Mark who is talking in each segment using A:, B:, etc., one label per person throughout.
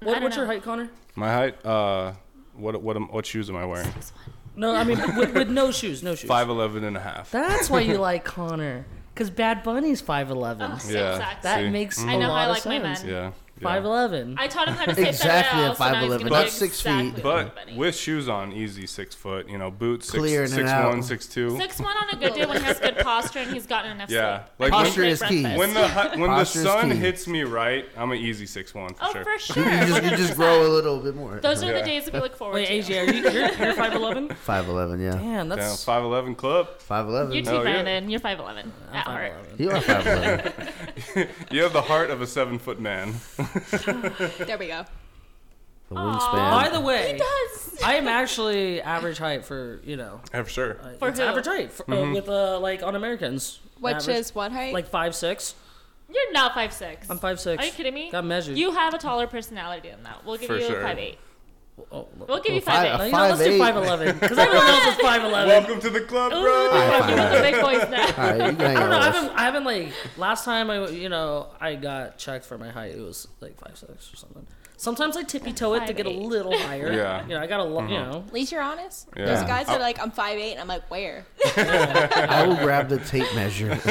A: What,
B: don't
A: what's your
B: know.
A: height, Connor?
C: My height. Uh, what what am- what shoes am I wearing?
A: No, I mean with, with no shoes, no shoes.
C: Five eleven and a half.
D: That's why you like Connor, because Bad Bunny's five eleven.
B: Oh,
C: Yeah,
B: sucks.
D: that
C: see?
D: makes
B: I know
D: a
B: how
D: lot
B: I
D: of
B: like my
D: sense.
B: men.
C: Yeah.
D: Five
C: yeah.
D: eleven.
B: I taught him how to say
E: Exactly at
B: something else, and I was
E: 5'11",
B: gonna do
E: that's six feet.
B: exactly
C: But
B: what Bunny.
C: with shoes on, easy six foot. You know, boots six,
E: Clearing it
C: six
E: out.
C: one, six two.
B: Six one on a good day when he has good posture and he's gotten enough
C: Yeah,
B: sleep.
C: like
B: I
C: when-
B: made
E: Posture is key.
B: breakfast.
C: When the hu- when the
E: Posture's
C: sun
E: key.
C: hits me right, I'm an easy six one for
B: oh,
C: sure.
B: for sure.
E: You just, you just
B: 100%.
E: grow a little bit more.
B: Those are
C: Yeah.
B: the days that we look forward
A: Wait,
B: to.
A: AJ, are you you're, you're 5'11"?
E: 5'11", yeah.
D: Man,
C: Down
D: that's
C: five eleven club.
B: You're
E: 5'11".
B: too,
C: Oh, yeah.
B: Brandon. You're 5'11". At heart.
D: 5'11".
E: You are 5'11".
C: You have the heart of a seven foot man.
F: There we go.
E: The
D: By
E: wingspan.
D: the way,
B: Does.
D: I am actually average height for you know
C: Yeah, for sure.
B: For
D: it's
B: who?
D: average height for,
C: Mm-hmm.
D: uh, with uh, like on Americans,
F: Which
D: Average-
F: is what height?
D: like five six.
B: You're not 5'6".
D: I'm five six.
B: Are you kidding me?
D: Got measured.
B: You have a taller personality than that. We'll give
C: For
B: you
C: sure.
B: a 5'8".
D: Oh, look.
B: We'll give you 5'8".
E: five-
D: No,
E: a
D: you know, let's do
E: 5'8".
D: five eleven because everyone else is five eleven.
C: Welcome to the club,
B: Ooh,
C: bro.
B: they're
E: High
B: working with the big boys now.
E: All right, you can hang
D: I
E: out
D: don't know.
E: with
D: I
E: us.
D: haven't, I haven't like last time I you know I got checked for my height. It was like five six or something. Sometimes I tippy toe it to get a
B: 5'8".
D: little higher.
C: Yeah. Mm-hmm.
D: You know, I got a lo- you know.
F: At least you're honest.
C: Yeah.
F: There's guys that are like, I'm 5'8", and I'm like, where?
E: I will grab the tape measure.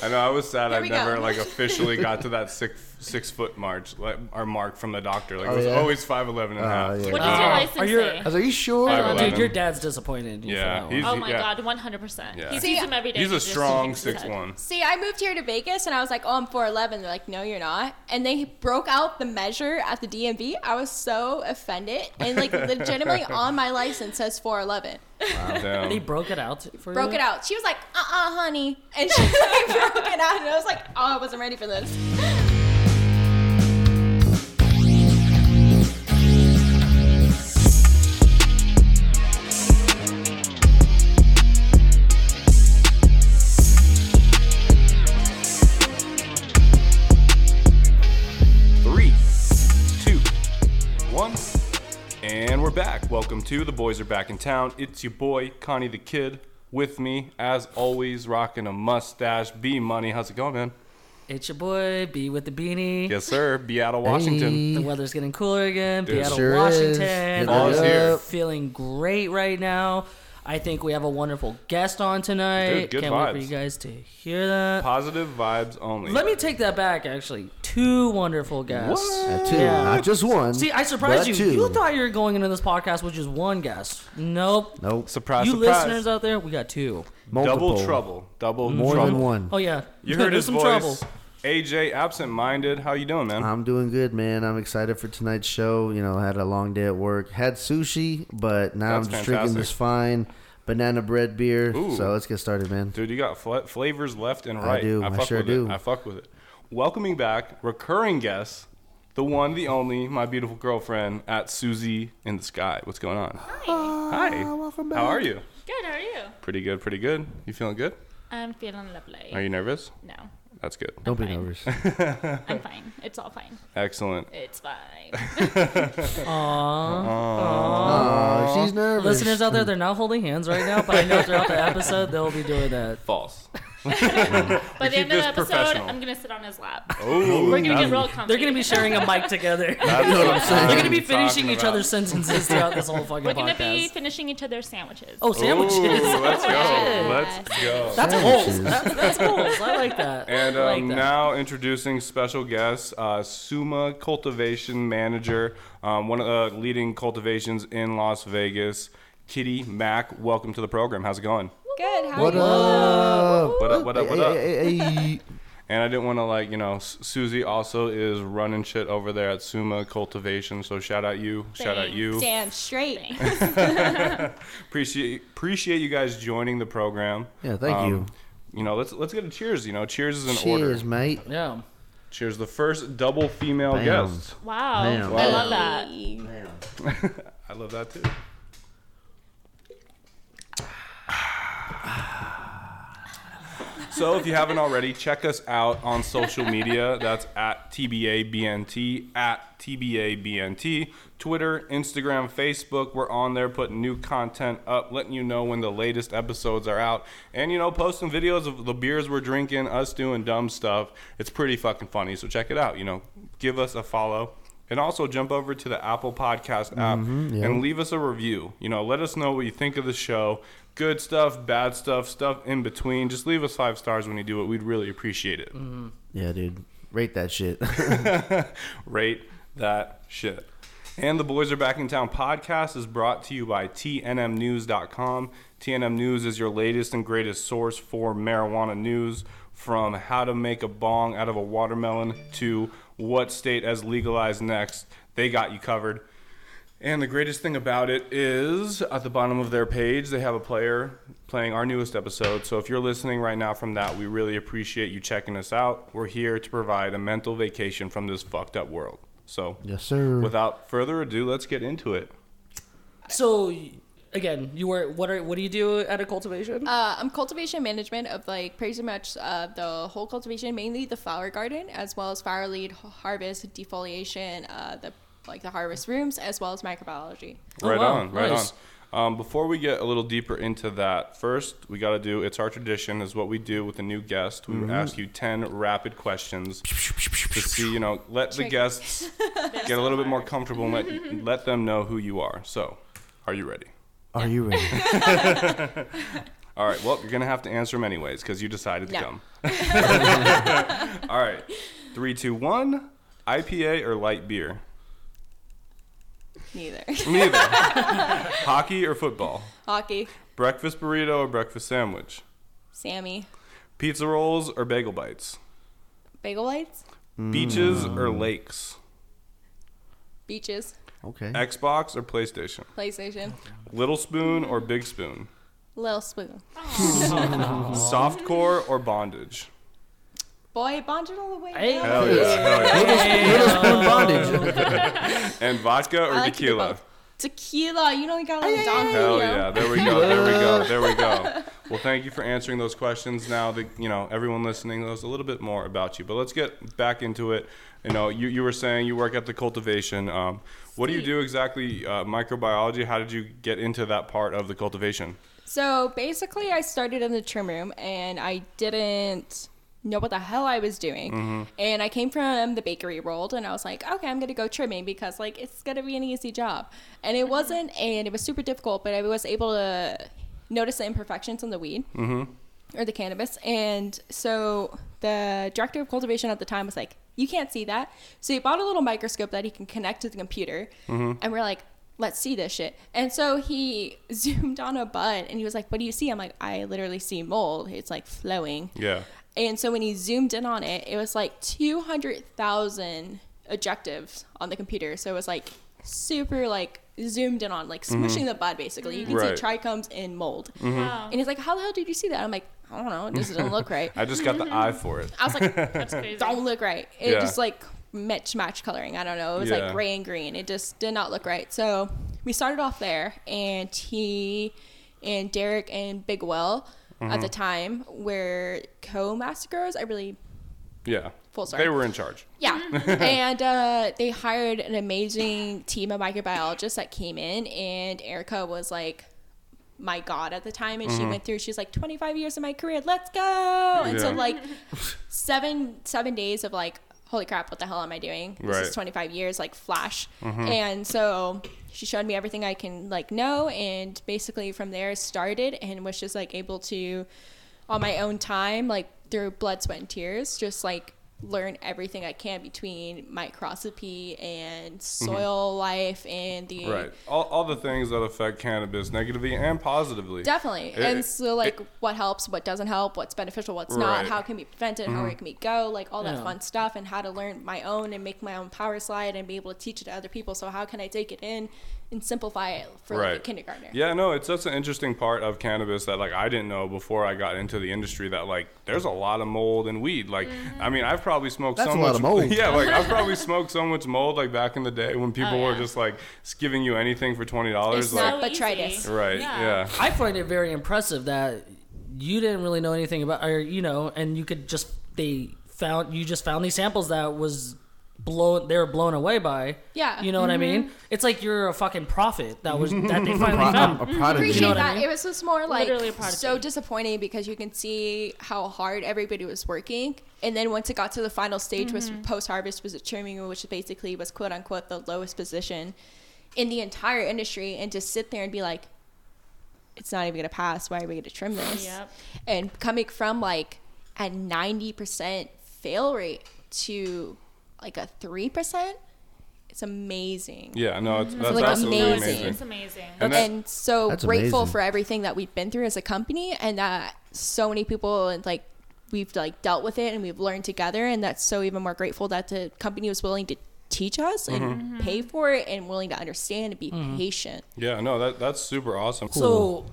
C: I know. I was sad. I
F: we
C: never
F: go.
C: like officially got to that six six foot mark, like our mark from the doctor. Like
E: Oh,
C: it was
E: yeah?
C: always five eleven and a
E: Oh,
C: half.
E: yeah.
C: Like,
B: What does your
D: Oh,
B: license
D: are you-
B: say?
E: I was like, are you sure?
C: Five
D: Oh,
C: eleven.
D: dude, your dad's disappointed. uh, in You
C: Yeah,
D: for that
C: he's-
D: one.
B: Oh my
C: yeah.
B: god, 100%.
C: Yeah.
B: He
F: See,
B: sees him every day.
C: he's
B: He
C: a
B: just
C: strong
B: shakes his
C: six
B: head.
C: one.
F: See, I moved here to Vegas, and I was like, oh, I'm 4'11". They're like, no, you're not. And they broke out the measure at the DMV. I was so offended. And like, legitimately on my license says 4'11".
D: They
C: Damn.
D: broke it out for
F: Broke
D: you?
F: it out. She was like, uh-uh, honey. And she like, broke it out. And I was like, oh, I wasn't ready for this.
C: Three, two, one, and we're back. Welcome to the boys are back in town. It's your boy Connie the Kid with me, as always, rocking a mustache. B Money, how's it going, man?
D: It's your boy. Be with the beanie.
C: Yes, sir. Be out of Washington.
D: The weather's getting cooler again. Be
C: It
D: out of
E: sure is.
D: Washington.
E: Get
C: Fall's
D: I'm
C: here.
D: Feeling great right now. I think we have a wonderful guest on tonight.
C: Dude, good
D: Can't wait for
C: vibes.
D: you guys to hear that.
C: Positive vibes only.
D: Let me take that back. Actually, two wonderful guests.
E: Uh, two,
D: Yeah.
E: not just one.
D: See, I surprised
E: but
D: you.
E: Two.
D: You thought you were going into this podcast with just one guest. Nope.
E: Nope.
C: surprise,
D: you
C: surprise.
D: listeners out there, we got two.
E: Multiple.
C: Double trouble. Double
E: More
C: trouble.
E: than one.
D: Oh yeah,
C: You heard
D: There's
C: his
D: some
C: voice.
D: trouble.
C: AJ, absent minded. How you doing, man?
E: I'm doing good, man. I'm excited for tonight's show. You know, I had a long day at work. Had sushi, but now
C: That's
E: I'm just
C: fantastic.
E: drinking this fine banana bread beer.
C: Ooh.
E: So let's get started, man.
C: Dude, you got fla flavors left and right.
E: do. I
C: fuck
E: sure
C: with
E: do.
C: It. I fuck with it. Welcoming back recurring guest, the one, the only, my beautiful girlfriend at Susie in the Sky. What's going on? Hi.
E: welcome
C: How are you?
B: Good, how are you?
C: Pretty good. Pretty good. You feeling good?
B: I'm feeling lovely.
C: Are you nervous?
B: No,
C: That's good.
E: Don't be
B: Fine.
E: nervous.
B: I'm fine. It's all fine.
C: Excellent.
B: It's fine.
D: Aww.
E: Oh, she's nervous.
D: Listeners out there, they're not holding hands right now, but I know throughout the episode they'll be doing that.
C: False.
B: By the
C: keep
B: end of
C: this
B: the episode,
C: professional.
B: I'm gonna sit on his lap.
C: Oh,
B: We're gonna get real comfy.
D: They're gonna be sharing a mic together.
C: That's what I'm saying.
D: They're gonna be finishing each other's sentences throughout this whole fucking
B: We're gonna
D: podcast.
B: be finishing each other's sandwiches.
D: oh, sandwiches.
C: Ooh, let's go. Let's go.
D: That's
E: Sandwiches.
D: goals. That, that's goals. I like that.
C: And
D: I
C: um,
D: like that.
C: now introducing special guest, uh, Suma Cultivation Manager, um, one of the leading cultivations in Las Vegas, Kitty Mack. Welcome to the program. How's it going?
F: Good. How
E: What
F: are you?
E: up?
C: What up? What up? What
E: Hey,
C: up?
E: hey, hey, hey.
C: And I didn't want to like you know. S- Susie also is running shit over there at Suma Cultivation. So shout out you. Shout out
B: Thanks.
C: you.
F: Damn straight.
C: Appreciate appreciate you guys joining the program.
E: Yeah, thank you.
C: You know, let's let's get a cheers. You know, cheers is an Um, order.
E: Cheers, mate.
D: yeah.
C: Cheers, the first double female
E: Bam.
C: guest.
B: Wow,
E: Man.
B: I love that.
C: I love that too. So if you haven't already, check us out on social media. That's at TBABNT, at TBABNT, Twitter, Instagram, Facebook. We're on there putting new content up, letting you know when the latest episodes are out. And, you know, posting videos of the beers we're drinking, us doing dumb stuff. It's pretty fucking funny. So check it out. You know, give us a follow. And also jump over to the Apple Podcast app and leave us a review. You know, let us know what you think of the show. Good stuff, bad stuff, stuff in between. Just leave us five stars when you do it. We'd really appreciate it.
E: Yeah, dude. Rate that shit.
C: Rate that shit. And the Boys Are Back in Town podcast is brought to you by TNMNews.com. TNM News is your latest and greatest source for marijuana news from how to make a bong out of a watermelon to what state has legalized next. They got you covered. And the greatest thing about it is at the bottom of their page, they have a player playing our newest episode. So if you're listening right now from that, we really appreciate you checking us out. We're here to provide a mental vacation from this fucked up world. So,
E: yes, sir.
C: without further ado, let's get into it.
D: So again, you were what are what do you do at a cultivation?
F: Uh, I'm cultivation management of like pretty much uh, the whole cultivation, mainly the flower garden, as well as flower lead, h- harvest, defoliation, uh, the like the harvest rooms, as well as microbiology.
D: Oh,
C: Right
D: wow.
C: on, right
D: Nice.
C: on. Um, before we get a little deeper into that, first we got to do it's our tradition is what we do with a new guest. We
D: Mm-hmm.
C: ask you ten rapid questions to see you know let the
F: Tricky.
C: guests get a little bit more comfortable and let let them know who you are. So, are you ready?
E: Are you ready?
C: All right. Well, you're gonna have to answer them anyways because you decided to
F: No.
C: come. All right. Three, two, one. IPA or light beer?
F: Neither
C: Neither. Hockey or football?
F: hockey,
C: Breakfast burrito or breakfast sandwich?
F: Sammy,
C: Pizza rolls or bagel bites?
F: bagel lights,
C: Beaches or lakes?
F: beaches,
E: Okay.
C: Xbox or PlayStation?
F: PlayStation,
C: Little spoon or big spoon?
F: Little Spoon,
C: Softcore or bondage?
F: Boy, bonded all the way.
D: Hey.
F: down.
C: Hell yeah. Hell yeah.
D: um,
E: Spoon bondage.
C: And vodka or
F: I like to do
C: tequila?
F: both. Tequila, you know you got a little down
C: Hell
F: you know?
C: yeah! There we go. There we go. There we go. Well, thank you for answering those questions. Now that you know everyone listening knows a little bit more about you, but let's get back into it. You know, you, you were saying you work at the cultivation. Um, what do you
F: Sweet.
C: do exactly? Uh, microbiology. How did you get into that part of the cultivation?
F: So basically, I started in the trim room and I didn't know what the hell I was doing. And I came from the bakery world and I was like, okay, I'm going to go trimming because like it's going to be an easy job. And it wasn't, and it was super difficult, but I was able to notice the imperfections in the weed or the cannabis. And so the director of cultivation at the time was like, you can't see that. So he bought a little microscope that he can connect to the computer. And we're like, let's see this shit. And so he zoomed on a bud and he was like, what do you see? I'm like, I literally see mold. It's like flowing.
C: Yeah.
F: And so when he zoomed in on it, it was like 200,000 objectives on the computer. So it was like super like zoomed in on, like smooshing the bud basically. You can
C: Right.
F: see trichomes in mold.
B: Wow.
F: And he's like, "How the hell did you see that?" I'm like, "I don't know. It just didn't look right."
C: I just got the eye for it.
F: I was like,
B: That's crazy.
F: "Don't look right." It
C: Yeah.
F: just like match match coloring. I don't know. It was
C: Yeah.
F: like gray and green. It just did not look right. So we started off there, and he and Derek and Big Will
C: Mm-hmm.
F: at the time were co-massacres. I really
C: Yeah.
F: Full
C: They
F: circle.
C: were in charge.
F: yeah. and uh, they hired an amazing team of microbiologists that came in, and Erica was like, my God at the time. And she
C: Mm-hmm.
F: went through, she's like, 25 years of my career, let's go. And so,
C: Yeah.
F: like, seven seven days of like, holy crap, what the hell am I doing? This
C: Right.
F: is 25 years, like, flash. And so she showed me everything I can, like, know. And basically, from there, started and was just like able to on my own time, like through blood, sweat, and tears, just like learn everything I can between microscopy and soil life and the
C: Right. All, all the things that affect cannabis negatively and positively.
F: definitely.
C: It-
F: and so like
C: it-
F: what helps, what doesn't help, what's beneficial, what's
C: Right. Mm-hmm.
F: not, how can be prevented, how it can be go, like all that
D: Yeah.
F: fun stuff, and how to learn my own and make my own power slide and be able to teach it to other people. So how can I take it in and simplify it for like a kindergartner?
C: Yeah, no, it's such an interesting part of cannabis that like I didn't know before I got into the industry that like there's a lot of mold and weed. Like I mean, I've probably smoked
E: That's
C: so
E: a
C: much
E: lot of mold.
C: Yeah, like I've probably smoked so much mold like back in the day when people
B: Oh,
C: were
B: yeah.
C: just like giving you anything for twenty dollars.
F: It's
C: Like
F: not- Botrytis.
B: easy.
C: right, yeah.
D: I find it very impressive that you didn't really know anything about, or you know, and you could just they found you just found these samples that was blown they were blown away by.
F: Yeah.
D: You know what I mean? It's like you're a fucking prophet that was that they finally
E: a
D: found.
E: prodigy.
F: Appreciate
D: You know what I
F: that.
D: mean?
F: It was just more like
B: Literally a product
F: so disappointing because you can see how hard everybody was working, and then once it got to the final stage, was
B: Mm-hmm.
F: post harvest, was trimming, which basically was quote unquote the lowest position in the entire industry, and to sit there and be like, it's not even gonna pass. Why are we gonna trim this?
B: Yep.
F: And coming from like a ninety percent fail rate to like a three percent, it's amazing.
C: Yeah, no, it's, that's
F: like,
C: absolutely
B: No,
C: amazing.
B: it's,
F: amazing.
B: it's amazing.
C: And that-
F: and so
E: That's
F: grateful
E: amazing.
F: for everything that we've been through as a company and that so many people and like we've like dealt with it and we've learned together and that's so even more grateful that the company was willing to teach us and
E: Mm-hmm.
D: Mm-hmm.
F: pay for it and willing to understand and be patient
C: Yeah, no, that that's super awesome.
D: So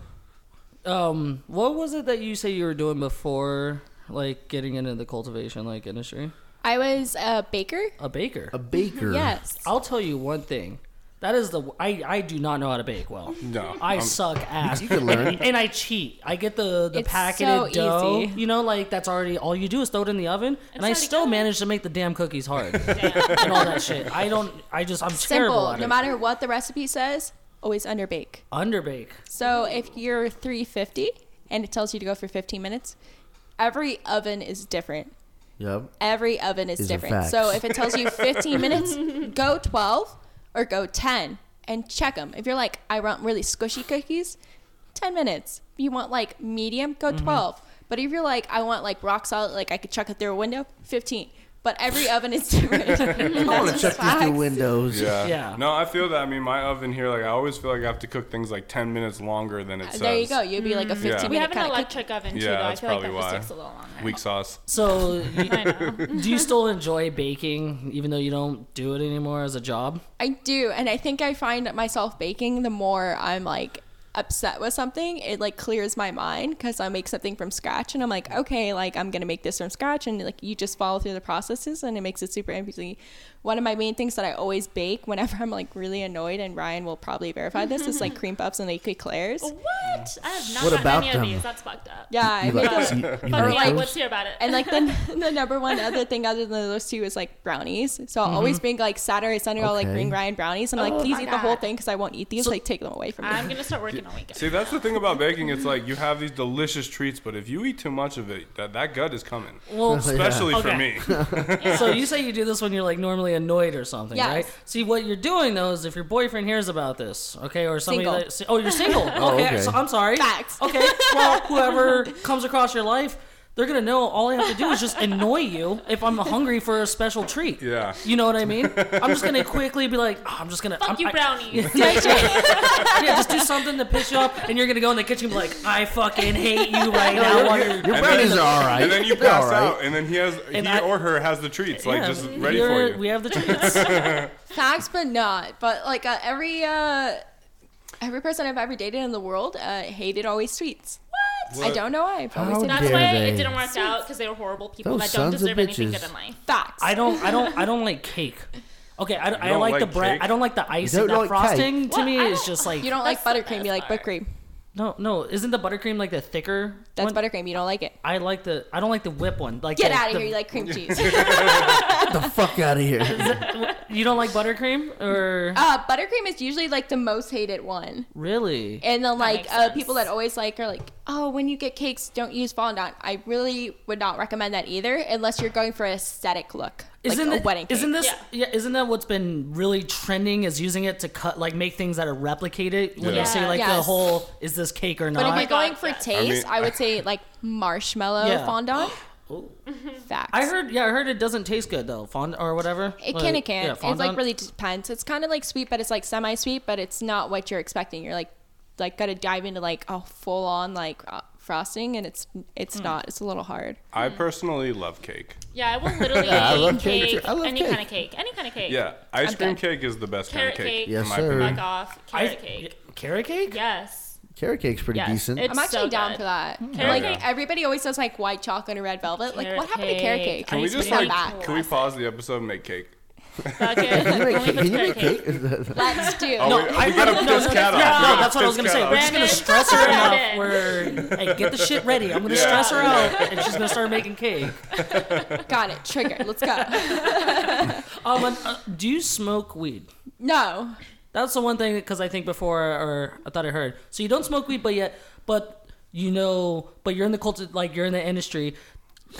D: um what was it that you say you were doing before like getting into the cultivation like industry?
F: i was a baker
D: A baker.
E: A baker.
F: yes
D: I'll tell you one thing. That is the I, I do not know how to bake well.
C: No,
D: I
C: I'm-
D: suck ass. You
E: Um, can learn.
D: and, I cheat. I get the the
F: It's
D: packeted
F: so
D: dough.
F: easy.
D: You know, like that's already all you do is throw it in the oven, and I
B: not
D: still
B: even-
D: manage to make the damn cookies hard and all that shit. I don't. I just I'm terrible
F: simple
D: at
F: no
D: it.
F: matter what the recipe says always underbake
D: Underbake.
F: so if you're 350 and it tells you to go for 15 minutes every oven is different
E: Yep.
F: every oven is
E: These are
F: different.
E: facts.
F: So if it tells you 15 minutes, go 12 or go 10 and check them. If you're like, I want really squishy cookies, 10 minutes. If you want like medium, go 12. But if you're like, I want like rock solid, like I could chuck it through a window, 15. But every oven is different. I
E: I want to check these new windows.
C: Yeah.
D: Yeah.
C: No, I feel that. I mean, my oven here, like, I always feel like I have to cook things like 10 minutes longer than it says.
F: Uh, There you go. You'd be like a 15
C: Yeah.
B: We have
F: minute
B: an
F: kind of cookie.
B: electric oven too,
C: Yeah,
B: though. I
C: that's
B: feel like
C: probably
B: that just
C: why.
B: takes a little longer.
C: Weak sauce.
D: So, you,
B: I know.
D: do you still enjoy baking, even though you don't do it anymore as a job?
F: I do. And I think I find myself baking the more I'm like upset with something, it like clears my mind because I make something from scratch and I'm like, okay, like I'm going to make this from scratch. And like you just follow through the processes and it makes it super easy. One of my main things that I always bake whenever I'm like really annoyed, and Ryan will probably verify this, is like cream puffs and like eclairs.
B: Oh. What? I have not
E: What
B: gotten
E: about
B: any
E: them?
B: of these. That's fucked up.
F: Yeah, I
E: You
F: make
E: like,
F: a,
E: you, you
B: But
E: like
B: like,
E: those?
B: let's hear about it.
F: and like the, the number one other thing other than those two is like brownies. So I'll always bring like Saturday, Sunday, I'll like
E: Okay.
F: bring Ryan brownies. I'm like,
B: Oh
F: please
B: my
F: eat the whole
B: God.
F: thing because I won't eat these. like take them away from me.
B: I'm gonna start working on weekends.
C: See, that's the thing about baking. It's like you have these delicious treats, but if you eat too much of it, that, that gut is coming.
D: Well,
E: Yeah.
C: Especially for
D: Okay.
C: me.
D: so you say you do this when you're like normally annoyed or something,
F: Yes.
D: right? See, what you're doing though is if your boyfriend hears about this, okay, or somebody
F: Single.
D: that oh you're single, okay,
E: okay.
D: So, I'm sorry,
F: Facts.
D: okay. Well, whoever comes across your life, they're gonna know all I have to do is just annoy you if I'm hungry for a special treat.
C: Yeah.
D: you know what I mean. I'm just gonna quickly be like, oh, I'm just gonna
B: Fuck
D: I'm-
B: you,
D: I-
B: brownies.
D: yeah, just do something to piss you off, and you're gonna go in the kitchen and be like, I fucking hate you right now. while you're-
E: Your
C: And
E: brownies
C: then-
E: are all right.
C: And then you
E: They're
C: pass
E: all right.
C: out, and then he has he
D: I-
C: or her has the treats, like
D: Yeah,
C: just ready
D: here
C: for you.
D: We have the treats.
F: Facts, but not. But like uh, every uh, every person I've ever dated in the world uh, hated always sweets. What? I
C: What?
F: don't know why. I've always
E: How dare
F: hated
B: That's why
E: they?
B: it didn't work out because they were horrible people
E: Those
B: that don't
E: sons of
B: deserve anything
E: bitches.
B: good in life.
F: facts.
D: I don't, I don't, I don't like cake. Okay, I, I
C: don't
D: like, the
C: like
D: bread.
C: cake?
D: I don't like the icing.
E: don't
D: That
E: like
D: frosting to
B: Well,
D: me
B: I
D: is
B: don't-
D: just like
F: you don't like
B: That's the
F: buttercream. You like
B: best
F: buttercream.
D: no, no. Isn't the buttercream like the thicker?
F: That's
D: one?
F: buttercream. You don't like it.
D: I like the. I don't like the whip one. Like
F: Get
D: the-
F: out of
D: the-
F: here. You like cream cheese.
E: Get the fuck out of here.
D: You don't like buttercream or
F: uh, buttercream is usually like the most hated one.
D: really?
F: And then like
B: makes
F: uh,
B: sense.
F: people that always like are like, oh, when you get cakes, don't use fondant. I really would not recommend that either, unless you're going for an aesthetic look, like
D: Isn't
F: a
D: it-
F: wedding cake.
D: Isn't this?
B: Yeah.
D: Yeah. Isn't that what's been really trending? Is using it to cut, like, make things that are replicated. When
C: Yeah.
D: you say like the
F: Yes.
D: whole, is this cake or
F: But if
D: not?
F: you're
B: God,
F: going for
B: yes.
F: taste,
C: I
F: I,
C: mean-
F: would say like marshmallow
D: Yeah.
F: fondant. Facts.
D: I heard. Yeah, I heard it doesn't taste good though. Fond or whatever.
F: it
D: Like,
F: can, it can.
D: yeah,
F: it like
D: fondant.
F: really depends. It's kind of like sweet, but it's like semi-sweet, but it's not what you're expecting. You're like, like gotta dive into like a full-on like uh, frosting, and it's
C: Mm.
F: it's not. It's a little hard.
C: I personally love cake.
B: Yeah, I will literally
E: I
B: eat
E: love cake
B: cake,
E: too. I love
B: any
E: cake.
B: kind of cake, any kind of cake.
C: Yeah, ice
F: I'm
C: cream
F: good.
C: cake is the best
B: carrot
C: kind of cake.
B: cake,
E: Yes,
C: in my
E: sir.
C: opinion.
B: fuck off,
D: I-
B: carrot cake.
D: Carrot cake.
B: Yes,
E: Carrot cake's pretty
B: Yes.
E: decent.
B: It's-
F: I'm actually
B: so
F: down
B: good.
F: for that.
D: Mm.
B: Carrot
F: like
C: cake-
F: everybody always says like white chocolate or red velvet. like
B: Carrot
F: what happened to carrot
B: cake.
F: cake?
C: Can we
B: Ice
C: just
B: cream
C: like
F: back.
C: can we pause the episode and make cake?
B: bucket.
E: Can you
B: when we
E: make, cake?
B: put
E: can you
B: the
E: make cake?
F: Let's do.
C: Oh,
D: No,
C: we, we
D: I-
C: gotta
D: no,
C: piss
D: no,
C: cat
D: no, no,
C: off. We gotta
D: that's what I
C: piss
D: was gonna
C: cat
D: say.
C: off.
D: We're just gonna
B: Brandon.
D: stress her out.
B: Brandon.
D: Where hey, get the shit ready. I'm gonna
C: Yeah.
D: stress her out, and she's gonna start making cake.
F: Got it. Triggered. Let's go.
D: Um, and, uh, do you smoke weed?
F: No.
D: That's the one thing because I think before or I thought I heard. So you don't smoke weed, but yet, but you know, but you're in the culture, like you're in the industry.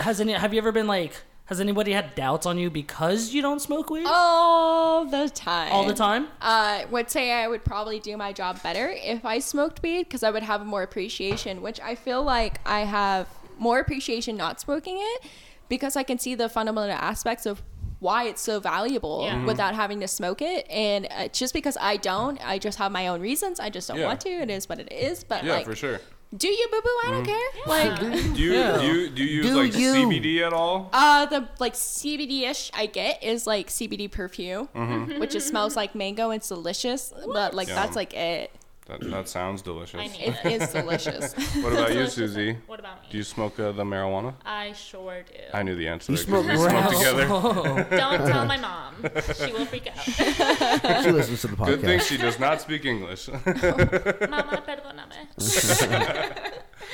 D: Has any? Have you ever been like? Has anybody had doubts on you because you don't smoke weed
F: All the time.
D: all the time?
F: Uh, would say I would probably do my job better if I smoked weed because I would have more appreciation, which I feel like I have more appreciation not smoking it because I can see the fundamental aspects of why it's so valuable
C: Mm-hmm.
B: Yeah. Mhm.
F: without having to smoke it. And uh, just because I don't, I just have my own reasons. I just don't
C: Yeah.
F: want to. It is what it is. But
C: Yeah,
F: like,
C: for sure. Mm-hmm.
F: do you boo boo? I don't care. Like,
C: Do you do you, do you use
E: Do
C: like
E: you.
C: CBD at all?
F: Uh, the like CBD ish I get is like CBD perfume, which just smells like mango. and It's delicious, but like
C: Mm-hmm. Yeah.
F: that's like it.
C: That, that sounds delicious.
B: I need
F: It
B: it.
F: is delicious.
C: What about you,
B: Delicious.
C: Susie?
B: What about me?
C: Do you smoke uh, the marijuana?
B: I sure do.
C: I knew the answer.
E: You
C: there 'cause
E: smoke
C: we smoked
D: Oh.
E: grass.
C: together.
B: Don't tell my mom. She will freak out.
E: she listens to the
C: Good thing
E: podcast.
C: she does not speak English.
B: Mama, perdóname.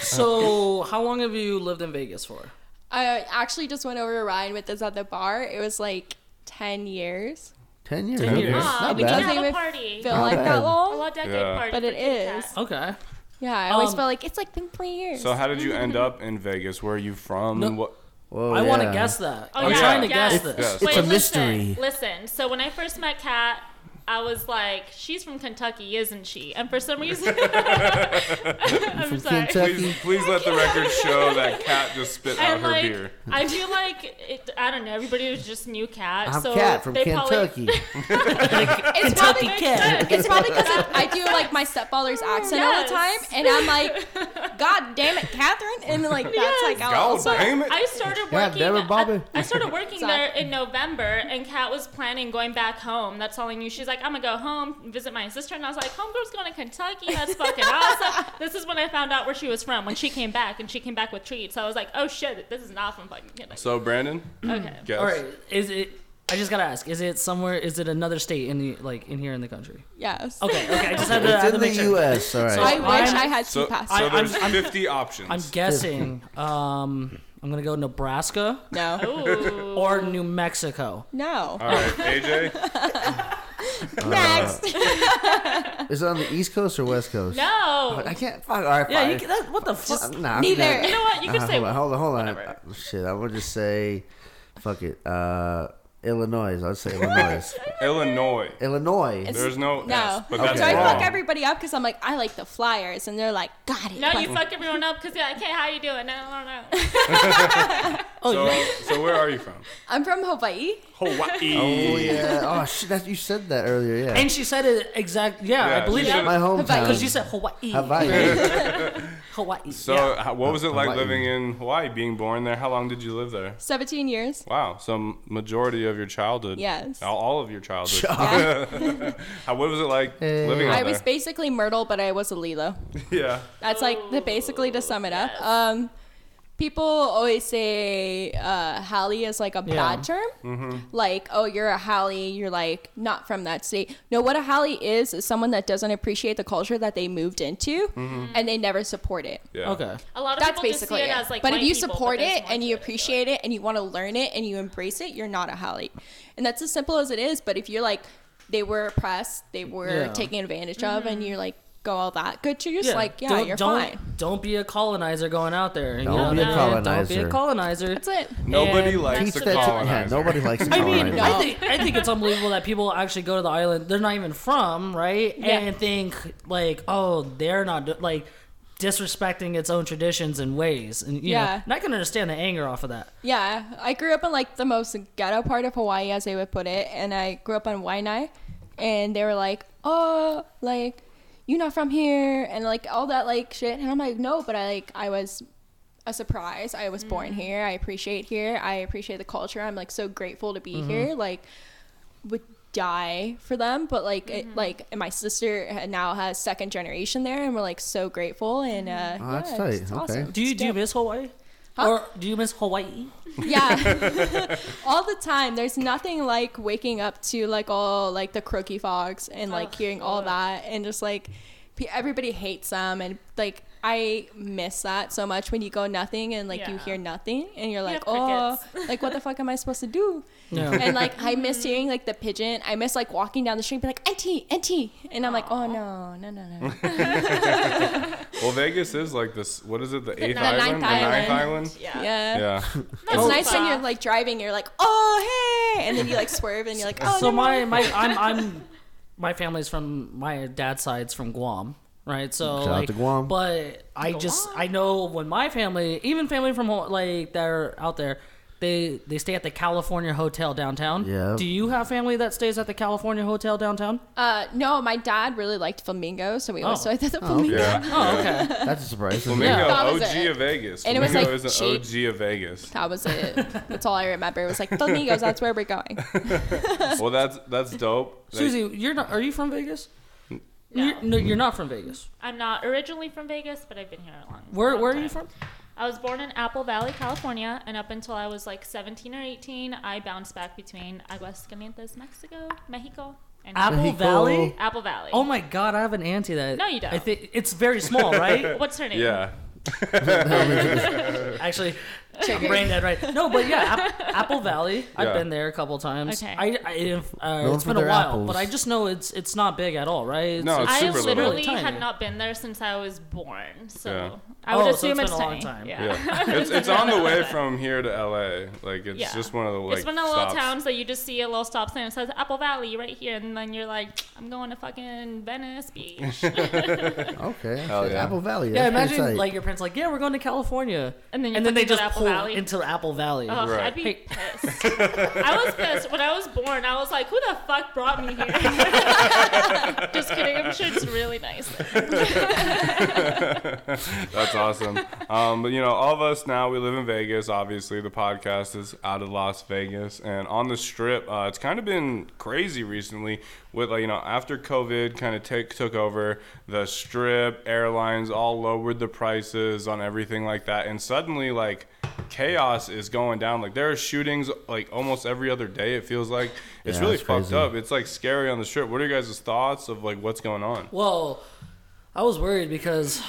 D: So how long have you lived in Vegas for?
F: I actually just went over to Ryan with this at the bar. It was like ten years.
E: Ten years.
D: years.
E: okay.
B: Mom,
E: Not
B: we can
E: bad.
B: have
F: They
B: a
F: would
B: party.
F: Feel like
E: bad.
F: that
B: A
F: long?
B: lot decade
C: Yeah.
B: party.
F: But
B: for
F: it
B: Kit Kat.
F: is.
D: Okay.
F: Yeah, I always
D: Um,
F: feel like it's like been three years.
C: so how did you end up in Vegas? Where are you from?
D: No.
C: What?
E: Whoa,
D: I want to
E: yeah.
D: guess that.
B: Oh,
D: I'm
B: yeah.
D: trying to
B: Yes.
D: guess this.
C: Yes.
E: It's a
B: listen,
E: mystery.
B: Listen, so when I first met Kat, I was like, she's from Kentucky, isn't she? And for some reason, I'm
E: From
B: sorry.
E: Kentucky.
C: Please, please let the record show that Cat just spit out
B: And
C: her
B: like,
C: beer.
B: I feel like it, I don't know. Everybody was just new Kat.
E: I'm
B: so
E: Cat from
B: they
E: Kentucky.
F: it's
D: Kentucky
F: probably
D: kid. Oh,
F: it's probably because I do like my stepfather's accent
B: Yes.
F: all the time, and I'm like, God damn it, Catherine, and like that's like how I
C: God
F: also
C: damn it!
B: I started
E: God
B: working.
E: damn it, Bobby.
B: I, I started working
F: Sorry.
B: there in November, and Kat was planning going back home. That's all I knew. She's like, "I'm gonna go home, visit my sister," and I was like, "Homegirl's going to Kentucky. That's fucking awesome." This is when I found out where she was from when she came back, and she came back with treats. So I was like, "Oh shit, this is not from fucking Kentucky."
C: so Brandon,
B: okay.
C: guess.
D: All right. Is it? I just gotta ask. Is it somewhere? Is it another state in the like in here in the country?
F: yes.
D: Okay. Okay. I just had to, I
E: It's
D: had to
E: in the
D: make sure.
E: U.S. All
F: I
E: right.
F: wish
D: I'm-
F: I had
C: So,
F: two passes.
C: so
D: I- I'm-
C: there's
D: I'm-
C: 50 options.
D: I'm guessing. Um, I'm gonna go Nebraska
F: no,
B: Ooh.
D: or New Mexico.
F: no.
C: All right, AJ. Uh,
F: Next.
E: Is it on the East Coast or West Coast?
B: No.
E: I can't. Fuck. All right.
D: Yeah.
E: fine.
D: You, can- that, what the fuck?
E: Uh, nah, I'm
F: Neither.
E: not-
B: you know what? You could
E: Uh,
B: say
E: hold on, hold on, hold on.
B: whatever.
E: Uh, shit, I would just say, fuck it. Uh, Illinois. I'd say Illinois.
D: Oh,
C: Illinois.
E: Illinois.
F: It's-
C: There's no, S,
F: No.
C: but that's
F: So I
C: wrong.
F: fuck everybody up because I'm like, I like the flyers, and they're like, got it.
B: no,
F: but
B: you fuck everyone up because you're like, "Hey, how you doing?" I don't know.
D: Oh, you-
C: so, so where are you from?
F: I'm from Hawaii.
C: Hawaii.
E: oh yeah. Oh shit. That, you said that earlier. Yeah.
D: and she said it exact. Yeah,
C: Yeah,
D: I believe
C: she
D: it.
C: said-
E: My hometown.
D: Because you said Hawaii.
E: Hawaii.
D: Hawaii.
C: So
D: yeah.
C: how, what was it like
E: Hawaii.
C: living in Hawaii, being born there? How long did you live there?
F: 17 years.
C: Wow, so majority of your childhood.
F: Yes.
C: All, all of your childhood.
F: Yeah.
C: How, what was it like
D: Eh.
E: Hey.
C: living out
F: I was
C: there?
F: basically Myrtle, but I was a Lilo.
C: yeah.
F: That's like the basically to sum it up. Um, people always say uh, Hallie is like a
D: Yeah.
F: bad term. Like, oh, you're a Hallie. You're like not from that state. No, what a Hallie is is someone that doesn't appreciate the culture that they moved into, and they never support it.
C: Yeah.
D: Okay.
B: A lot of
F: That's
B: people
F: basically
B: just see
F: it.
B: it, as like.
F: but if
B: white
F: you
B: people,
F: support
B: there's
F: it
B: more
F: and
B: to
F: you
B: it.
F: appreciate it and you want to learn it and you embrace it, you're not a Hallie. And that's as simple as it is. But if you're like, they were oppressed, they were
D: Yeah.
F: taken advantage of,
B: Mm-hmm.
F: and you're like, go all that, good to
D: Yeah.
F: like, yeah,
D: don't,
F: you're
D: don't,
F: fine.
D: Don't be a colonizer going out there. you know
E: Don't be a
D: what I mean? Don't be a
E: colonizer.
D: colonizer.
F: That's it.
C: Nobody
D: And
C: likes
E: Teach
C: the
E: that. To, yeah.
C: colonizer.
E: Nobody likes.
D: I mean,
E: colonizers.
D: I think I think it's unbelievable that people actually go to the island they're not even from, right?
F: Yeah.
D: And think like, oh, they're not do- like disrespecting its own traditions and ways, and you know,
F: Yeah.
D: and I can understand the anger off of that.
F: Yeah, I grew up in like the most ghetto part of Hawaii, as they would put it, and I grew up on Waianae, and they were like, "Oh, like you're not from here," and like all that like shit, and I'm like, "No, but I like I was a surprise. I
D: Mm.
F: was born here. I appreciate here. I appreciate the culture. I'm like so grateful to be
D: Mm-hmm.
F: here. Like would die for them, but like
D: Mm-hmm.
F: it, like and my sister ha- now has second generation there, and we're like so grateful and uh,
E: Oh, that's
F: yeah,
E: tight.
F: it's
E: Okay.
F: awesome.
D: Mm. Do you
F: It's
D: do you
F: dope.
D: miss Hawaii? Or do you miss Hawaii?
F: Yeah. all the time. There's nothing like waking up to like all like the croaky fogs and like hearing all that and just like pe- everybody hates them and like I miss that so much when you go nothing and like you
B: Yeah.
F: hear nothing and you're like,
B: Yeah,
F: oh,
B: crickets.
F: like what the fuck am I supposed to do?
D: No.
F: And like I miss hearing like the pigeon. I miss like walking down the street and be like, auntie, auntie, and I'm like, oh no, no, no, no.
C: Well, Vegas is like this. What is it? The eighth
B: ninth
C: island, the ninth island.
B: Yeah.
F: yeah.
C: Yeah.
F: It's
B: Oh.
F: nice when you're like driving. You're like, oh hey, and then you like swerve and you're like, oh
D: so
F: no,
D: my my I'm I'm my family's from my dad's side's from Guam, right? So
E: Shout out
D: like,
E: to Guam.
D: But I just I know when my family, even family from Haw- like that are out there, they they stay at the California Hotel downtown.
E: Yeah.
D: Do you have family that stays at the California Hotel downtown?
F: Uh, no, my dad really liked flamingos, so we always
D: Oh.
F: stayed at the flamingo.
C: Yeah.
D: Oh, okay.
E: That's a surprise. isn't it?
C: Flamingo,
F: That was
C: OG
F: it.
C: of Vegas.
F: And it was,
C: Flamingo
F: like,
C: is
F: cheap.
C: an OG of Vegas.
F: That was it. That's all I remember. It was like flamingos. That's where we're going.
C: Well, that's that's dope. Like,
D: Susie, you're not. Are you from Vegas?
B: No.
D: You're, no, you're not from Vegas.
B: I'm not originally from Vegas, but I've been here a long.
D: Where
B: long
D: Where are you
B: time.
D: from?
B: I was born in Apple Valley, California, and up until I was like 17 or 18, I bounced back between Aguascalientes, Mexico, Mexico, and
D: Apple
E: Mexico.
D: Valley.
B: Apple Valley.
D: Oh my God, I have an auntie that.
B: No, you don't.
D: I think it's very small, right?
B: What's her name?
C: yeah.
D: Actually, I'm brain dead right. No, but yeah, App- Apple Valley.
C: Yeah.
D: I've been there a couple times.
B: Okay.
D: I, I if, uh,
E: Known
D: it's
E: for
D: been a
E: their
D: while,
E: apples.
D: but I just know it's it's not big at all, right?
C: No, it's
B: I
C: super little.
B: literally
D: Tiny.
B: had not been there since I was born, so
C: Yeah.
B: I would
D: Oh, so
B: assume
D: it's
B: it's,
D: been a long
B: tiny.
D: time.
B: Yeah.
C: Yeah. It's, it's on the way from here to LA. Like it's
B: Yeah.
C: just one of the like
B: it's one of the little
C: stops.
B: towns that you just see a little stop sign that says Apple Valley right here, and then you're like, I'm going to fucking Venice Beach,
E: Okay.
C: Hell yeah.
E: Apple Valley.
D: yeah,
E: that's pretty
D: imagine
E: tight.
D: like your parents like, yeah, we're going to California,
B: and then you
D: and then they
B: fucking go
D: just
B: to Apple
D: pull
B: Valley. Uh-huh.
D: into Apple Valley.
B: Ugh,
C: Right.
B: I'd be
D: Hey.
B: pissed. I was pissed when I was born. I was like, "Who the fuck brought me here?" Just kidding. I'm sure it's really nice.
C: That's awesome. Um, but you know, all of us now we live in Vegas. Obviously, the podcast is out of Las Vegas and on the Strip. Uh, it's kind of been crazy recently with like you know after COVID kind of take took over the Strip. Airlines all lowered the prices on everything like that, and suddenly like chaos is going down. Like there are shootings like almost every other day. It feels like it's
E: Yeah,
C: really
E: it's
C: fucked
E: crazy.
C: up. It's like scary on the Strip. What are your guys' thoughts of like what's going on?
D: Well, I was worried because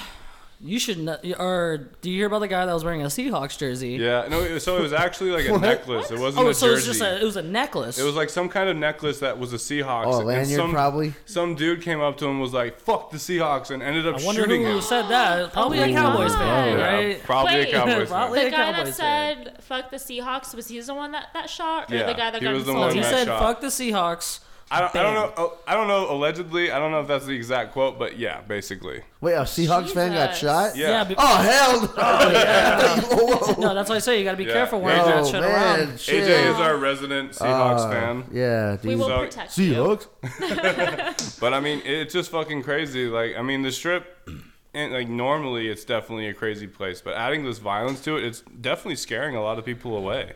D: you should not. Or do you hear about the guy that was wearing a Seahawks jersey?
C: Yeah, no. it- So it was actually like a necklace. It wasn't
D: Oh,
C: a
D: so
C: jersey.
D: it was just a it was a necklace.
C: It was like some kind of necklace that was a Seahawks.
E: Oh, a
C: and
E: lanyard
C: some,
E: probably?
C: Some dude came up to him and was like, "Fuck the Seahawks," and ended up
D: I wonder
C: shooting
D: who
C: him.
D: said that. Probably
E: Oh,
B: my
D: a Cowboys
B: God.
D: fan,
C: Yeah,
D: right?
C: Probably
B: Wait.
C: a Cowboys.
D: Probably
C: fan.
D: a
B: The guy that
D: Cowboys fan.
B: said "fuck the Seahawks" was he the one that that shot, or
C: Yeah,
B: the guy that
C: he
B: got
C: was the
B: insulted?
C: one
D: He
C: that-
D: said,
C: shot.
D: "Fuck the Seahawks."
C: I don't, I don't know.
D: Bang.
C: oh, I don't know. Allegedly, I don't know if that's the exact quote, but yeah, basically.
E: Wait, a Seahawks fan got
B: Jesus.
E: shot?
C: Yeah.
D: Yeah, be-
E: Oh, hell no. Whoa.
D: no, that's what I say. You got to be
C: Yeah.
D: careful
C: Yeah,
D: wearing
C: he
D: that
E: Oh,
D: shit
E: man.
D: around.
E: Shit.
C: AJ is our resident Seahawks
E: Uh,
C: fan,
E: Yeah, dude.
B: We will
C: So-
B: protect you.
E: Seahawks?
C: but I mean, it's just fucking crazy. Like, I mean, the strip. And like normally, it's definitely a crazy place, but adding this violence to it, it's definitely scaring a lot of people away.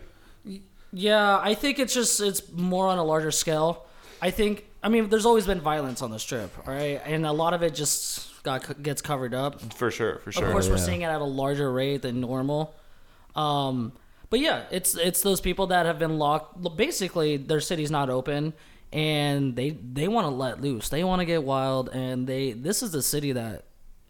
D: Yeah, I think it's just it's more on a larger scale. I think I mean there's always been violence on the strip, all right, and a lot of it just got gets covered up.
C: For sure, for sure.
D: Of course, we're
E: Yeah.
D: seeing it at a larger rate than normal. Um, but yeah, it's it's those people that have been locked. Basically, their city's not open, and they they want to let loose. They want to get wild, and they this is the city that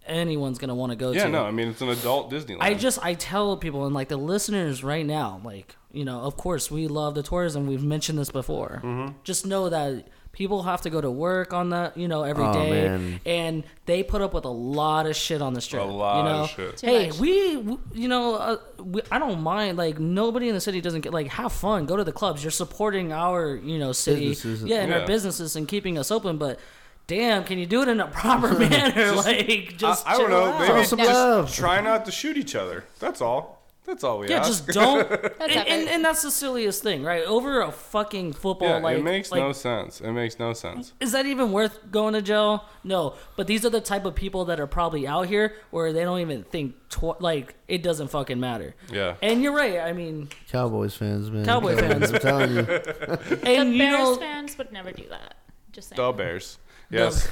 D: anyone's gonna want to go
C: yeah,
D: to.
C: no, I mean, it's an adult Disneyland.
D: I just I tell people and like the listeners right now, like you know, of course we love the tourism. We've mentioned this before.
C: Mm-hmm.
D: Just know that people have to go to work on that, you know, every
E: Oh,
D: day,
E: man.
D: and they put up with a lot of shit on the strip.
C: A lot
D: you
C: of
D: know?
C: shit. Too
D: Hey,
F: much.
D: we, w- you know, uh, we, I don't mind. Like nobody in the city doesn't get like have fun, go to the clubs. You're supporting our, you know, city,
E: Businesses.
D: yeah, and
C: Yeah.
D: our businesses and keeping us open, but. Damn, can you do it in a proper manner? like, just
C: I, I
D: chill
C: don't know.
D: out.
C: Maybe
E: Show some
C: just
E: love.
C: try not to shoot each other. That's all. That's all we
D: Yeah,
C: ask.
D: just don't. and,
F: epic.
D: and, and that's the silliest thing, right? Over a fucking football,
C: yeah,
D: like,
C: it makes
D: like,
C: no sense. It makes no sense.
D: is that even worth going to jail? No. But these are the type of people that are probably out here where they don't even think, tw- like, it doesn't fucking matter.
C: Yeah.
D: And you're right. I mean,
E: Cowboys fans, man.
D: Cowboy fans.
E: I'm telling you.
D: and
B: Bears
D: you know,
B: fans would never do that. Just saying.
C: The Bears. Yes.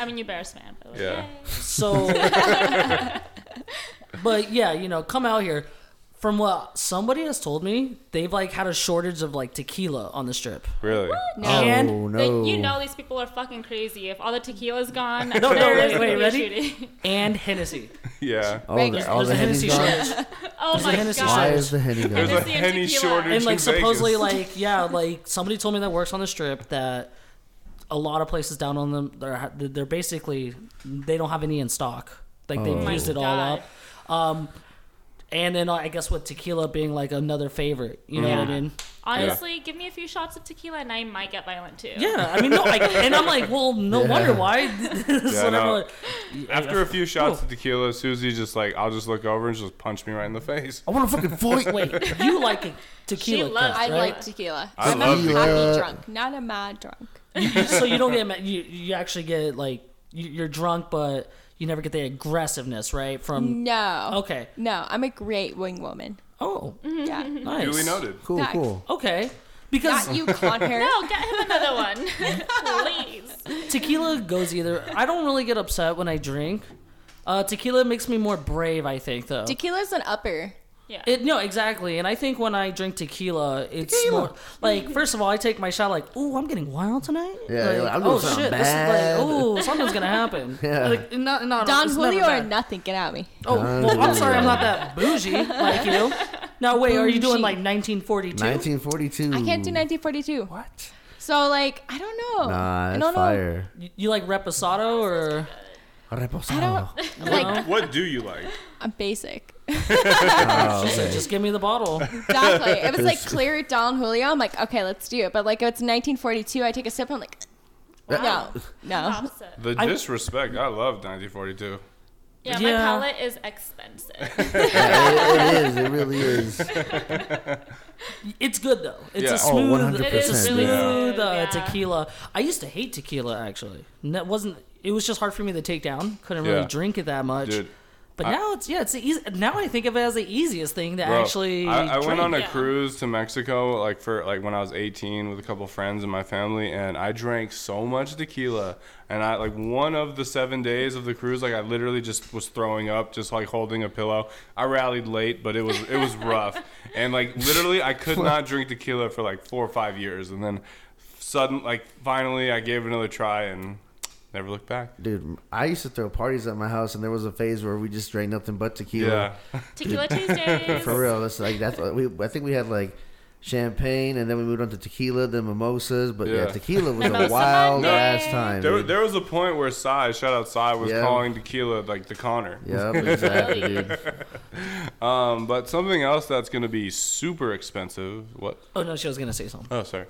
B: I mean, you Bears fan. But like,
C: Yeah.
B: yay.
D: so. but yeah, you know, come out here. From what somebody has told me, they've like had a shortage of like tequila on the strip.
C: Really?
F: No.
D: And
E: oh
B: They-
E: no!
B: you know these people are fucking crazy. If all the tequila's gone, no,
D: no,
B: there
D: wait,
B: is
D: wait,
B: gonna be
D: ready?
B: shooting.
D: and Hennessy.
C: Yeah.
E: all
F: There's-
E: the, all
D: There's
E: the
D: a Hennessy
E: Henny gone.
D: shortage.
B: Oh
D: There's a
B: my
D: Hennessy
E: Why
B: god.
D: shortage.
E: is the Henny gone?
C: There's a
B: Hennessy and
C: Henny
B: tequila.
C: shortage.
D: And like
C: in
D: supposedly
C: Vegas.
D: like yeah, like somebody told me that works on the strip that a lot of places down on them they're they're basically they don't have any in stock. Like they've
E: Oh.
B: Oh my
D: used it all
B: God.
D: up. Um and then uh, I guess with tequila being like another favorite, you know what I mean?
B: Honestly, give me a few shots of tequila and I might get violent too.
D: Yeah, I mean, no, I, and I'm like, well, no
E: Yeah.
D: wonder why. This is
C: Yeah,
D: what I'm
C: no.
D: like-
C: After a few shots of tequila, Susie's just like, I'll just look over and she'll just punch me right in the face.
E: I want to fucking fight.
D: Wait, you like it- tequila?
B: She loves
D: Chris,
F: I
D: right?
F: like tequila.
C: I
F: I'm
C: love
F: a
E: tequila.
F: happy drunk, not a mad drunk.
D: so you don't get mad. You you actually get like you, you're drunk, but you never get the aggressiveness, right? From
B: Mm.
F: No.
D: okay,
F: No, I'm a great wing woman.
D: oh,
F: Yeah.
D: nice.
C: Duly noted.
E: Cool,
F: Nice.
E: cool.
D: Okay, because
F: Not you, Con Hair.
B: No, get him another one. Please.
D: tequila goes either. I don't really get upset when I drink. Uh, tequila makes me more brave. I think though.
F: Tequila's an upper.
B: Yeah.
D: It no, exactly. And I think when I drink tequila, it's
E: Tequila.
D: more like first of all, I take my shot like, "Ooh, I'm getting wild tonight."
E: Yeah,
D: Like,
E: you're like, "I'm doing
D: oh
E: something
D: shit,
E: bad."
D: this is like, ooh, something's gonna happen.
E: Yeah.
D: like, not, not,
F: Don
D: it's never
F: Julio or
D: bad.
F: nothing, get at me.
D: Oh,
E: Don
D: well, I'm
E: Julio.
D: sorry, I'm not that bougie like you. Now wait, are you doing
F: Bougie.
D: like 1942?
E: 1942.
F: I can't do 1942.
D: What?
F: So, like, I don't know.
E: Nah,
F: I
E: that's
F: don't
E: fire.
D: You, you like reposado or
E: Reposado.
F: know. I don't, like,
C: What do you like?
F: I'm basic.
E: Oh,
D: She said,
E: okay.
D: just give me the bottle?
F: Exactly. if it's like clear Don Julio, I'm like, okay, let's do it. But like, if it's 1942, I take a sip, I'm like, no, no.
B: Opposite.
C: The
D: I'm-
C: disrespect. I loved 1942.
B: Yeah, my
D: Yeah.
B: palate is expensive.
E: Yeah, it, it is. It really is.
D: It's good though. It's
C: Yeah.
D: a
C: Oh,
D: smooth,
E: 100%,
D: it's a smooth
B: dude.
D: uh,
B: Yeah.
D: tequila. I used to hate tequila actually. And That wasn't. It was just hard for me to take down. Couldn't
C: Yeah.
D: really drink it that much.
C: Dude.
D: But
C: I-
D: now it's yeah, it's the easy, now I think of it as the easiest thing to
C: Bro,
D: actually.
C: I, I went
D: drink.
C: on a
B: Yeah.
C: cruise to Mexico like for like when I was 18 with a couple friends and my family, and I drank so much tequila. And I like one of the seven days of the cruise, like I literally just was throwing up, just like holding a pillow. I rallied late, but it was it was rough. and like literally, I could not drink tequila for like four or five years, and then sudden like finally, I gave it another try and never looked back.
E: Dude, I used to throw parties at my house, and there was a phase where we just drank nothing but tequila.
C: Yeah,
B: Tequila Tuesdays.
E: For real, that's like that's what we. I think we had like champagne, and then we moved on to tequila, then mimosas. But yeah,
C: Yeah.
E: tequila was
B: Mimosa
E: a wild
B: Monday.
E: ass time.
C: there,
E: dude.
C: there was a point where Sai, shout out Sai, was
E: Yeah.
C: calling tequila like the Connor.
E: Yep, exactly, dude.
C: Um, but something else that's going to be super expensive. What?
D: Oh no, she was gonna say something.
C: Oh, sorry.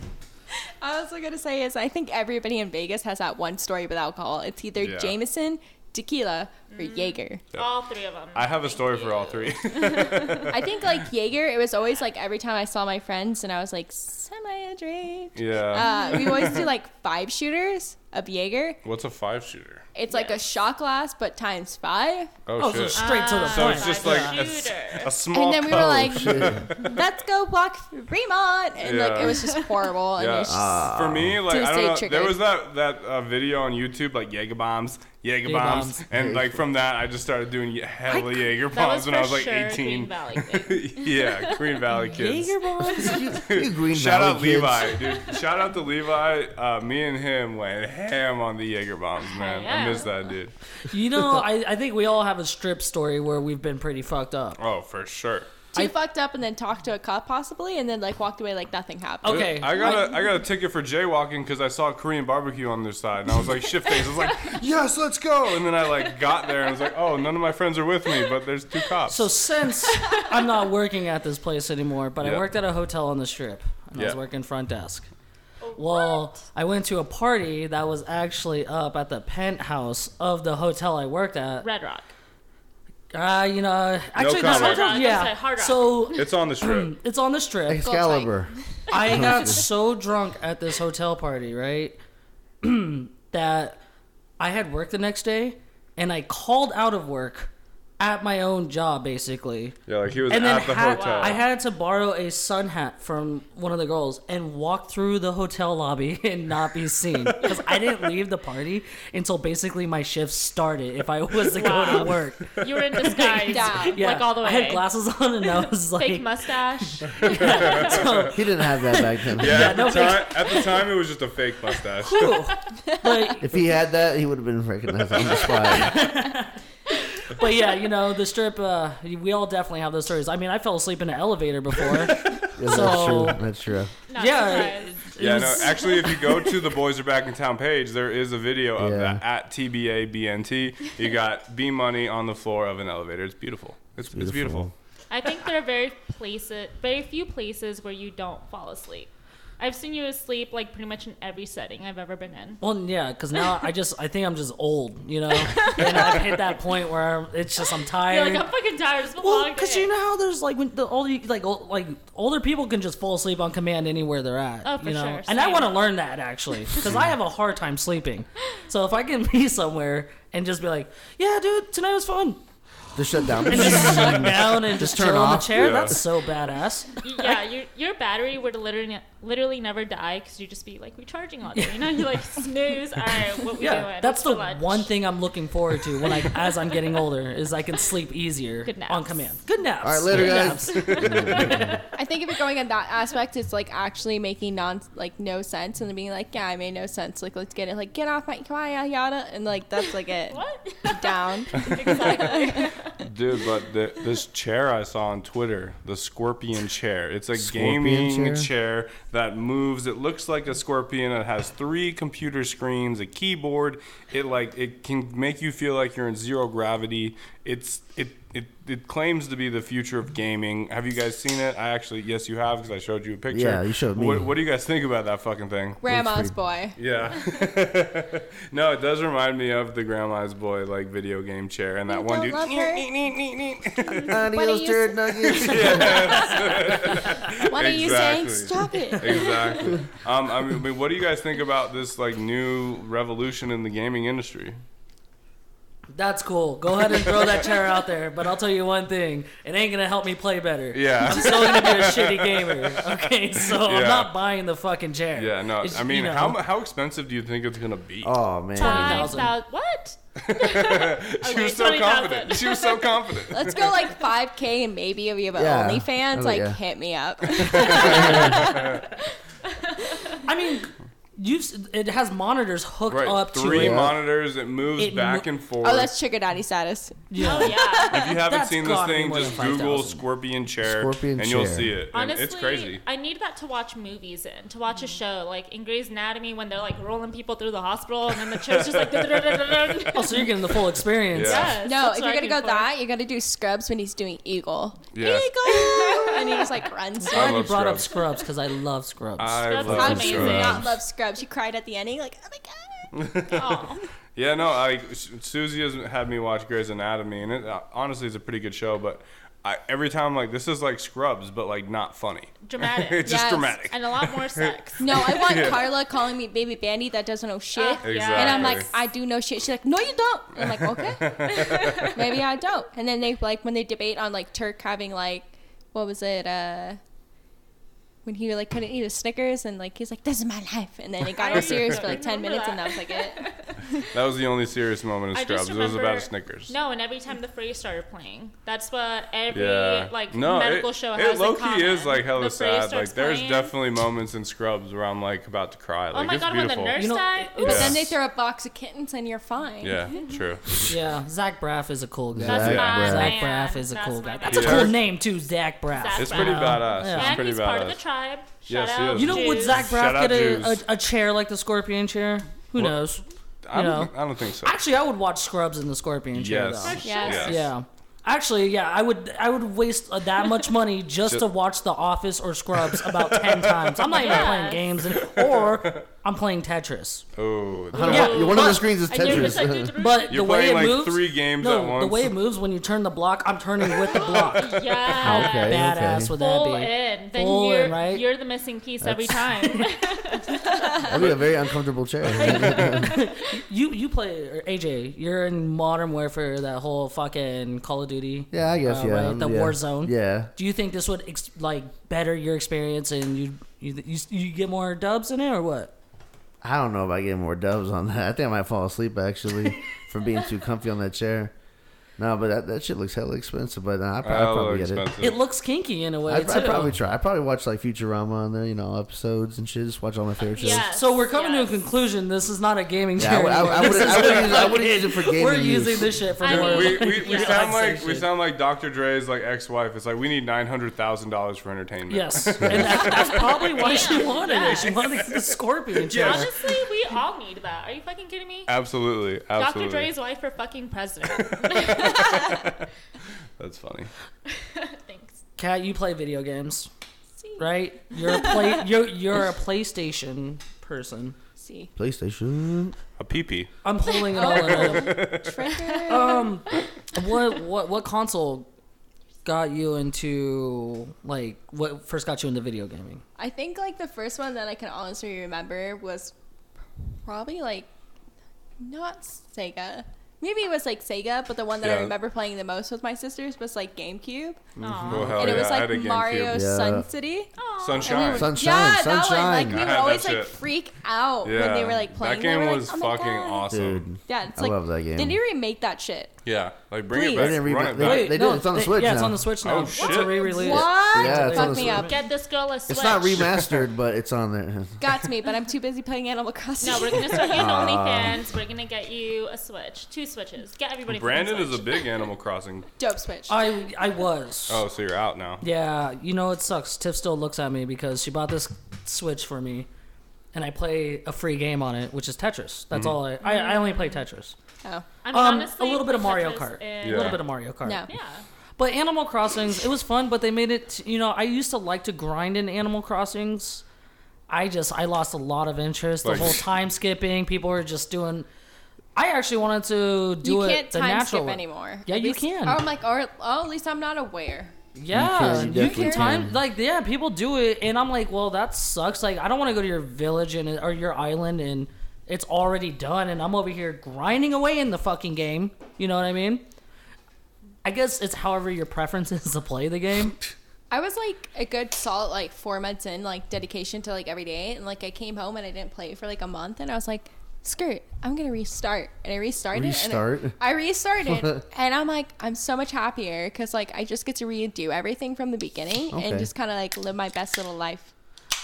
F: I was going to say is I think everybody in Vegas has that one story with alcohol. It's either
C: Yeah.
F: Jameson, tequila, or Jaeger.
B: All three of them.
C: I have a story for all three.
F: I think like Jaeger, it was always like every time I saw my friends and I was like, semi drink.
C: yeah.
F: Uh, we always do like five shooters of Jaeger.
C: What's a five shooter?
F: It's like a shot glass, but times five.
C: Oh,
D: Oh, so
C: shit.
D: straight to the
C: so
D: point.
C: it's just like
B: Five
C: a, s-
B: shooter.
C: a small.
F: and then we
C: cup.
F: were like, let's go block Fremont. And like,
C: Yeah.
F: it was just horrible. And it was just,
E: Ah.
C: for me, like
F: To
C: I don't
F: stay
C: know, there
F: triggered.
C: was that that uh, video on YouTube, like Jaeger bombs, Jaeger
D: Jaeger
C: bombs,
D: bombs.
C: and like from that, I just started doing ye- hella Jaeger
B: that was
C: bombs when I
B: for
C: was like
B: sure
C: 18.
B: Green Valley thing.
C: yeah, Green Valley kids.
D: Jaeger bombs.
E: You Green
C: Shout
E: Valley
C: out
E: kids.
C: Levi, dude. Shout out to Levi. Uh, me and him went ham on the Jaeger bombs, man. I
B: yeah.
C: miss that dude.
D: you know, I, I think we all have a strip story where we've been pretty fucked up.
C: Oh, for sure.
F: too fucked up and then talked to a cop possibly and then like walked away like nothing happened.
D: Okay.
C: I got a I got a ticket for jaywalking because I saw Korean barbecue on their side, and I was like shit face. I was like, yes, let's go. And then I like got there and I was like, oh, none of my friends are with me, but there's two cops.
D: So since I'm not working at this place anymore, but
C: Yeah.
D: I worked at a hotel on the strip, and I was
C: Yeah.
D: working front desk. Well, I went to a party that was actually up at the penthouse of the hotel I worked at.
B: Red Rock.
D: Uh, you know, actually,
C: comment.
D: not-
C: Hard
B: Rock,
D: yeah.
B: that's a Hard Rock.
D: So
C: it's on the strip.
D: it's on the strip.
E: Excalibur.
D: I got so drunk at this hotel party, right? that I had work the next day and I called out of work at my own job basically.
C: Yeah, like he was
D: And then
C: at the
D: ha-
C: hotel.
D: I had to borrow a sun hat from one of the girls and walk through the hotel lobby and not be seen because I didn't leave the party until basically my shift started. If I was to go
B: Wow.
D: to work,
B: You were in disguise,
F: Yeah.
D: yeah,
B: like all the way.
D: I had glasses on and I was
B: Fake
D: like,
B: mustache.
D: so,
E: He didn't have that back then.
C: yeah, at,
D: no,
C: the time, at the time, it was just a fake mustache.
D: cool. but
E: If he had that, he would have been recognized on the spot.
D: but yeah, you know, the strip, uh, we all definitely have those stories. I mean, I fell asleep in an elevator before.
E: Yeah, that's
D: So-
E: true. That's true.
B: Not
D: Yeah.
B: surprised.
C: yeah,
D: It
C: no,
D: was-
C: actually, if you go to the Boys Are Back in Town page, there is a video of
E: Yeah.
C: that at TBA BNT. You got B Money on the floor of an elevator. It's beautiful. It's, it's beautiful.
B: I think there are very places, very few places where you don't fall asleep. I've seen you asleep like pretty much in every setting I've ever been in.
D: Well, yeah, because now I just I think I'm just old, you know, and I've hit that point where it's just I'm
B: You're
D: tired.
B: like, I'm fucking tired. It's been a
D: well,
B: long
D: because
B: day."
D: you know how there's like when the older you- like ol- like older people can just fall asleep on command anywhere they're at.
B: Oh, for
D: you know?
B: sure,
D: And I
B: same.
D: want to learn that actually because I have a hard time sleeping. So if I can be somewhere and just be like, yeah, dude, tonight was fun.
E: Just shut down.
D: And just shut down and just,
E: turn
D: chill on the
E: off.
D: chair.
C: Yeah.
D: That's so badass.
B: Y- yeah, your your battery would literally literally never die because you'd just be like recharging all day. You know, you like snooze. All right, what we
D: Yeah,
B: doing?
D: that's
B: What's
D: the
B: for lunch?"
D: one thing I'm looking forward to when I, as I'm getting older, is I can sleep easier
B: Good naps.
D: on command. Good naps.
E: All right, later,
D: Good
E: guys.
D: naps.
F: I think if you're going in that aspect, it's like actually making non like no sense and then being like, yeah, I made no sense. Like let's get it. Like get off my yada yada and like that's like it
B: What?
F: down.
B: exactly.
C: Dude, but the, this chair I saw on Twitter, the scorpion chair. It's a
E: Scorpion
C: gaming chair?
E: chair?
C: that moves. It looks like a scorpion. It has three computer screens, a keyboard. It like it can make you feel like you're in zero gravity. It's it it, it claims to be the future of gaming. Have you guys seen it? I actually yes, you have because I showed you a picture.
E: Yeah, you showed me.
C: What, what do you guys think about that fucking thing?
F: Grandma's
E: pretty-
F: boy.
C: Yeah. no, it does remind me of the grandma's boy like video game chair and that
F: You
C: one
F: don't
C: dude.
F: love
E: Adios,
F: you
E: Jared Nuggets.
F: What are you saying? Stop
C: Exactly.
F: it.
C: exactly. Um, I mean, I mean, what do you guys think about this like new revolution in the gaming industry?
D: That's cool. Go ahead and throw that chair out there, but I'll tell you one thing: it ain't gonna help me play better.
C: Yeah.
D: I'm still gonna be a shitty gamer. Okay, so
C: Yeah.
D: I'm not buying the fucking chair.
C: Yeah, no.
D: It's-
C: I mean,
D: you know,
C: how mu- how expensive do you think it's gonna be?
E: Oh man.
B: Five
D: 20,000.
B: thousand. What?
C: she
B: okay,
C: was so
B: 20,000.
C: confident. She was so confident.
F: Let's go like 5K and maybe if you have an
E: Yeah.
F: OnlyFans,
E: Oh,
F: like
E: yeah.
F: hit me up.
D: I mean, you. It has monitors hooked
C: Right,
D: up to
C: three
D: it.
C: monitors. It moves
D: It
C: back
D: mo-
C: and forth.
F: oh, that's Chicken Daddy status.
D: Yeah.
B: Oh yeah.
C: if you haven't
D: that's
C: seen this
D: gotta be
C: thing,
D: more
C: just
D: than
C: Google
D: 5,000.
C: scorpion chair,
E: Scorpion
C: and you'll
E: chair.
C: see it. And
B: Honestly,
C: it's crazy.
B: I need that to watch movies in, to watch a
F: Mm.
B: show like in Grey's Anatomy when they're like rolling people through the hospital and then the chair's just like.
D: Oh, so you're getting the full experience.
C: Yeah.
F: No, if you're gonna go that, you're gonna do Scrubs when he's doing Eagle.
C: Yeah.
F: Eagle, and he just like runs.
D: I'm
C: I
D: glad you
C: love
D: brought up Scrubs
C: Scrubs.
D: because I love Scrubs.
C: I
B: That's
C: love
F: How
B: amazing.
F: do you not
C: Scrubs.
F: love Scrubs? You cried at the ending, like oh my god.
C: Yeah, no, I Su- Susie has had me watch Grey's Anatomy, and it uh, honestly is a pretty good show. But I, every time, I'm like, this is like Scrubs, but like not funny.
B: Dramatic.
C: it's just
F: Yes.
C: dramatic.
B: and a lot more sex.
F: No, I want
C: Yeah.
F: Carla calling me baby Bandy that doesn't know shit.
B: Ah,
C: Exactly.
B: Yeah.
F: And I'm like, I do know shit. She's like, no, you don't. And I'm like, okay, maybe I don't. And then they like when they debate on like Turk having like, what was it? uh When he like couldn't eat his Snickers and like he's like, this is my life. And then it got all serious for like ten
B: remember
F: minutes,
B: that.
F: and that was like it.
C: that was the only serious moment
B: I
C: of Scrubs.
B: just
C: It
B: remember,
C: was about Snickers.
B: No, and every time the phrase started playing, that's what every
C: Yeah,
B: like
C: no,
B: medical
C: it,
B: show
C: it
B: has. in
C: low key
B: common.
C: is like
B: The
C: hella
B: phrase
C: sad.
B: starts
C: Like there's
B: playing. Oh
C: definitely moments in Scrubs where I'm like about to cry. Like
B: my
C: it's
B: God, when the
C: beautiful.
B: nurse-
D: you know,
B: First time?
D: it-
F: But
D: it's-
F: then they throw a box of kittens, and you're fine.
C: yeah, true.
D: yeah. Zach Braff is a cool guy.
B: That's
E: Yeah.
B: my
E: Zach
B: man.
D: Zach Braff is a
B: That's
D: cool
B: my
D: guy.
B: man.
D: That's a
C: Yeah.
D: cool name too, Zach Braff.
B: Zach
C: It's pretty
B: Wow.
C: badass.
D: Yeah.
C: It's
B: And
C: pretty
B: he's
C: badass.
B: part of the tribe. Shout
C: Yes, he
B: out.
C: is.
D: You know, would
B: Jews.
D: Zach Braff
C: Shout out
D: get a, a,
C: Jews.
D: a chair like the Scorpion chair? Who knows?
C: I, don't
D: know.
C: think, I don't think so.
D: Actually, I would watch Scrubs in the Scorpion chair
C: yes.
D: though.
B: sure. Yes.
D: Yeah. Actually, yeah, I would I would waste uh, that much money just to watch The Office or Scrubs about ten times. I'm not even
B: Yes.
D: playing games and, or I'm playing Tetris.
C: Oh,
E: I don't
D: Yeah,
E: want- one of
D: but-
E: the screens is
B: I do this, I do
E: Tetris.
B: three-
D: But
C: You're
D: the way
C: playing,
D: it
C: like,
D: moves,
C: three games
D: no,
C: at
D: the way
C: once.
D: it moves when you turn the block, I'm turning with the block.
B: yeah.
E: Okay.
D: Badass would that
B: Full
D: be?
B: in. Then
D: Full
B: you're
D: in, right?
B: you're the missing piece every time.
E: That'd be a very uncomfortable chair.
D: You you play or AJ. You're in Modern Warfare, that whole fucking Call of Duty.
E: yeah, I guess.
D: Uh,
E: yeah,
D: right,
E: um,
D: the
E: yeah.
D: war zone.
E: Yeah.
D: Do you think this would ex- like better your experience and you you you, you get more dubs in it or what?
E: I don't know about getting more dubs on that. I think I might fall asleep actually from being too comfy on that chair. No, but that, that shit looks hella expensive. But uh, I probably, I'd probably get it.
D: It looks kinky in a way.
E: Mm. I'd,
D: too.
E: I'd probably try. I probably watch like Futurama on there, you know, episodes and shit. Just watch all my favorite shows.
B: Yeah.
D: So we're coming
B: Yes.
D: to a conclusion. This is not a gaming
E: Yeah, I
D: chair.
E: would- I, would- I
D: anymore. This
E: wouldn't- I
D: is-
E: wouldn't use- I wouldn't use it for gaming.
D: we're
E: use.
D: using this shit for
B: I
D: more.
B: mean-
C: we, we, we
D: Yeah.
C: sound like
D: Relaxation.
C: we sound like Dr. Dre's like ex-wife. It's like we need nine hundred thousand dollars for entertainment.
D: Yes, and that, that's probably why she
B: Yeah.
D: wanted it. She wanted the scorpion chair.
C: Yes.
B: Honestly, we all need that. Are you fucking kidding me?
C: absolutely, absolutely.
B: Dr. Dre's wife for fucking president.
C: That's funny.
B: Thanks.
D: Kat, you play video games, right? You're a play. You're you're a PlayStation person.
F: See.
E: PlayStation.
C: A pee pee.
D: I'm holding it all in.
F: Trigger.
D: um, what what what console got you into like what first got you into video gaming?
F: I think like the first one that I can honestly remember was probably like not Sega. Maybe it was like Sega, but the one that
C: Yeah.
F: I remember playing the most with my sisters was like GameCube,
B: Aw.
C: Oh hell
F: and
C: yeah!
F: it was
C: I had a
F: like
C: GameCube.
F: Mario
E: Yeah.
F: Sun City. Oh,
B: Aw.
C: Sunshine.
E: Sun- Sunshine,
F: yeah, that one. Like
E: sunshine. I
F: we would
C: had that
F: always
C: shit.
F: like freak out
C: yeah,
F: when they were like playing.
C: that
F: We
C: game
F: were,
C: was
F: like, oh my
C: fucking
F: God.
C: awesome.
E: Dude.
F: Yeah, it's
E: I
F: like
E: love that game.
F: they need to remake that shit.
C: Yeah, like bring
F: Please.
C: it back.
E: They didn't
C: run
E: remake-
C: it back.
E: Wait, they did. It's on the Switch
D: Yeah, it's
E: now.
D: on the Switch now.
C: Oh,
D: it's
C: shit.
D: a re-release.
F: What?
E: Yeah, it's on
F: Fuck
E: the
F: me
E: Switch.
F: up.
B: Get this girl a switch.
E: It's not remastered, but it's on there.
F: Got to me, but I'm too busy playing Animal Crossing.
B: No, we're gonna start you an OnlyFans. We're gonna get you a switch, two switches. Get everybody.
C: Brandon is a
B: switch.
C: big Animal Crossing.
F: dope switch.
D: I I was.
C: Oh, so you're out now.
D: Yeah, you know it sucks. Tiff still looks at me because she bought this Switch for me, and I play a free game on it, which is Tetris.
C: Mm-hmm.
D: That's all I, I I only play Tetris.
F: oh.
B: I
D: Um,
B: mean, honestly,
D: a little bit of
B: Tetris
D: Mario Kart,
B: and-
D: a
C: Yeah.
D: little bit of Mario Kart.
F: No.
B: yeah.
D: But Animal Crossings, it was fun, but they made it. You know, I used to like to grind in Animal Crossings. I just I lost a lot of interest. The
C: Like-
D: whole time skipping, people were just doing. I actually wanted to do
F: you
D: it
F: can't
D: the
F: time
D: natural
F: skip
D: way.
F: anymore.
D: Yeah,
F: At
D: you
F: least-
D: can.
F: Or I'm like, or, oh, at least I'm not aware.
D: Yeah,
E: You can, you
D: you, can,
E: definitely
D: time
E: can.
D: like yeah, people do it, and I'm like, well, that sucks. Like I don't want to go to your village and or your island, and it's already done, and I'm over here grinding away in the fucking game. You know what I mean? I guess it's however your preference is to play the game.
F: I was like a good solid like four months in, like dedication to like every day, and like I came home and I didn't play for like a month, and I was like, skirt, I'm gonna restart, and I restarted.
E: Restart?
F: And I, I restarted, and I'm like, I'm so much happier because like I just get to redo everything from the beginning
E: Okay.
F: and just kind of like live my best little life,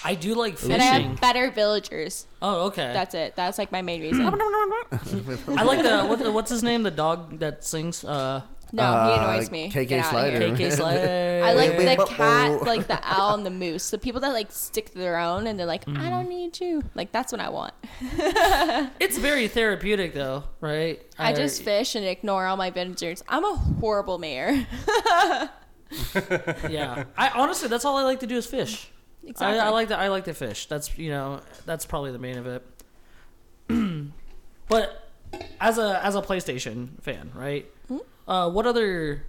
D: I do like
F: and I
D: fishing.
F: have better villagers.
D: Oh, okay.
F: That's it. That's like my main reason.
D: I like the what, what's his name? The dog that sings. Uh,
F: No, he
E: Uh,
F: annoys me.
E: KK
F: Get outta
E: Slider.
F: here.
D: KK Slayer.
F: I like
E: Wait,
F: the
E: but-
F: cat,
E: oh.
F: like the owl and the moose. The people that like stick to their own and they're like,
E: Mm-hmm.
F: I don't need you. Like that's what I want.
D: It's very therapeutic though, right?
F: I just fish and ignore all my villagers. I'm a horrible mayor.
D: yeah. I honestly, that's all I like to do is fish.
F: Exactly.
D: I, I like to I like to fish. That's you know that's probably the main of it. but as a as a PlayStation fan, right?
F: Hmm?
D: Uh, what other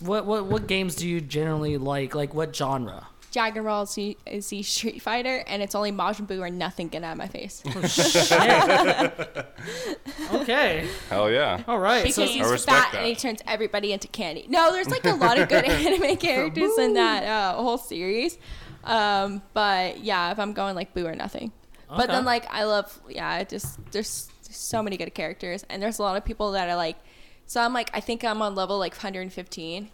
D: what what what games do you generally like? Like what genre?
F: Dragon Ball Z, Z Street Fighter, and it's only Majin Buu or nothing get out of my face.
D: Okay,
C: Hell yeah.
D: all right.
F: Because
D: So
C: I
F: he's
C: respect
F: fat
C: that.
F: and he turns everybody into candy. No, there's like a lot of good anime characters in that uh, whole series. Um, but yeah, if I'm going like Boo or nothing. But
D: Okay.
F: then like I love yeah, it just there's so many good characters and there's a lot of people that are like so I'm like I think I'm on level like 115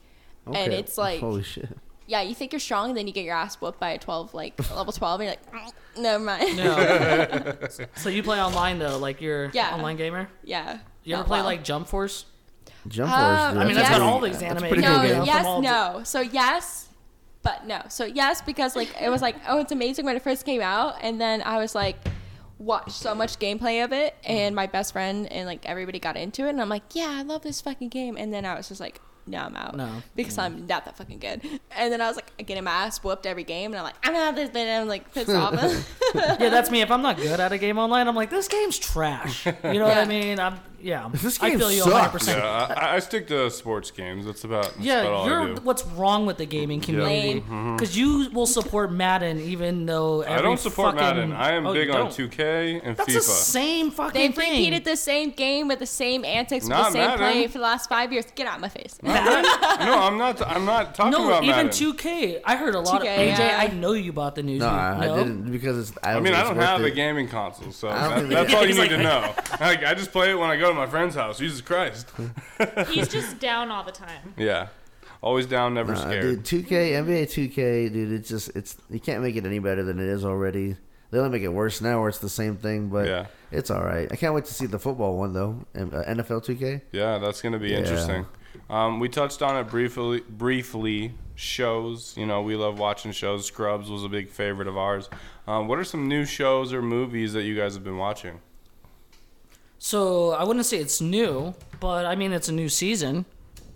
F: and
E: Okay.
F: it's like
E: holy shit.
F: yeah, you think you're strong and then you get your ass whooped by a 12 like level 12 and you're like never mind.
D: no. so you play online though, like you're
F: Yeah.
D: online gamer.
F: yeah.
D: You ever
F: Not
D: play
F: well.
D: like Jump Force?
E: Jump
F: Uh,
E: Force.
F: I
E: dude,
F: mean,
D: that's
E: pretty-
D: got all these anime
E: That's a pretty
F: no,
E: cool game.
D: from all
F: yes,
D: the-
F: no. So yes, but no. So yes, because like it was like, oh, it's amazing when it first came out, and then I was like, watched so much gameplay of it, and my best friend and like everybody got into it, and I'm like, yeah, I love this fucking game, and then I was just like, no, I'm out.
D: No.
F: Because I'm not that fucking good. And then I was like getting my ass whooped every game, and I'm like, I'm out of this bit. And I'm like pissed off.
D: Yeah, that's me. If I'm not good at a game online, I'm like, this game's trash. You know what
F: Yeah.
D: I mean? I'm yeah.
E: This
D: I
E: game
D: feel you
E: sucks.
D: 100. percent
C: Yeah, I, I stick to sports games. That's about that's about
D: Yeah,
C: all I
D: you're
C: do. Mm-hmm.
D: what's wrong with the gaming community
F: Lame.
D: because you will support Madden even though
C: I
D: every
C: don't support
D: fucking-
C: Madden. I am
D: Oh, you
C: big on
D: don't.
C: 2K and
D: That's the
C: FIFA.
D: same
F: They
D: fucking
F: have
D: thing.
F: repeated the same game with the same antics, with
C: Not
F: the same
C: mad,
F: play
C: man.
F: for the last five years. Get out of my face.
C: no, I'm not. I'm not talking
D: No,
C: about
D: even
C: Madden.
D: 2K. I heard a lot of
F: 2K,
D: AJ.
F: yeah.
D: I know you bought the news.
E: No, I,
D: no?
E: I didn't because it's. I,
C: I
E: don't
C: mean,
E: think
C: I
E: it's
C: don't
E: worth
C: have a
E: it.
C: gaming console, so
E: don't
C: that,
E: think
C: that's
E: they-
C: all you
D: He's
C: need to know. Like, I just play it when I go to my friend's house. Jesus Christ.
B: He's just down all the time.
C: Yeah, always down, never
E: Nah,
C: scared.
E: Uh, dude, 2K, NBA 2K, dude, it's just it's you can't make it any better than it is already. They only make it worse now, where it's the same thing, but
C: Yeah.
E: it's all right. I can't wait to see the football one though, and, uh, NFL 2K.
C: Yeah, that's gonna be interesting. Um, we touched on it briefly. Briefly, shows. You know, we love watching shows. Scrubs was a big favorite of ours. Um, what are some new shows or movies that you guys have been watching?
D: So I wouldn't say it's new, but I mean it's a new season.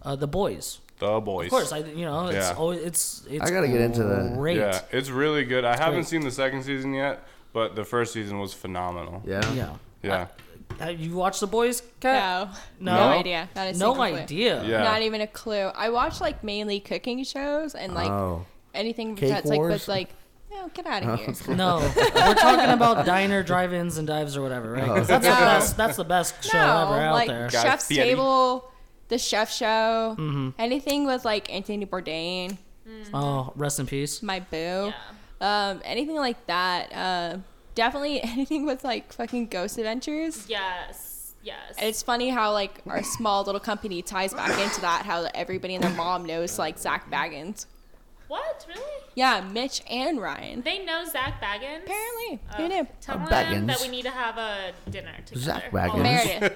D: Uh, the boys,
C: The Boys.
D: of course. I you know it's
C: Yeah.
D: always, it's it's.
E: gotta get into that.
D: Great.
C: Yeah, it's really good. I haven't
D: great.
C: seen the second season yet, but the first season was phenomenal.
E: Yeah,
D: Yeah. Uh,
C: Yeah.
D: Have you watched the boys? Kat?
F: No.
D: No.
F: No idea. Not a
D: No
F: single clue.
D: idea.
C: Yeah.
F: Not even a clue. I watch like mainly cooking shows and like
E: Oh.
F: anything
E: Cake
F: that's like
E: Wars?
F: with like, no, get out of here.
D: No, we're talking about diner drive-ins and dives or whatever, right? 'Cause That's the
F: No.
D: best. That's the best show ever out
F: like
D: there.
C: Guy
F: Chef's
C: Fieri.
F: Table, The Chef Show, anything with like Anthony Bourdain,
D: Oh, rest in peace.
F: my boo,
B: Yeah.
F: um, anything like that. Uh, definitely anything with like fucking Ghost Adventures.
B: Yes. Yes.
F: And It's funny how like our small little company ties back into that. How everybody and their mom knows like Zach Baggins.
B: what? Really?
F: Yeah, Mitch and Ryan.
B: They know Zach Baggins.
F: Apparently,
B: Uh,
F: who knew?
B: Tell
E: Uh,
B: them that
E: Baggins.
B: we need to have a dinner together. Oh,
E: Zach
B: All of us.
E: Baggins.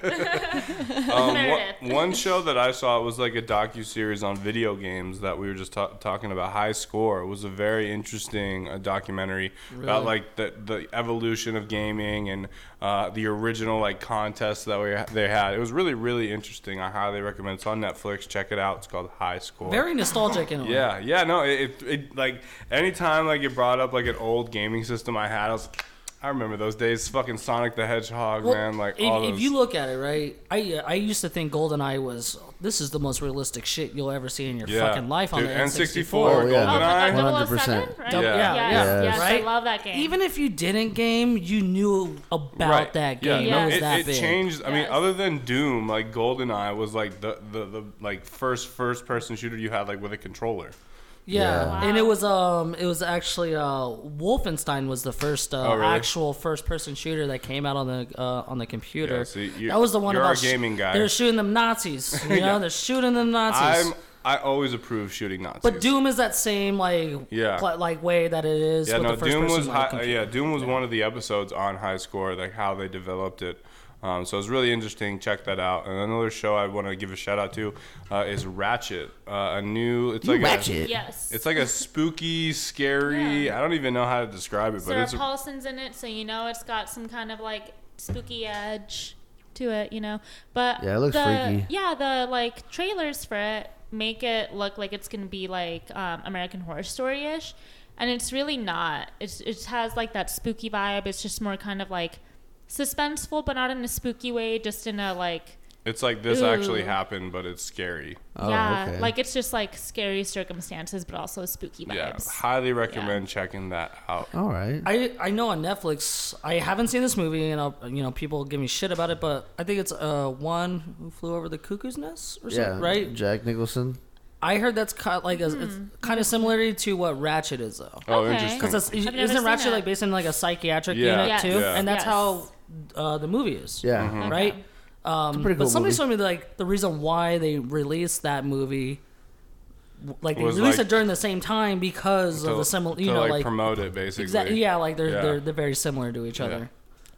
F: Meredith.
C: Um, one,
B: Meredith.
C: one show that I saw was like a docu series on video games that we were just ta- talking about. High Score It was a very interesting uh, documentary about like the the evolution of gaming and uh, the original like contests that we they had. It was really really interesting. I highly recommend. it. It's on Netflix. Check it out. It's called High Score.
D: Very nostalgic in a way.
C: yeah, yeah, no, it, it, it like anytime like it brought up like an old gaming system I had, I was, I remember those days. Fucking Sonic the Hedgehog,
D: Well,
C: man, like
D: if,
C: all those.
D: if you look at it, right? I I used to think GoldenEye was this is the most realistic shit you'll ever see in your
C: Yeah.
D: fucking life on
C: Dude,
D: the N64.
C: N64,
E: Oh, yeah.
B: Oh my
C: GoldenEye.
B: God,
E: 100%.
B: 007, right?
D: Double-
C: Yeah.
B: Yes,
E: Yeah.
B: Oh, yes,
D: Right?
B: I love that game.
D: Even if you didn't game, you knew about that
C: Yeah,
D: game.
B: no,
D: it was
C: it,
D: that
C: it
D: big.
C: changed. I mean,
B: Yes.
C: other than Doom, like GoldenEye was like the, the, the like first first person shooter you had like with a controller.
D: Yeah,
E: Yeah.
D: and it was um, it was actually uh, Wolfenstein was the first uh,
C: Oh, really?
D: actual first person shooter that came out on the uh, on the computer.
C: Yeah, see, you-
D: that was the one
C: you're a
D: about sh-
C: gaming guy.
D: They're shooting them Nazis. You know,
C: Yeah.
D: they're shooting them Nazis.
C: I'm I always approve shooting Nazis.
D: but Doom is that same like
C: Yeah.
D: pl- like way that it is.
C: yeah,
D: with
C: no,
D: the first
C: Doom
D: person
C: was
D: like,
C: high, uh,
D: computer.
C: yeah, Doom was one of the episodes on High Score, like how they developed it. Um, so it's really interesting. Check that out. And another show I want to give a shout out to uh, is Ratchet. Uh, a new, it's like
E: Ratchet.
B: yes.
C: A, it's like a spooky, scary. I don't even know how to describe it, but
B: Sarah
C: it's a,
B: Paulson's in it, so you know it's got some kind of like spooky edge to it, you know. But
E: Yeah, it looks
B: the,
E: freaky.
B: Yeah, the like trailers for it make it look like it's gonna be like um, American Horror Story ish, and it's really not. It's it has like that spooky vibe. It's just more kind of like suspenseful, but not in a spooky way. Just in a like
C: it's like this
B: Ooh.
C: actually happened, but it's scary.
E: Oh,
B: yeah,
E: okay.
B: like it's just like scary circumstances, but also spooky vibes.
C: Yeah, highly recommend checking that out.
D: Oh,
E: All right.
D: I, I know on Netflix. I haven't seen this movie, and I'll, you know people give me shit about it. But I think it's uh one who flew over the cuckoo's nest or
E: yeah,
D: something, right?
E: Jack Nicholson.
D: I heard that's kind like a, it's kind of similarity to what Ratchet is though.
C: Oh,
B: Okay.
C: interesting.
D: Because that's
B: I've never
D: isn't
B: seen
D: Ratchet
B: that.
D: like based in like a psychiatric
C: Yeah.
D: unit
B: Yes.
D: too,
C: Yeah.
D: and that's
B: Yes.
D: how uh, the movie is.
E: Yeah.
C: Mm-hmm.
D: Right. Um,
E: pretty cool
D: but somebody
E: movie.
D: told me like the reason why they released that movie, w- like they
C: Was,
D: released
C: like,
D: it during the same time because of the similar, you
C: to,
D: know,
C: like,
D: like,
C: promote it basically.
D: exactly. Yeah, like they're
C: Yeah.
D: they're they're very similar to each other.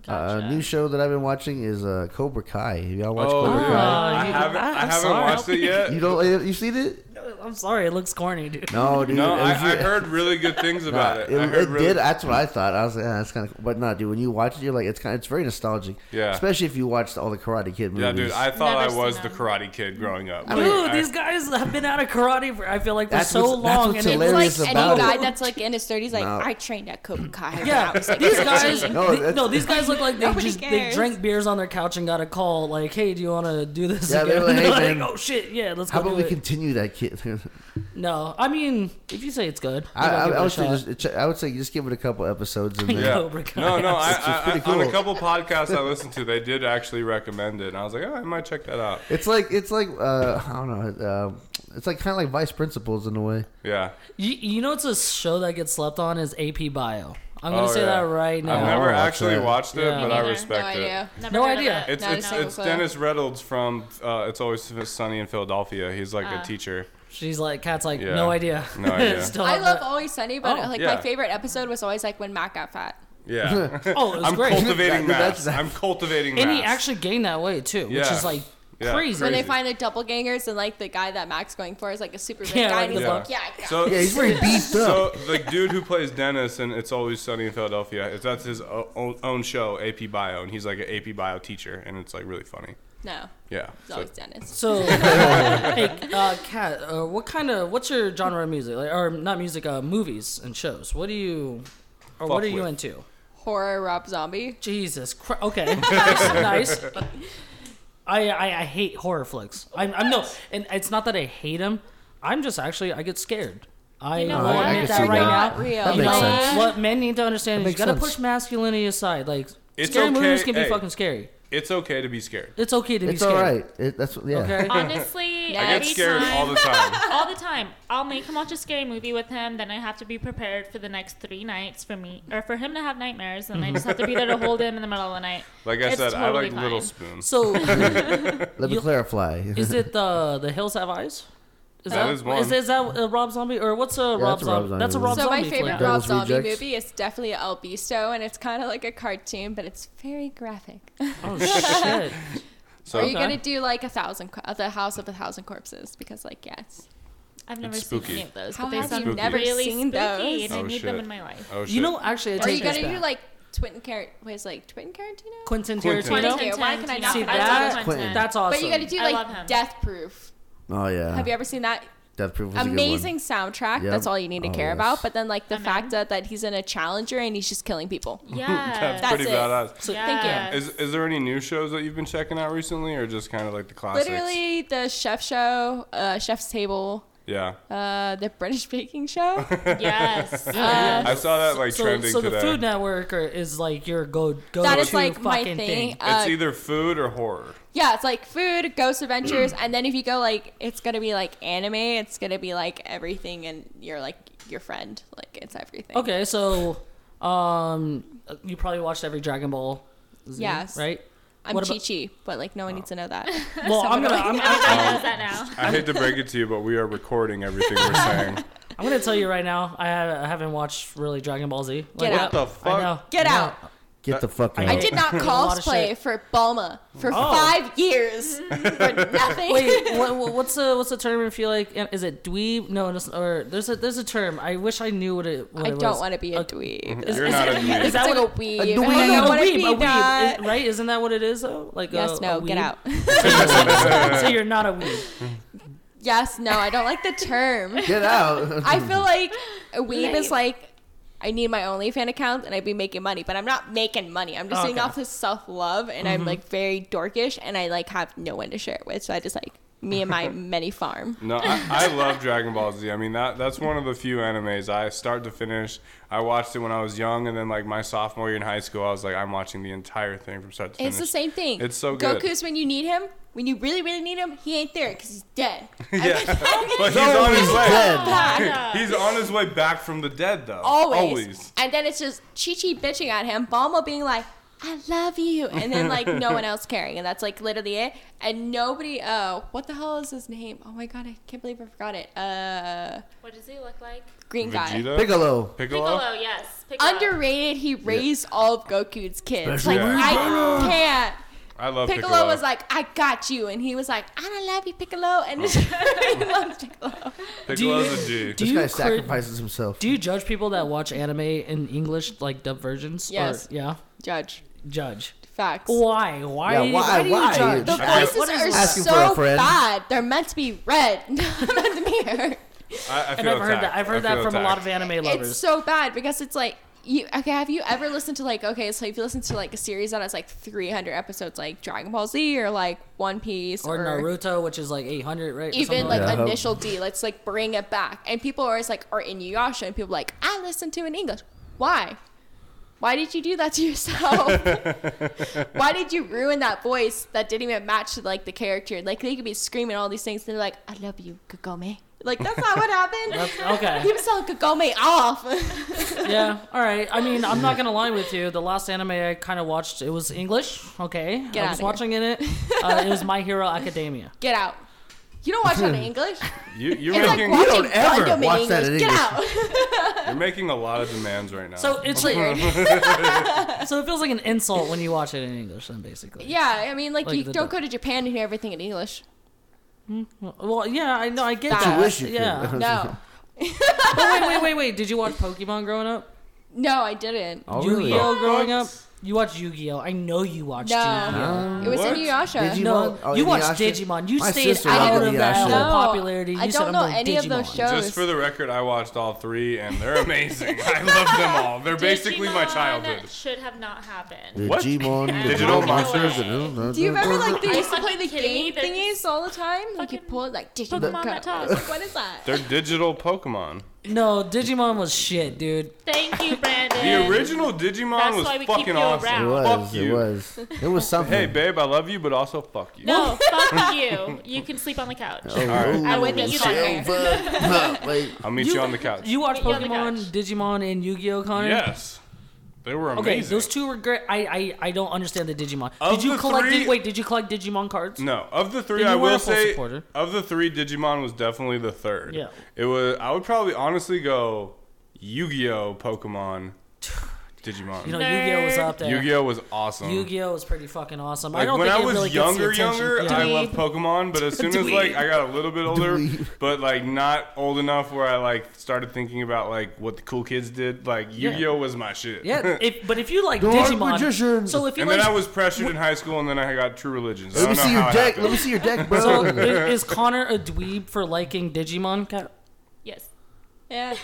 E: Uh, a new show that I've been watching is uh, Cobra Kai. Have y'all watched
C: Oh,
E: Cobra
C: yeah.
E: Kai?
D: Uh,
C: I
D: you-
C: haven't.
D: I-
C: I
D: I'm
C: haven't
D: sorry.
C: watched it yet.
E: You don't. You seen it?
D: I'm I'm sorry, it looks corny, dude.
E: No, dude.
C: No,
E: it
C: I,
E: was-
C: I heard really good things
E: Nah,
C: about it.
E: It,
C: I
E: it
C: heard really,
E: did. That's what I thought. I was like, ah, that's kind of. But no, dude, when you watch it, you're like, it's kind. Of, it's very nostalgic.
C: Yeah.
E: Especially if you watched all the Karate Kid movies.
C: Yeah, dude, I thought
B: Never
C: I was
B: seen
C: the
B: them.
C: Karate Kid growing up.
D: Dude,
C: Like, I-
D: these guys have been out of karate for I feel like for
E: That's
D: so
E: what's- that's
D: long.
E: what's
D: and it's
F: It's
E: hilarious.
D: like,
F: like
E: It's
F: any
E: about-
F: guy that's like in his thirties, like
E: No.
F: I trained at Cobra Kai. when
D: yeah,
F: I was, like,
D: these
F: 13."
D: guys.
E: No,
D: the-
E: that's-
D: no, these guys look like they
F: Nobody
D: just they
F: cares.
D: drank beers on their couch and got a call like, "Hey, do you want to do this?"
E: Yeah,
D: again?
E: they're like,
D: And they're
E: "Hey,
D: like,
E: man,
D: "Oh shit, yeah, let's
E: How
D: go
E: about
D: do it."
E: we continue that kid?
D: No, I mean, if you say it's good,
E: I,
D: maybe I'll give
E: I,
D: it
E: I
D: a
E: would say
D: shot.
E: just. I would say just give it a couple episodes and then.
C: yeah.
D: Cobra Kai.
C: No, no, I,
E: It's just
C: I, I,
E: pretty
C: on a
E: cool.
C: couple podcasts I listened to, they did actually recommend it, and I was like, oh, I might check that out.
E: It's like it's like uh, I don't know. Uh, it's like kind of like vice principals in a way.
C: Yeah,
D: You, you know, it's a show that gets slept on is AP Bio. I'm gonna
C: Oh,
D: say
C: yeah.
D: that right now.
C: I've
E: I'll
C: never
E: watch
C: actually
E: that.
C: watched it,
D: Yeah.
C: but
D: Me
C: I
B: neither.
F: No
C: respect it.
F: idea.
B: Never
D: No
B: heard of
D: idea.
B: it.
C: It's
F: Not a
C: it's,
F: single
C: it's
F: clue.
C: Dennis Reynolds from uh, It's Always Sunny in Philadelphia. He's like
F: Ah.
C: a teacher.
D: She's like, Cat's like,
C: Yeah.
D: no idea.
C: No idea.
D: Still
F: I
D: have
F: love
D: that-
F: Always Sunny, but
D: Oh,
F: like
C: yeah.
F: my favorite episode was always like when Matt got fat.
C: Yeah,
D: Oh, it was
C: I'm
D: great.
C: cultivating
E: That-
C: mass.
E: that's-
C: I'm cultivating mass.
D: and he actually gained that weight too, which
C: Yeah.
D: is like
C: Yeah.
D: crazy.
F: When they
C: Crazy.
F: find the doppelgangers and like the guy that Mac's going for is like a super rich
D: Yeah,
F: guy,
D: like
F: and
D: the
F: he's
C: yeah.
F: like, yeah, I got
C: So
E: Yeah, he's very beefed
C: So
E: up.
C: the dude who plays Dennis and It's Always Sunny in Philadelphia, it's- that's his o- own own show, AP Bio, and he's like an AP Bio teacher, and it's like really funny.
F: no,
C: Yeah.
F: it's
C: So,
F: always Dennis.
D: So, hey, uh, Kat, uh, what kind of what's your genre of music? Like, or not music, uh, movies and shows. What do you, or
C: Fuck
D: what are you
C: with.
D: into?
F: Horror Rob Zombie.
D: Jesus Christ. Okay, nice. nice. I, I I hate horror flicks. I'm, I'm no, and it's not that I hate them. I'm just actually I get scared. I
B: You know
D: will
B: what?
E: Oh, I
D: admit
E: can
D: that
E: see
D: right
E: that.
D: now.
F: real.
E: That
D: You
E: makes
D: know,
E: sense.
D: What men need to understand
E: That
D: is you
E: makes
D: gotta
E: sense.
D: push masculinity aside. Like
C: It's
D: scary movies
C: okay-
D: can be
C: hey.
D: fucking scary.
C: it's okay to be scared.
D: It's okay to be
E: It's
D: scared.
E: all right. It, that's what- yeah.
D: Okay.
B: Honestly,
F: I
C: I get
B: every
C: scared
B: time,
C: all the time.
B: all the time. I'll make him watch a scary movie with him. Then I have to be prepared for the next three nights for me or for him to have nightmares, and I just have to be there to hold him in the middle of the night.
C: Like I
B: It's
C: said, I
B: totally
C: like Little
B: fine.
C: Spoon.
D: So
E: Let me
D: You-
E: clarify.
D: is it the the Hills Have Eyes? Is
C: That
D: that
C: is one.
D: is, is that a Rob Zombie or what's a, Rob,
E: that's a Rob
D: Zombie? That's a
E: Zombie
D: Rob
E: movie.
F: So
D: Zombie.
F: my favorite
D: flick.
F: Rob
E: Devil's
F: Zombie
E: Rejects.
F: movie is definitely El Bisto, and it's kind of like a cartoon, but it's very graphic.
D: Oh shit!
C: So
F: Are you
D: Okay.
F: gonna do like a thousand, co- uh, the House of a Thousand Corpses? Because like yes,
B: I've never
C: It's
B: seen
C: spooky.
B: any of those,
F: How
B: but they
F: have
B: sound
C: you never
B: really
F: seen
B: spooky, and
C: those?
B: I
C: Oh,
B: need them
C: shit.
B: in my life.
C: oh shit.
D: You know, actually, I
F: are
D: take
F: you
D: this
F: gonna do
D: back.
F: like Twin Car? Was like Twin Tarantino?
D: Quentin
C: Quentin.
D: Tarantino?
F: Quentin Tarantino. Why can I not
D: See
F: I love
D: that?
B: Quentin.
D: That's awesome.
F: But you gotta do
B: I love him.
F: like Death Proof.
E: Oh yeah.
F: Have you ever seen that?
E: Death Proof was
F: Amazing
E: A
F: soundtrack.
E: Yep.
F: That's all you need to
E: Oh,
F: care
E: yes.
F: about. But then like the
B: I'm
F: fact that, that he's in a Challenger and he's just killing people.
B: Yeah.
C: that's
F: That's
C: pretty
F: it.
C: badass.
D: So-
B: yeah.
F: Thank you.
C: Is is there any new shows that you've been checking out recently, or just kind of like the classics?
F: Literally the chef show, uh, Chef's Table,
C: Yeah,
F: uh, the British Baking Show.
B: yes.
C: I saw that like
D: so,
C: trending
D: so the
C: today.
D: Food Network are, is like your go go
F: that
D: to
F: is like
D: fucking
F: my thing. Uh,
C: it's either food or horror.
F: yeah, it's like food, ghost adventures, and then if you go like, it's gonna be like anime. It's gonna be like everything, and you're like your friend. Like it's everything.
D: Okay, so um, you probably watched every Dragon Ball. Z,
F: Yes.
D: Right.
F: I'm
D: What
F: Chi
D: about-
F: Chi, but like no one needs to know that.
D: Well, I'm gonna I'm, I'm,
B: Everyone knows that now.
C: I hate to break it to you, but we are recording everything we're saying.
D: I'm gonna tell you right now. I, ha- I haven't watched really Dragon Ball Z. Like,
F: Get out.
C: the
D: I
C: fuck?
D: know.
F: Get
D: I know.
F: out.
E: Get the fuck out.
F: I did not
D: A lot of
F: cosplay
D: shit.
F: for Bulma for five years for nothing.
D: Wait, what, what's the what's the term? If you like, is it dweeb? No, it's, or there's a there's a term. I wish I knew what it. What
F: I
D: it was.
F: don't want to be a dweeb.
D: Is-
C: You're
D: is
C: not
D: it-
C: a dweeb.
D: Is that
F: It's
D: what
F: like a weeb.
E: a
F: I
E: dweeb.
F: don't
D: a
F: wanna
D: weeb,
F: be
D: a weeb,
F: that.
D: is- right? Isn't that what it is though? Like a-
F: Yes,
D: a
F: no, get
D: weeb?
F: out.
D: so you're not a weeb.
F: yes, no, I don't like the term.
E: Get out.
F: I feel like a weeb is like I need my OnlyFans account and I'd be making money, but I'm not making money. I'm just doing
D: Oh, Okay. Mm-hmm.
F: off this self love and I'm like very dorkish and I like have no one to share it with. So I just like me and my many farm.
C: No, I, I love Dragon Ball Z. I mean, that that's one of the few animes I start to finish. I watched it when I was young, and then like my sophomore year in high school, I was like, I'm watching the entire thing from start to finish.
F: It's the same thing.
C: It's so good.
F: Goku's when you need him. When you really, really need him, he ain't there because he's dead.
C: Yeah, but he's
E: No,
C: on his
E: he's
C: way.
E: dead.
F: Back.
C: He's on his way back from the dead, though.
F: Always.
C: Always.
F: And then it's just Chi Chi bitching at him, Balma being like, I love you. And then like no one else caring. And that's like literally it. And nobody, oh, what the hell is his name? Oh my God, I can't believe I forgot it. Uh,
B: What does he look like?
F: Green guy.
C: Vegeta.
E: Piccolo.
C: Piccolo.
B: Piccolo, yes. Piccolo.
F: Underrated, he raised all of Goku's kids.
E: Special
F: Like,
C: Yeah.
F: I can't.
C: I love
F: Piccolo,
C: Piccolo.
F: was like, "I got you," and he was like, "I don't love you, Piccolo," and
C: Oh.
F: he loves Piccolo.
C: Piccolo's a
D: Do
C: G.
E: This
D: you
E: guy
D: crit-
E: sacrifices himself.
D: Do you judge people that watch anime in English, like dub versions? Or-
F: Yes.
D: yeah.
F: Judge
D: Judge.
F: facts.
D: Why? Why?
E: Yeah,
D: do you-
E: why-
D: why do you
E: why?
D: judge?
F: The
C: I-
F: voices
D: what is
F: are
D: that?
E: Asking for a
F: so
E: friend.
F: bad. They're meant to be read, not meant to be heard.
C: I, I
D: and
C: feel
D: I've heard
C: attacked.
D: that. I've
C: I
D: heard that
C: feel
D: from a lot of
C: attacked.
D: anime lovers.
F: It's so bad because it's like you okay, have you ever listened to like okay, so if you listen to like a series that has like 300 episodes like Dragon Ball Z or like One Piece
D: or Naruto, which is like 800, right? Or something
F: even
D: like
F: like
E: that. Yeah.
F: initial D, let's like bring it back. And people are always like or in Yasha and people are like I listen to it in English. Why? Why did you do that to yourself? Why did you ruin that voice that didn't even match to like the character? Like they could be screaming all these things. They're like, "I love you, Kagome." Like that's not what happened.
D: okay.
F: He was telling Kagome off.
D: yeah. All right. I mean, I'm not gonna lie with you. The last anime I kind of watched, it was English. Okay.
F: Get
D: I
F: outta
D: was
F: here.
D: watching in it. Uh, it was My Hero Academia.
F: Get out. You don't watch that in English.
C: You, you're,
F: It's like
C: making,
F: watching
E: don't ever
F: Gundam in
E: watch that in
F: English. Get out.
C: you're making a lot of demands right now.
D: So it's like, so it feels like an insult when you watch it in English. Then basically.
F: yeah, I mean, like,
D: Like
F: you
D: the
F: don't
D: dub.
F: go to Japan and hear everything in English.
D: Well, yeah. I know. I get
F: That's
D: that.
F: You
E: wish you could.
D: Uh, yeah.
F: No,
D: but wait, wait, wait, wait. Did you watch Pokemon growing up?
F: no, I didn't.
E: Oh, really?
D: Yu-Gi-Oh growing
C: What?
D: up? You watched Yu-Gi-Oh. I know you watched
F: No.
D: Yu-Gi-Oh.
F: it was
C: What?
F: in Yasha.
E: Did you-
D: No,
E: Digimon? Oh,
D: you watched
E: Inuyasha?
D: Digimon. You
E: My
D: stayed
E: sister
D: out
E: loved
D: of that
E: Inuyasha.
D: whole
E: No,
D: popularity. You
F: I
D: said,
F: don't
D: "I'm
F: know
D: going
F: any of those
D: Digimon."
F: shows.
C: Just for the record, I watched all three, and they're amazing. I love them all. They're basically my
B: Digimon
C: childhood.
B: Should have not happened.
E: The
C: What?
E: Digimon, the
C: Digital
E: Digimon
C: monsters.
E: monsters, and-
F: Do you remember like they used to
B: fucking
F: play the
B: kidding me?
F: game
B: There's-
F: thingies all the time? Like you
B: Fucking
F: pull it like Digimon.
B: Pokemon that talks.
F: Like, what is that?
C: They're digital Pokemon.
D: No, Digimon was shit, dude.
B: Thank you, Brandon.
C: The original Digimon
B: That's
C: was
B: why we keep
C: fucking
B: you
C: awesome.
E: It
B: around.
E: was.
C: Fuck
E: It
C: you.
E: was. It was something.
C: Hey, babe, I love you, but also fuck you.
B: No, fuck you. You can sleep on the couch.
C: Oh.
B: I would be there.
E: Silver. Wait.
C: I'll meet you, on the couch.
D: You watched
B: Meet you on the
D: Pokemon,
B: couch.
D: Digimon, and Yu-Gi-Oh, Connor.
C: yes, they were amazing.
D: Okay, those two were great. I, I I don't understand the Digimon.
C: Of
D: did you
C: the
D: collect?
C: three-
D: Di- wait, did you collect Digimon cards?
C: No, of the three,
D: Then you
C: I
D: were a
C: will
D: full
C: say
D: supporter.
C: of the three, Digimon was definitely the third.
D: Yeah.
C: it was. I would probably honestly go Yu-Gi-Oh, Pokemon, Digimon.
D: You know, Yu-Gi-Oh was up there.
C: Yu-Gi-Oh was awesome.
D: Yu-Gi-Oh was pretty fucking awesome. I
C: Like
D: don't
C: when
D: think
C: I
D: it
C: was
D: really
C: younger,
D: gets the attention.
C: younger,
D: Yeah.
C: I loved Pokemon, but as soon as like I got a little bit older,
E: Dweeb.
C: but like not old enough where I like started thinking about like what the cool kids did, like Yu-Gi-Oh was my shit.
D: yeah, if, but if you like
E: Dark
D: Digimon,
E: magician.
D: so if you
C: and
D: like,
C: then I was pressured in high school, and then I got True Religions. I
E: Let me
C: don't know
E: see your
C: how it
E: deck. Let
C: happened.
E: me see your deck,
D: so
E: bro.
D: i- is Connor a dweeb for liking Digimon? Cat?
B: Yes.
F: yeah,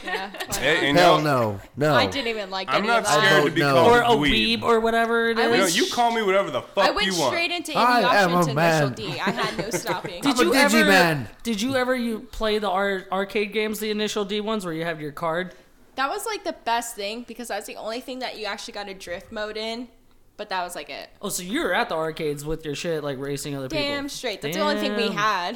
F: yeah.
C: Hey, and
E: Hell
C: y'all-
E: no. No.
F: I didn't even like
C: I'm
F: any
C: not
F: of that.
E: I
C: scared to
E: don't
C: be
E: know.
C: called
D: Or
C: a
D: a weeb or whatever it
F: I
D: is?
C: You,
F: was-
C: know, you call me whatever the fuck
F: I went
C: you want.
F: straight into
E: I am a
F: Inuyasha to initial
E: man.
F: D. I had no stopping.
D: Did
E: I'm a
D: you ever?
E: Digiman.
D: Did you ever you play the ar- arcade games, the initial D ones, where you have your card?
F: That was like the best thing because that's the only thing that you actually got a drift mode in. But that was like it.
D: Oh, so you were at the arcades with your shit, like racing other people.
F: Damn straight. That's the only thing we
D: Damn.
F: had.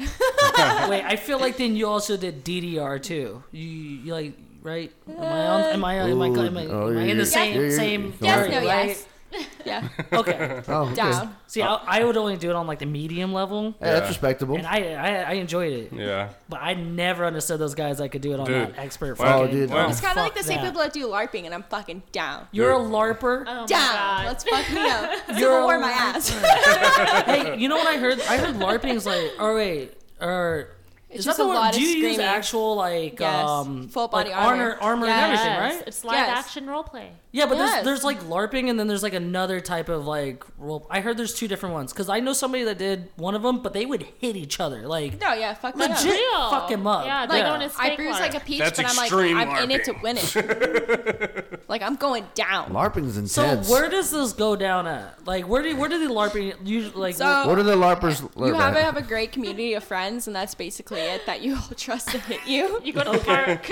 D: Wait, I feel like then you also did DDR too. You, you like right? Am I
F: Uh,
D: on? Am I? Am I, am I, am I,
E: Ooh, oh,
D: in
E: you're-
D: the same
E: you're- you're-
D: same?
E: Yes,
D: area,
F: no,
D: right?
F: yes. yeah.
D: Okay.
E: Oh, okay.
F: Down.
D: See, I, I would only do it on like the medium level,
E: Hey, that's
C: Yeah.
E: respectable.
D: and I I, I enjoyed it,
C: Yeah.
D: but I never understood those guys that could do it on
C: Dude.
D: that expert.
C: Well,
E: Oh,
D: fucking-
E: dude.
C: Well,
F: It's kind of like
D: Fuck
F: the same
D: that.
F: people that do LARPing, and I'm fucking down.
D: You're a LARPer.
B: Oh my
F: down.
B: god.
F: Let's fuck me up.
D: You're
F: Civil War my
D: a-
F: ass.
D: hey, you know what I heard? I heard LARPing's like, oh wait, or
F: It's
D: is
F: just
D: that the
F: a
D: word-
F: lot
D: do
F: of
D: you use
F: screaming.
D: actual like
F: Yes.
D: um
F: Full body
D: like
F: armor.
D: armor, armor
F: Yes.
D: and everything,
B: Yes,
D: right?
B: It's live
F: Yes.
B: action role play.
D: Yeah, but
F: Yes.
D: there's there's like LARPing and then there's like another type of like well, I heard there's two different ones because I know somebody that did one of them, but they would hit each other like
F: No, yeah, fuck me up.
D: legit, fuck him up.
B: Yeah, they
F: Like,
B: go
D: yeah.
B: in a steak
F: I bruise like a peach,
C: That's
F: but I'm like,
C: extreme
F: I'm in it to
C: LARPing.
F: win it. like, I'm going down.
E: LARPing's
D: So
E: intense.
D: where does this go down at? Like where do where do the LARPing usually like?
F: So-
E: what are the LARPers?
F: You have
E: at?
F: have a great community of friends, and that's basically it that you all trust to hit you.
B: You go to the park.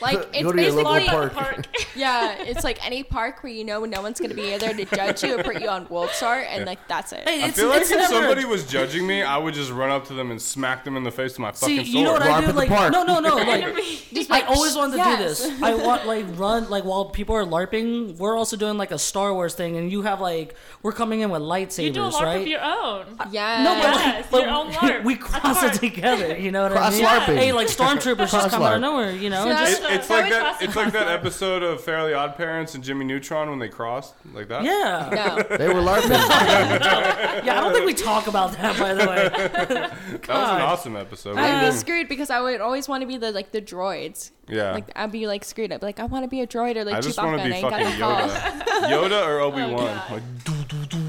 F: Like
E: Go
F: it's
E: to your
F: basically
E: local
B: park.
E: park.
F: yeah, it's like any park where you know no one's gonna be there to judge you or put you on Wolfstar, and like that's it.
D: Hey,
C: I
D: it's,
C: feel like
D: it's
C: if
D: never-
C: somebody was judging me, I would just run up to them and smack them in the face with my
D: See,
C: fucking sword.
D: you know what
E: Larp
D: I
E: at
D: do?
E: the
D: Like,
E: park.
D: no, no, no. Like,
F: Just
D: I
F: like,
D: always wanted to
F: yes.
D: do this. I want like run like while people are larping, we're also doing like a Star Wars thing, and you have like we're coming in with lightsabers,
B: You do a LARP
D: right?
B: of your own.
F: Yeah.
D: no, but,
B: Yes,
D: like, but
B: your own LARP
D: we
B: at the
D: cross
B: park.
D: it together. You know what I mean?
E: Cross-larping.
D: Hey, like stormtroopers just come out
E: Cross-larp.
D: of nowhere. You know,
B: So
D: and just
B: that's-
C: it's
B: how
C: like
B: we
C: that.
B: cross the
C: It's like that
B: crosswalk.
C: episode of Fairly Odd Parents and Jimmy Neutron when they crossed like that.
D: yeah.
F: No.
E: They were LARPing.
D: Yeah, I don't think we talk about that, by the way.
C: that was an awesome episode.
F: I'd be screwed because I would always want to be the like the droids.
C: yeah.
F: Like I'd be like screwed up. Like I want to be a droid or like
C: I just want
F: Chewbacca.
C: to
F: and
C: be
F: I got
C: fucking
F: the call.
C: Yoda. Yoda or Obi Wan?
B: God.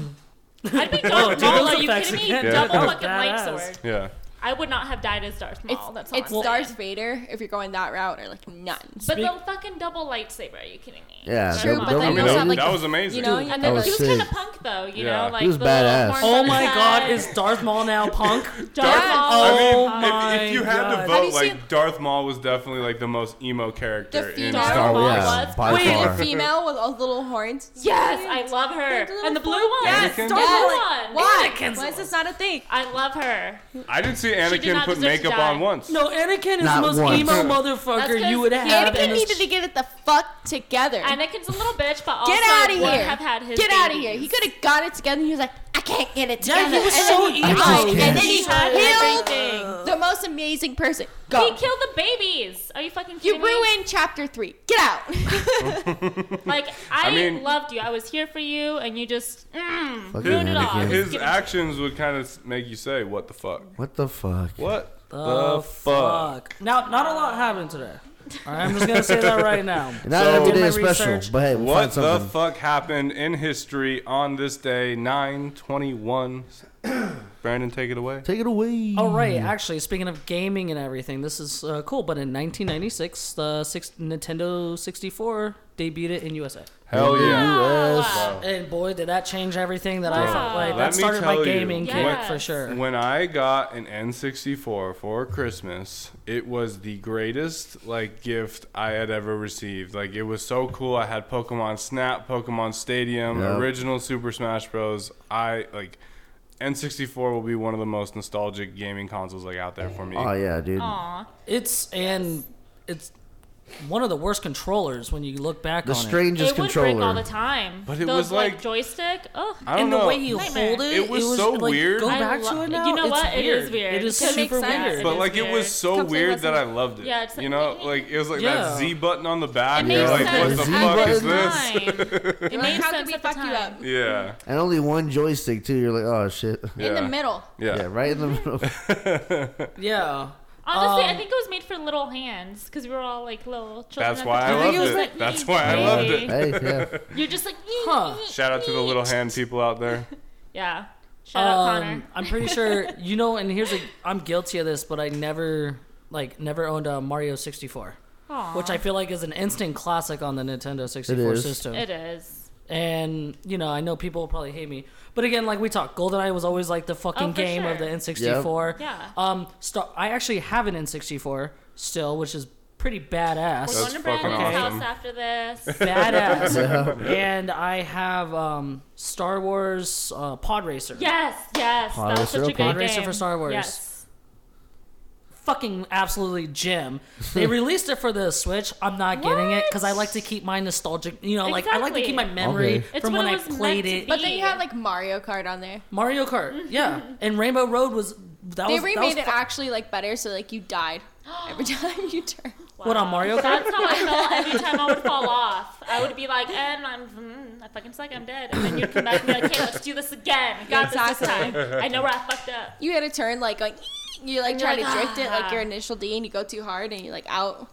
C: like,
B: I'd be Darth
D: dude,
B: Maul.
D: those
B: Are you
D: effects
B: kidding me?
D: again.
C: Yeah.
B: Double
C: That was
B: fucking
D: badass.
B: lightsword.
C: yeah.
B: I would not have died as Darth Maul.
F: It's
B: that's all.
F: it's
B: I'm
F: Darth
B: saying.
F: Vader if you're going that route or like nuns.
B: But the fucking double lightsaber. Are you kidding me?
E: Yeah,
B: Darth
E: True,
B: Maul.
E: but
C: I
E: then
C: mean,
E: You
C: that,
E: also
C: that
E: have, like,
C: was amazing.
F: you know, you
B: And
F: never-
B: then
E: was
B: he was
E: sick.
B: kind of punk though, you
C: Yeah.
B: know,
C: He
B: like
E: was
B: the little
E: badass.
B: horns
D: Oh
B: on
D: my
B: his
D: god,
B: head.
D: is Darth Maul now punk?
B: Darth
F: Yeah.
B: Maul?
C: I mean,
D: Oh
C: if, if you
D: my
C: had to
D: God.
F: Have
C: vote,
F: you
C: like
F: seen-
C: Darth Maul was definitely like the most emo character
F: The
C: in
F: female-
C: Star
B: Darth
C: Wars.
B: Maul
E: yeah,
B: was.
E: by
B: Wait,
E: far.
F: The female with all the little horns.
B: Yes, I love her.
F: The little
B: And the blue
F: fuck-
B: one.
C: Yes, Anakin?
B: Darth
F: Yes.
B: Maul.
F: Why?
D: Anakin's
F: Why is this not a thing?
B: I love her.
C: I didn't see
B: did
C: Anakin
B: not
C: put
B: deserve to
C: makeup
B: die.
C: on once.
D: No, Anakin is
E: Not
D: the most
E: once.
D: emo
B: That's
D: motherfucker
B: 'cause
D: you would have.
F: Anakin
D: in this
F: needed to get it the fuck together.
B: Anakin's a little bitch, but also
F: Get out of
B: would
F: here!
B: have had his
F: Get out of
B: babies.
F: here! He could have got it together. and He was like, I can't get it
D: Yeah,
F: together.
D: he was
F: and
D: so
F: then he
D: emo.
F: died,
E: He
F: and then
B: He
F: he
B: had
F: killed
B: everything.
F: the most amazing person.
B: He
F: Go.
B: killed the babies. Are you fucking
F: You
B: kidding me?
F: ruined chapter three. Get out.
B: Like I,
C: I mean-
B: loved you. I was here for you, and you just mm,
E: Fucking
B: ruined it all.
E: Anakin.
B: I was
C: His
B: giving-
C: actions would kind of make you say, "What the fuck?
E: What the fuck?
C: What
D: Oh fuck. Now, not a lot happened today. All right, I'm just gonna say that right now.
E: Not
C: So-
E: every
C: Did
E: day
D: my
E: is special,
D: research.
E: but hey, we'll
C: What
E: find
C: the
E: something.
C: fuck happened in history on this day, 921? Brandon, take it away.
E: Take it away.
D: Oh right, actually, speaking of gaming and everything, this is uh, cool. But in 1996, the six, Nintendo 64 debuted it in USA,
C: Hell yeah.
E: U.S.
D: and boy, did that change everything that I
B: Wow.
D: felt like
C: Oh. Let
D: that
C: me
D: started
C: tell
D: my
C: you,
D: gaming
B: when-
D: kick for sure.
C: When I got an N64 for Christmas, it was the greatest like gift I had ever received. Like it was so cool. I had Pokemon Snap, Pokemon Stadium,
E: Yep.
C: original Super Smash Bros. I like N64 will be one of the most nostalgic gaming consoles like out there for me.
E: Oh yeah, dude.
B: Aw.
D: It's and it's one of the worst controllers when you look back
E: The
D: on it.
E: strangest
B: it would break all the
E: controller.
B: time.
C: But it
B: Those,
C: was like-
B: joystick. Oh,
C: I don't
D: and the
C: know.
D: way you
B: Nightmare.
D: hold it,
C: It was so
D: like,
C: weird.
D: Go
B: I
D: back
B: lo-
D: to it now.
B: You know
D: it's
B: what? It
D: Weird.
B: is weird.
D: It is
B: It
D: super
F: makes sense.
D: weird.
C: but
B: is
C: like it
B: weird.
C: was so
F: Comes with
C: weird
F: lessons.
C: that I loved it.
B: Yeah, it's like-
C: you know, like it was like
D: Yeah.
C: that Z button on the back.
B: It
C: You're
B: makes
C: like,
B: sense.
C: what the
E: I
C: fuck is
E: was
C: this?
B: Time. It
F: Like,
B: made
F: how
B: sense
F: could we
B: at the
F: fuck you up?
B: time.
C: Yeah,
E: And only one joystick too. You're like, oh shit.
F: In
C: Yeah.
F: the middle.
C: yeah.
E: Yeah, right in the middle.
D: Yeah.
B: Honestly, I
D: Um,
B: think it was made for little hands because we were all like little children.
C: That's
B: at
C: why
B: the
C: I
B: time.
D: think
C: loved
D: it
C: it.
D: was like-
C: That's why I loved it.
B: Maybe.
E: hey, yeah.
B: You're just like,
D: Huh.
C: Shout out to the little hand people out there.
B: yeah. Shout out Connor.
D: Um, I'm pretty sure you know. And here's a I'm guilty of this, but I never like never owned a Mario 64,
B: Aw.
D: which I feel like is an instant classic on the Nintendo 64
E: is.
D: system.
B: it is.
D: and you know, I know people will probably hate me, but again, like we talked, GoldenEye was always like the fucking
B: Oh, for
D: game of the
B: sure.
D: N64.
B: Yeah.
D: Um, Star- I actually have an N64 still, which is pretty badass.
B: We're going to
C: fucking
B: Brandon's
C: awesome.
B: house after this.
D: badass. and I have um, Star Wars uh, Pod Racer.
B: yes, yes.
E: Pod
B: that was
E: racer,
B: such a
E: okay.
B: good
D: Pod racer
B: game.
D: for Star Wars.
B: Yes.
D: Fucking absolutely gem. They released it for the Switch. I'm not getting it because I like to keep my nostalgic. You know, like I like to keep my
B: Exactly.
D: memory
E: Okay.
B: It's
D: from
B: what
D: when
B: it
D: I
B: was meant
D: played
B: to
D: it.
B: be. Mm-hmm.
F: But then you had like Mario Kart on there.
D: Mario Kart, yeah, and Rainbow Road was that
F: They
D: was that was
F: remade it
D: fu-
F: actually like better, so like you died every time you turned.
D: What on Mario Kart?
B: That's how I felt every time I would fall off. I would be like, and I'm, mm, I fucking suck, I'm dead. And then you'd come back and be like, okay, let's do this again. We Got this this time. I know where I fucked up.
F: You had to turn like going. You like
B: And
F: try
B: you're
F: to
B: like,
F: drift it like
B: "Ah."
F: your initial D, and you go too hard, and you like out.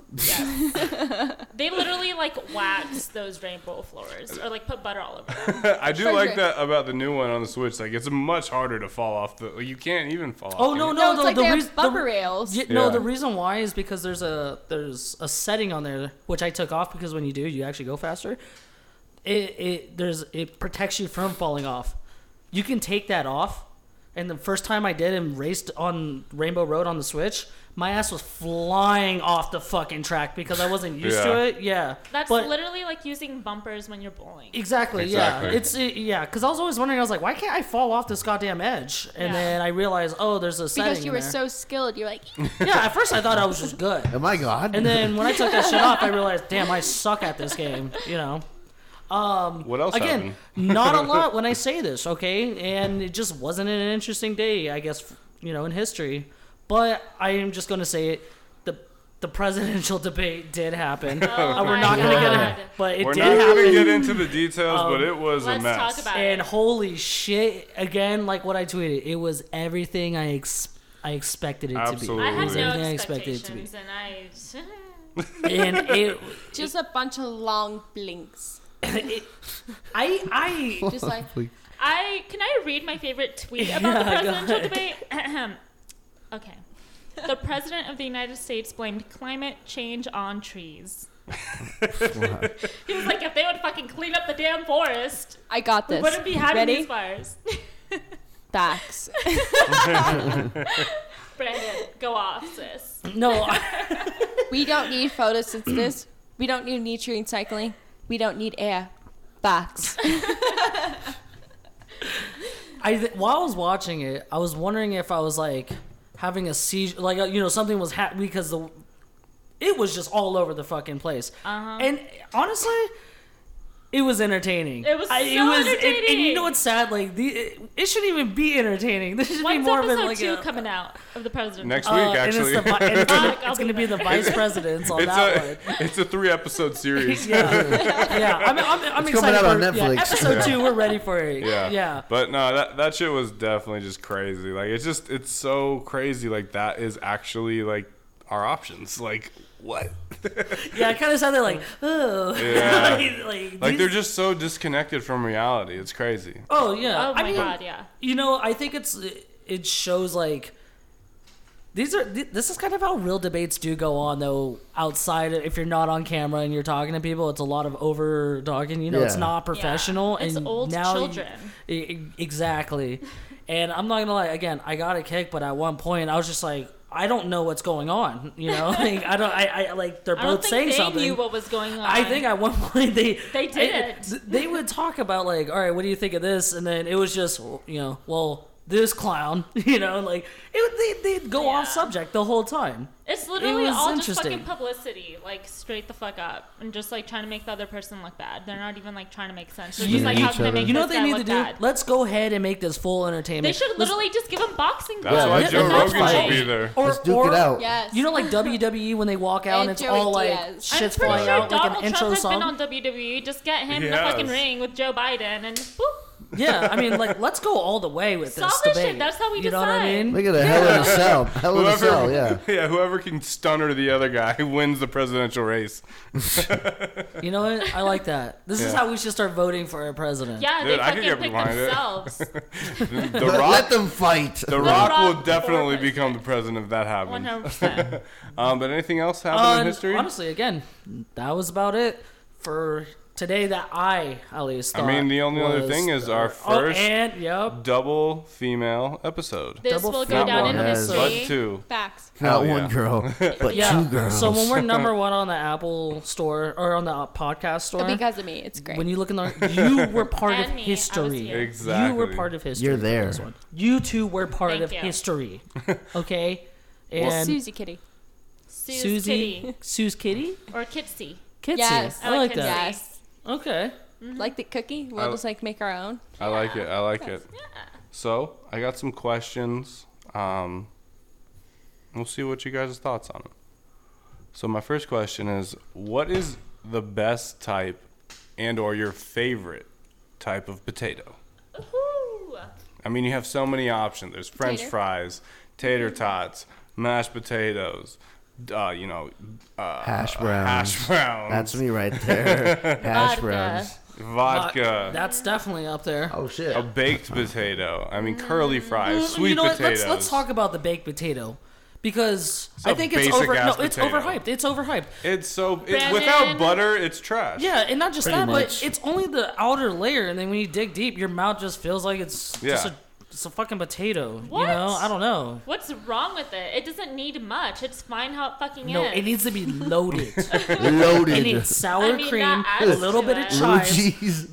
B: They literally like waxed those rainbow floors or like put butter all over them.
C: I do like
F: sure.
C: that about the new one on the Switch. Like, it's much harder to fall off. The, you can't even fall off.
D: Oh no,
F: No,
D: no,
F: it's
D: the,
F: like
D: the
F: they
D: reas-
F: have
D: the-
F: bumper rails.
D: Yeah, No,
C: Yeah.
D: the reason why is because there's a there's a setting on there which I took off because when you do, you actually go faster. It it there's it protects you from falling off. You can take that off. And the first time I did and raced on Rainbow Road on the Switch, my ass was flying off the fucking track because I wasn't used
C: Yeah.
D: to it. Yeah,
B: That's
D: But-
B: literally like using bumpers when you're bowling.
D: Exactly.
C: Exactly.
D: Yeah. It's it, yeah. Because I was always wondering. I was like, why can't I fall off this goddamn edge? And
B: Yeah.
D: then I realized, oh, there's a setting.
F: Because you
D: in
F: were
D: there.
F: so skilled, you're like,
D: Yeah. At first, I thought I was just good.
E: Oh my god.
D: And then when I took that shit off, I realized, damn, I suck at this game. You know.
C: What else
D: Again,
C: happened?
D: not a lot when I say this, okay? And it just wasn't an interesting day, I guess, you know, in history. But I am just going to say it. The the presidential debate did happen.
B: Oh
D: Uh, we're
B: my
D: not going to get
B: God.
D: into But it
C: We're
D: did
C: not
D: happen.
C: gonna get into the details, but it was a
B: Let's
C: mess.
B: talk about
D: And
B: it.
D: holy shit, again, like what I tweeted, it was everything I ex- I expected it
C: Absolutely.
B: I
D: to be.
B: had no
D: Everything I expected it to be.
B: expectations, and I.
D: And it,
F: Just a bunch of long blinks.
D: it I I
F: Just like
B: I can I read my favorite tweet about the
D: Yeah, go
B: presidential
D: ahead.
B: debate? okay. The president of the United States blamed climate change on trees. he was like, if they would fucking clean up the damn forest,
F: I got
B: we
F: this.
B: wouldn't be having
F: Ready?
B: these fires.
F: Facts.
B: Brandon, go off, sis.
D: no, I,
F: we don't need photosynthesis. we don't need nutrient cycling. We don't need air. Facts.
D: I th- while I was watching it, I was wondering if I was like having a seizure, like uh, you know something was happening because the it was just all over the fucking place.
B: Uh-huh.
D: And honestly, it was entertaining.
B: It was so
D: and- and you
B: entertaining.
D: know what's sad? Like the it, it shouldn't even be entertaining. This should be
B: When's
D: more of a,
B: episode
D: like
B: two
D: a,
B: coming out of the president?
C: Next
D: uh,
C: week,
D: and it's
C: actually.
D: the vi- and it's,
B: Fuck, I'll
D: it's going
B: be
D: to be the
B: there.
D: vice presidents on
C: it's
D: that
C: a
D: one.
C: it's a three episode series.
D: Yeah, yeah. I'm, I'm, I'm
E: It's coming
D: excited
E: out on
D: for yeah,
E: Netflix.
D: episode two. We're ready for it.
C: Yeah.
D: yeah.
C: But no, that that shit was definitely just crazy. Like it's just it's so crazy. Like that is actually like our options. Like what?
D: Yeah, I kind of sounded like, oh,
C: Yeah.
D: like, like,
C: Like
D: these-
C: they're just so disconnected from reality. It's crazy.
D: Oh yeah.
B: Oh my
D: I mean,
B: god, yeah.
D: You know, I think it's it shows like these are th- this is kind of how real debates do go on though outside of- if you're not on camera and you're talking to people it's a lot of over talking you know it's
E: Yeah.
D: not professional
B: Yeah. It's
D: and
B: old
D: now you-
B: children.
D: E- exactly and i'm not gonna lie again i got a kick but at one point i was just like i don't know what's going on you know like i don't i, I like they're
B: I don't
D: both
B: think
D: saying
B: they
D: something
B: knew what was going on.
D: I think at one point they
B: Um, They did
D: I-
B: it.
D: th- They would talk about like, all right, what do you think of this? And then it was just, you know, well, this clown, you know, like it, they they'd go off
B: Yeah.
D: subject the whole time.
B: It's literally
D: was
B: all just
D: interesting.
B: fucking publicity, like straight the fuck up, and just like trying to make the other person look bad. They're not even like trying to make sense. They're
D: You-
B: just like,
E: you-
B: how can I make
D: You know what
B: this
D: they
B: guy
D: need
B: look
D: to do?
B: bad?
D: Let's go ahead and make this full entertainment.
B: They should
D: Let's-
B: literally just give him boxing
C: That's
E: Yeah,
C: why
E: that's-
C: Joe
E: that's
C: Rogan should
E: fine.
C: be there.
D: or,
E: Let's duke
D: or-
E: it out.
F: yes.
D: You know, like WWE when they walk out and,
F: And
D: it's
F: Joey
D: all like
F: Diaz. I'm
B: I'm
D: shit's
B: pretty
D: flying
B: sure
D: out, like
B: Donald
D: an intro
B: Trump has
D: song.
B: been on WWE. Just get him
C: He
B: in the fucking
C: has.
B: ring with Joe Biden and boop.
D: yeah, I mean, like let's go all the way with
B: Solve
D: this
B: this
D: debate.
B: shit. That's how we
D: you know what I
B: decide.
D: mean?
E: Make it a hell in a cell. Hell in a cell, yeah.
C: whoever can stunner the other guy wins the presidential race.
D: You know what? I like that. This is
C: Yeah.
D: how we should start voting for our president.
B: Yeah,
C: Dude,
B: they
C: I could
B: fucking
C: get
B: pick
C: behind it.
B: themselves.
C: The
E: Let,
C: Rock,
E: let them fight.
C: the Rock
B: Rock
C: will
B: before
C: definitely
B: president.
C: become the president if that happens.
B: One hundred percent.
C: Um, but anything else happened
D: Uh,
C: in history?
D: Honestly, again, that was about it for today. That I at least.
C: I
D: thought
C: mean, the only other
D: was-
C: thing is our
D: Oh,
C: first
D: and yep.
C: double female episode.
B: This
D: Double
B: will go
D: fat
B: down in
E: one. Yes.
B: history.
C: But two.
F: Facts.
E: Not
C: Hell yeah.
E: one girl, but
D: Yeah.
E: two girls.
D: So when we're number one on the Apple store or on the uh, podcast store,
F: Because of me, it's great.
D: when you look in the, you were part of
B: And me, I was
D: history.
B: here.
C: Exactly.
D: You were part of history.
E: You're
D: for
E: there.
D: this one. You two were part
B: Thank
D: of
B: you.
D: history. Okay. And
F: Susie Kitty.
B: Sue's
D: Susie,
B: Kitty
D: Sue's Kitty,
B: or Kitsy.
D: Kitsy.
F: Yes.
D: I like that.
F: Yes.
D: Okay.
B: Mm-hmm.
F: Like the cookie, we'll
C: I-
F: just like make our own.
C: I like it. I like it. So I got some questions. Um, we'll see what you guys' thoughts on it. So my first question is, what is the best type and/or your favorite type of potato?
B: Ooh.
C: I mean, you have so many options. There's French
F: Tater.
C: fries, tater
D: Mm-hmm.
C: tots, mashed potatoes. Uh, you know, uh,
E: Hash
C: Hash
E: browns.
C: browns.
E: That's me right there. Hash
B: Vodka.
E: browns.
C: vodka.
D: Uh, That's definitely up there.
E: Oh shit.
C: a baked potato. I mean, curly fries,
D: Mm,
C: sweet
D: you know what?
C: potatoes.
D: Let's let's talk about the baked potato because
C: a
D: I think it's
C: basic
D: over. No,
C: ass
D: it's
C: potato.
D: overhyped. It's overhyped.
C: It's so it's,
B: Brandon.
C: without butter, it's trash.
D: Yeah, and not just
E: Pretty
D: that,
E: much.
D: but it's only the outer layer, and then when you dig deep, your mouth just feels like it's just
C: Yeah.
D: a it's a fucking potato.
B: What?
D: You know? I don't know.
B: What's wrong with it? It doesn't need much. It's fine how it fucking
D: No,
B: is.
D: it needs to be loaded. it
E: Loaded.
D: needs sour
B: I mean,
D: cream,
B: that adds
D: a little
B: to
D: bit of
B: it.
E: Little
D: chives,
E: cheese.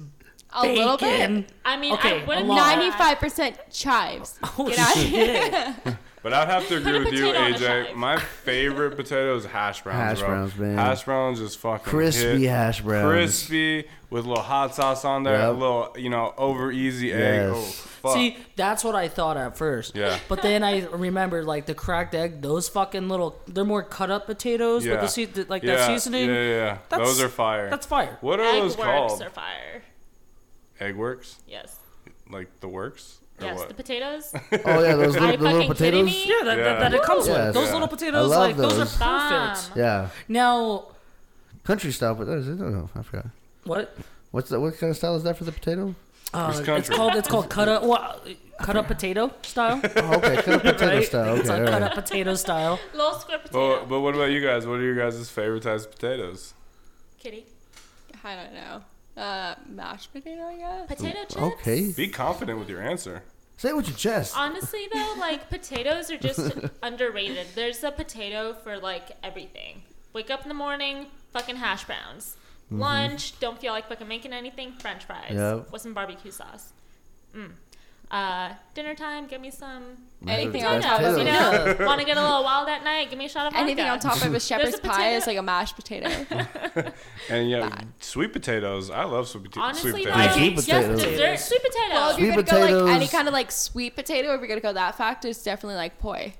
F: A
D: bacon.
F: little bit.
B: I mean,
D: Okay,
B: I
D: a
B: wouldn't
D: lot.
B: mind that.
F: Ninety-five percent chives.
D: Oh,
F: Get out of
D: shit.
C: But I'd have to agree
B: a
C: with you,
B: potato on a
C: AJ.
B: shive.
C: My favorite potato is hash browns.
E: Hash
C: bro.
E: browns, man.
C: Hash browns is fucking
E: Crispy
C: hit.
E: hash browns.
C: Crispy with a little hot sauce on there, a
E: Yep.
C: little you know over easy egg. Oh
E: Yes.
C: fuck!
D: See, that's what I thought at first.
C: Yeah.
D: But then I remembered, like, the cracked egg, those fucking little, they're more cut up potatoes with
C: Yeah.
D: the sea, the- like
C: yeah.
D: that seasoning.
C: Yeah, yeah, yeah.
D: That's-
C: those are fire.
D: That's fire.
C: what are
B: Egg
C: those
B: works
C: called?
B: are fire.
C: Egg works,
B: Yes.
C: like the works. Or
B: Yes,
C: what?
B: the potatoes.
E: Oh yeah, those
B: Are
E: little,
B: you
E: the little
B: fucking kidding
E: potatoes.
B: me?
D: Yeah, that,
C: Yeah.
D: That, that it comes
E: Yes.
D: with. Those
E: Yeah.
D: little potatoes,
E: I love
D: like, those,
E: those.
D: are
B: Bomb.
D: perfect.
E: Yeah,
D: Now,
E: country style. But uh, I don't know. I forgot.
D: what?
E: What's that? What kind of style is that for the potato?
D: Uh, it's
C: country.
D: called it's called cut up well, cut up potato style.
E: Oh, okay, kind of potato
D: Right?
E: style.
D: it's
E: Okay,
D: like
E: all
D: cut
E: right.
D: up potato style.
B: Little square potato.
C: But, but what about you guys? What are your guys' favorite types of potatoes?
B: Kitty.
F: I don't know. Uh, mashed potato, I guess.
B: Potato chips.
E: Okay,
C: Be confident with your answer.
E: say it with your chest.
B: Honestly though, like potatoes are just underrated. There's a potato for like everything. Wake up in the morning, fucking hash browns.
D: Mm-hmm.
B: Lunch, don't feel like fucking making anything, french fries.
E: Yep.
B: With some barbecue sauce. Mm. Uh, dinner time, give me some
F: Anything
E: Mashed
F: on
B: donuts,
F: top
E: potatoes.
F: of
B: you
F: it.
B: know? Want to get a little wild at night, give me a shot of vodka.
F: Anything on top of a shepherd's
B: a
F: pie is like
B: potato.
F: a mashed potato.
C: And yeah, sweet potatoes. I love sweet, pota- sweet
B: Honestly,
C: potatoes.
B: like,
E: Sweet
B: yes,
E: potatoes.
B: dessert, sweet potato.
F: well, if you're
E: Sweet
F: gonna go like any
E: potatoes.
F: kind of like sweet potato, if you're gonna go that fact, it's definitely like poi,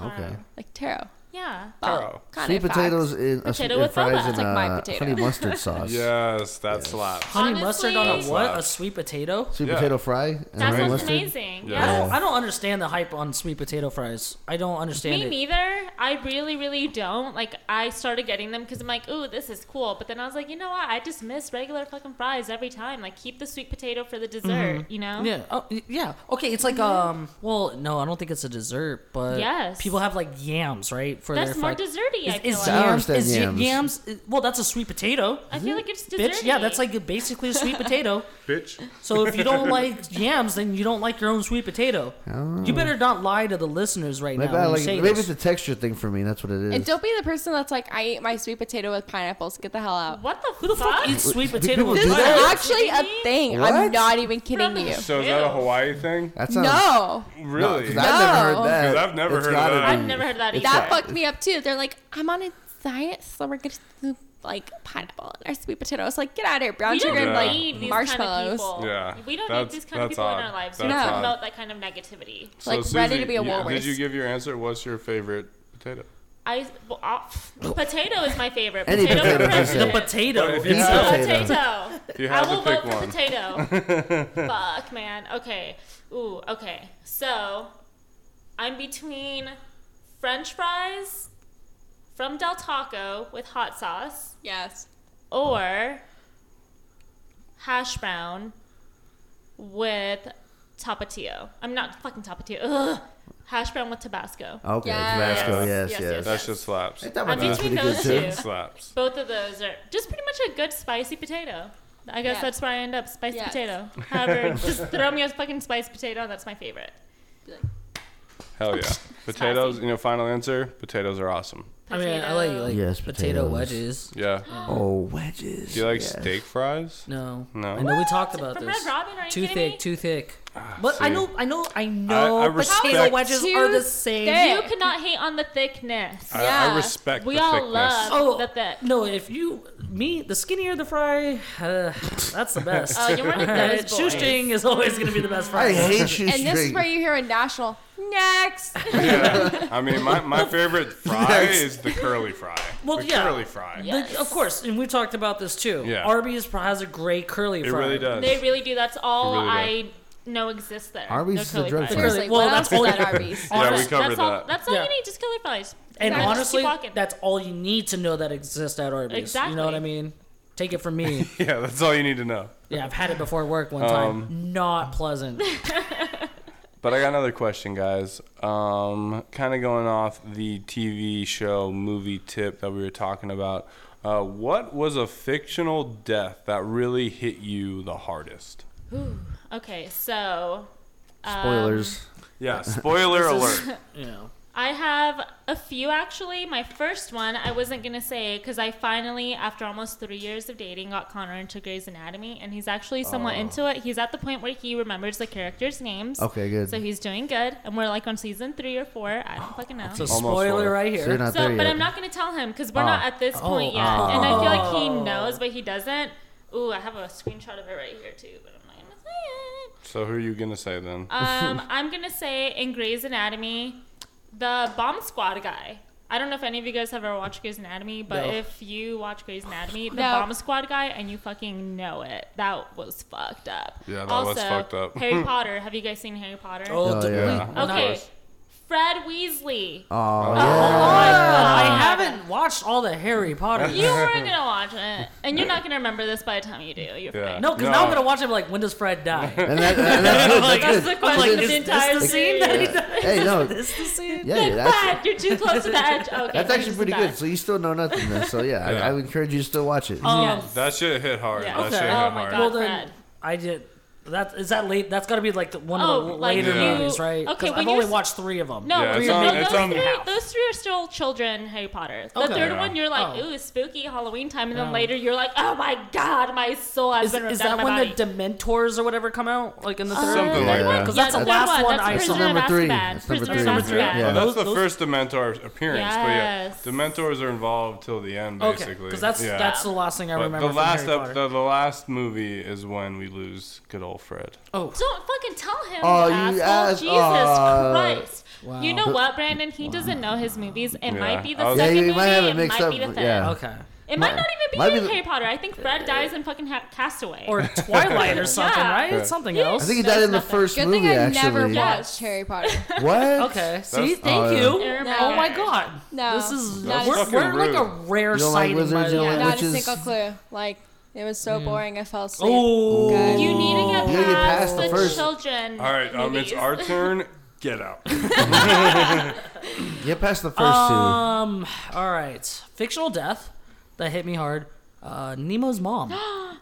E: Okay,
F: like taro.
B: yeah.
C: Taro.
F: Kind
E: sweet
F: of
E: potatoes in uh,
B: Potato
E: and
B: with boba.
E: fries in
F: It's like my
E: uh,
F: potato.
E: honey mustard sauce.
C: Yes, that slaps.
D: Honey mustard on a
B: Honestly-
D: what? A sweet potato?
E: Sweet
C: Yeah.
E: potato fry and
B: That
E: honey
B: sounds
E: mustard.
B: amazing.
C: Yeah.
B: Yeah.
D: I don't, I don't understand the hype on sweet potato fries. I don't understand
B: Me
D: it.
B: neither. I really, really don't. Like, I started getting them because I'm like, ooh, this is cool. But then I was like, you know what? I just miss regular fucking fries every time. Like, keep the sweet potato for the dessert, you know?
D: Yeah. Oh, y- yeah. Okay. It's like um. Well, no, I don't think it's a dessert, but
B: Yes.
D: people have like yams, right? For
B: That's
D: their
B: more
D: fried-
B: desserty, I feel
D: Is, is
B: like.
E: I
D: yams?
E: understand
D: Is y-
E: yams.
D: yams? i- well, that's a sweet potato.
B: I feel like it's desserty.
D: Bitch, yeah, that's like basically a sweet potato.
C: Bitch.
D: So if you don't like yams, then you don't like your own sweet potato. You better not lie to the listeners right
E: Oh. Maybe,
D: now.
E: I
D: when you
E: like,
D: say
E: maybe
D: this.
E: it's a texture thing for me. That's what it is.
F: And don't be the person that's like, I ate my sweet potato with pineapples. Get the hell out.
B: what the
D: Who the fuck eats sweet potato
E: people
D: with
E: do
F: This is
E: that?
D: fries?
F: actually a thing.
E: What?
F: I'm not even kidding you.
C: So is that a
B: Ew.
C: Hawaii thing?
E: that sounds
F: No,
C: Really?
E: 'Cause I've never
F: No.
E: heard that.
C: 'Cause I've never
E: It's
C: heard of
E: gotta
C: that.
E: be-
B: I've never heard that either.
F: that fucked me up too. They're like, I'm on a diet, so we're gonna do like pineapple and our sweet potato. It's like, get out of here, brown
B: we
F: sugar
B: don't
F: and
C: Yeah.
B: need
F: like
B: these kind
F: marshmallows.
B: of people.
C: Yeah.
B: We don't
C: That's-
B: need these kind of
C: that's
B: people
C: odd.
B: in our lives. We
C: That's
B: don't
F: odd.
B: promote that kind of negativity.
C: So
F: like, ready to be a
C: you- Did
F: walrus.
C: you give your answer? What's your favorite potato?
B: I, well, uh, potato is my favorite.
E: Oh. Any
B: potato for
E: potato, she said.
D: The
B: president.
D: potato.
C: But if you
E: Any
D: It's-
C: have-
E: potato.
B: potato.
C: You
B: I
C: have to
B: will vote
C: pick
B: for
C: one.
B: potato. Fuck, man. Okay. Ooh, okay. So, I'm between french fries from Del Taco with hot sauce
F: Yes.
B: or hash brown with tapatio. I'm not fucking tapatio. Ugh. Hash brown with Tabasco.
E: Okay,
F: Yes.
E: Tabasco. Yes, yes.
B: Yes, yes.
C: That's just slaps.
E: I thought
B: I'm
E: about that was
B: between
E: pretty good
B: those
E: too.
B: two.
C: Slaps.
B: Both of those are just pretty much a good spicy potato. I guess
F: Yeah.
B: that's where I end up. Spicy
F: Yes.
B: potato. However, just throw me a fucking spiced potato. That's my favorite.
C: Hell yeah. Potatoes. You know, final answer. Potatoes are awesome.
D: I mean, I like like
E: Yes,
D: potato
E: potatoes.
D: wedges.
C: Yeah.
E: Oh, wedges.
C: Do you like
E: yes.
C: steak fries?
D: No,
C: No.
D: I know we talked about
B: From
D: this.
B: Red Robin, are you
D: too
B: kidding
D: thick,
B: me?
D: too thick. But
C: Ah, see.
D: I know, I know, I know.
C: I
D: potato
C: respect-
D: wedges
F: Too
D: are the same.
F: thick.
B: You cannot hate on the thickness.
C: I, I
F: Yeah.
C: respect
B: We
C: the
B: all
C: thickness.
B: love
D: Oh,
B: the thick.
D: No, if you me, the skinnier the fry, uh, that's the best.
B: Oh, you're one of those boys.
D: Shoestring is always gonna be the best fry.
E: I hate you.
F: And this is where you hear a national next.
C: Yeah. I mean, my, my favorite fry
E: Yes.
C: is the curly fry.
D: Well,
C: the
D: yeah.
C: curly fry.
D: The- of course, and we talked about this too.
C: Yeah.
D: Arby's has a great curly
C: It
D: fry.
C: really does.
B: They really do. That's all
C: really
B: I know exists there.
E: Arby's
B: No
E: is the
B: curly
E: drug
B: fries.
D: free.
F: Seriously,
D: Well,
F: what
D: that's
F: else is
D: all-
F: at Arby's?
C: Yeah, we
B: That's-
C: covered
B: that's all,
C: that.
B: That's all
D: Yeah.
B: you need. Just curly fries.
D: And
B: Exactly. Just
D: honestly,
B: keep walking.
D: that's all you need to know that exists at Arby's. You know what I
B: Exactly.
D: mean? Take it from me.
C: Yeah, that's all you need to know.
D: yeah, I've had it before work one time.
C: Um,
D: Not pleasant.
C: But I got another question, guys. Um, kind of going off the TV show movie tip that we were talking about. Uh, what was a fictional death that really hit you the hardest?
B: okay. So
E: Spoilers.
C: Yeah, spoiler alert.
D: you know.
B: I have a few actually. My first one, I wasn't gonna say because I finally, after almost three years of dating, got Connor into Grey's Anatomy, and he's actually somewhat into it. He's at the point where he remembers the characters' names.
E: Oh. Okay, good.
B: So he's doing good, and we're like on season three or four. I don't fucking know.
D: It's a
C: Almost
D: spoiler
C: there.
D: right
E: so you're
D: here.
E: not
B: So,
E: there
B: but
E: yet.
B: I'm not going to tell him because we're
E: Ah.
B: not at this point yet,
D: ah.
B: and I feel like he
E: oh.
B: knows, but he doesn't. Ooh, I have a screenshot of it right here too, but I'm not going to say
C: So who are you gonna say then?
B: it. Um, I'm going to say in Grey's Anatomy, the bomb squad guy. I don't know if any of you guys have ever watched Grey's Anatomy, but
D: No.
B: if you watch Grey's Anatomy, the
F: No.
B: bomb squad guy, and you fucking know it, that was fucked up.
C: Yeah, that was
B: also,
C: fucked up.
B: Harry Potter. Have you guys seen Harry Potter?
D: Oh,
E: Oh,
D: d-
E: yeah.
D: we-
B: okay. Fred Weasley.
E: Oh,
D: I haven't watched all the Harry Potter.
B: You weren't gonna watch it, and you're not gonna remember this by the time you do. You're
C: Yeah.
B: fine.
D: No, because now I'm gonna watch it. Like, when does Fred die?
E: And, that, and that's good.
D: Like,
E: that's
B: That's
E: good.
B: the
D: I'm
B: question
D: like,
B: of
D: is
B: the
D: this
B: entire
D: the scene
B: series.
D: that he
E: Hey, no,
D: This the scene.
E: yeah,
B: Look,
E: that's,
B: Brad, you're too close to the edge. Okay,
E: that's
B: you're
E: actually
B: just
E: pretty
B: a
E: good.
B: bad.
E: So you still know nothing then. So yeah,
C: Yeah.
E: I, I would encourage you to still watch it.
B: Yes.
C: that shit hit hard.
B: Yeah.
C: That
D: Okay.
C: shit hit
B: Oh my
C: hard.
B: God.
D: well then,
B: Fred.
D: I did. That is that late? That's got to be like the- one
B: Oh,
D: of the
B: like
D: later
C: you-
D: movies, right?
B: okay,
D: 'Cause
B: when
D: I've
B: you're
D: only
B: s-
D: watched three of them.
B: No,
C: Yeah, it's
B: no,
C: on-
B: those,
C: it's on-
B: three, those three are still children. Harry Potter. The
D: Okay.
B: third
C: Yeah.
B: one, you're like,
D: Oh.
B: ooh, spooky Halloween time, and then
D: Oh.
B: later you're like, oh my god, my soul has
D: Is,
B: been ripped
D: is
B: out of
D: that
B: my
D: when
B: body.
D: the Dementors or whatever come out? Like in the third?
C: Something like
E: Yeah.
C: that.
D: Because
B: Yeah,
D: that's the
B: third
D: last
B: one,
D: one
B: that's
D: I
E: That's
D: saw.
B: Prisoner
E: number
B: of
E: three.
B: Azkaban.
E: That's number
B: Prisoner
E: three.
B: of
C: Number three.
B: Azkaban.
C: Well,
E: Yeah.
C: that's the
D: Those-
C: first Dementor appearance,
B: Yes.
C: but yeah, Dementors are involved till the end,
D: Okay,
C: basically.
D: because that's
C: yeah.
D: that's the last thing I
C: But
D: remember.
C: the last
D: from Harry Potter.
C: the, the last movie is when we lose good old Fred.
D: oh,
B: Don't fucking tell him.
E: Oh,
B: you
E: you
B: asshole.
E: ass-
B: Jesus
E: oh.
B: Christ. You know
E: But-
B: what, Brandon? He doesn't know his movies. It might be the
C: I was-
E: yeah,
B: second
E: you
B: movie.
E: might have
B: it
E: it mixed
B: might
E: up.
B: be the third.
E: Yeah.
D: okay.
B: It
E: Might-
B: might, not even be,
E: might be
B: in
E: the-
B: Harry Potter. I think Fred dies in fucking ha- Castaway.
D: Or Twilight or something,
B: Yeah.
D: right? It's something
B: Yeah.
E: I
D: else.
E: think he died in the
B: nothing.
E: first
F: Good
E: movie,
F: thing I never
E: actually.
B: Yeah.
F: watched Harry Potter.
E: What?
D: Okay. See,
E: oh,
D: thank
E: yeah.
D: you.
B: Irma-
D: Oh my god.
F: No.
D: This is
F: That's
D: we're,
C: fucking
D: we're like
C: rude.
D: a rare
E: You don't like
D: sighting.
E: wizards,
D: by
E: you
D: the
E: don't
D: way.
E: like
F: Not
E: Which
F: a
E: is-
F: single clue. Like it was so boring. I fell asleep.
D: Oh.
F: Good.
B: You need to get past,
E: You gotta get past
B: the,
E: the first-
B: children.
C: All right, um, it's
B: movies.
C: our turn. Get out.
E: Get past the first
D: Um. All right. Fictional death that hit me hard. Uh, Nemo's mom.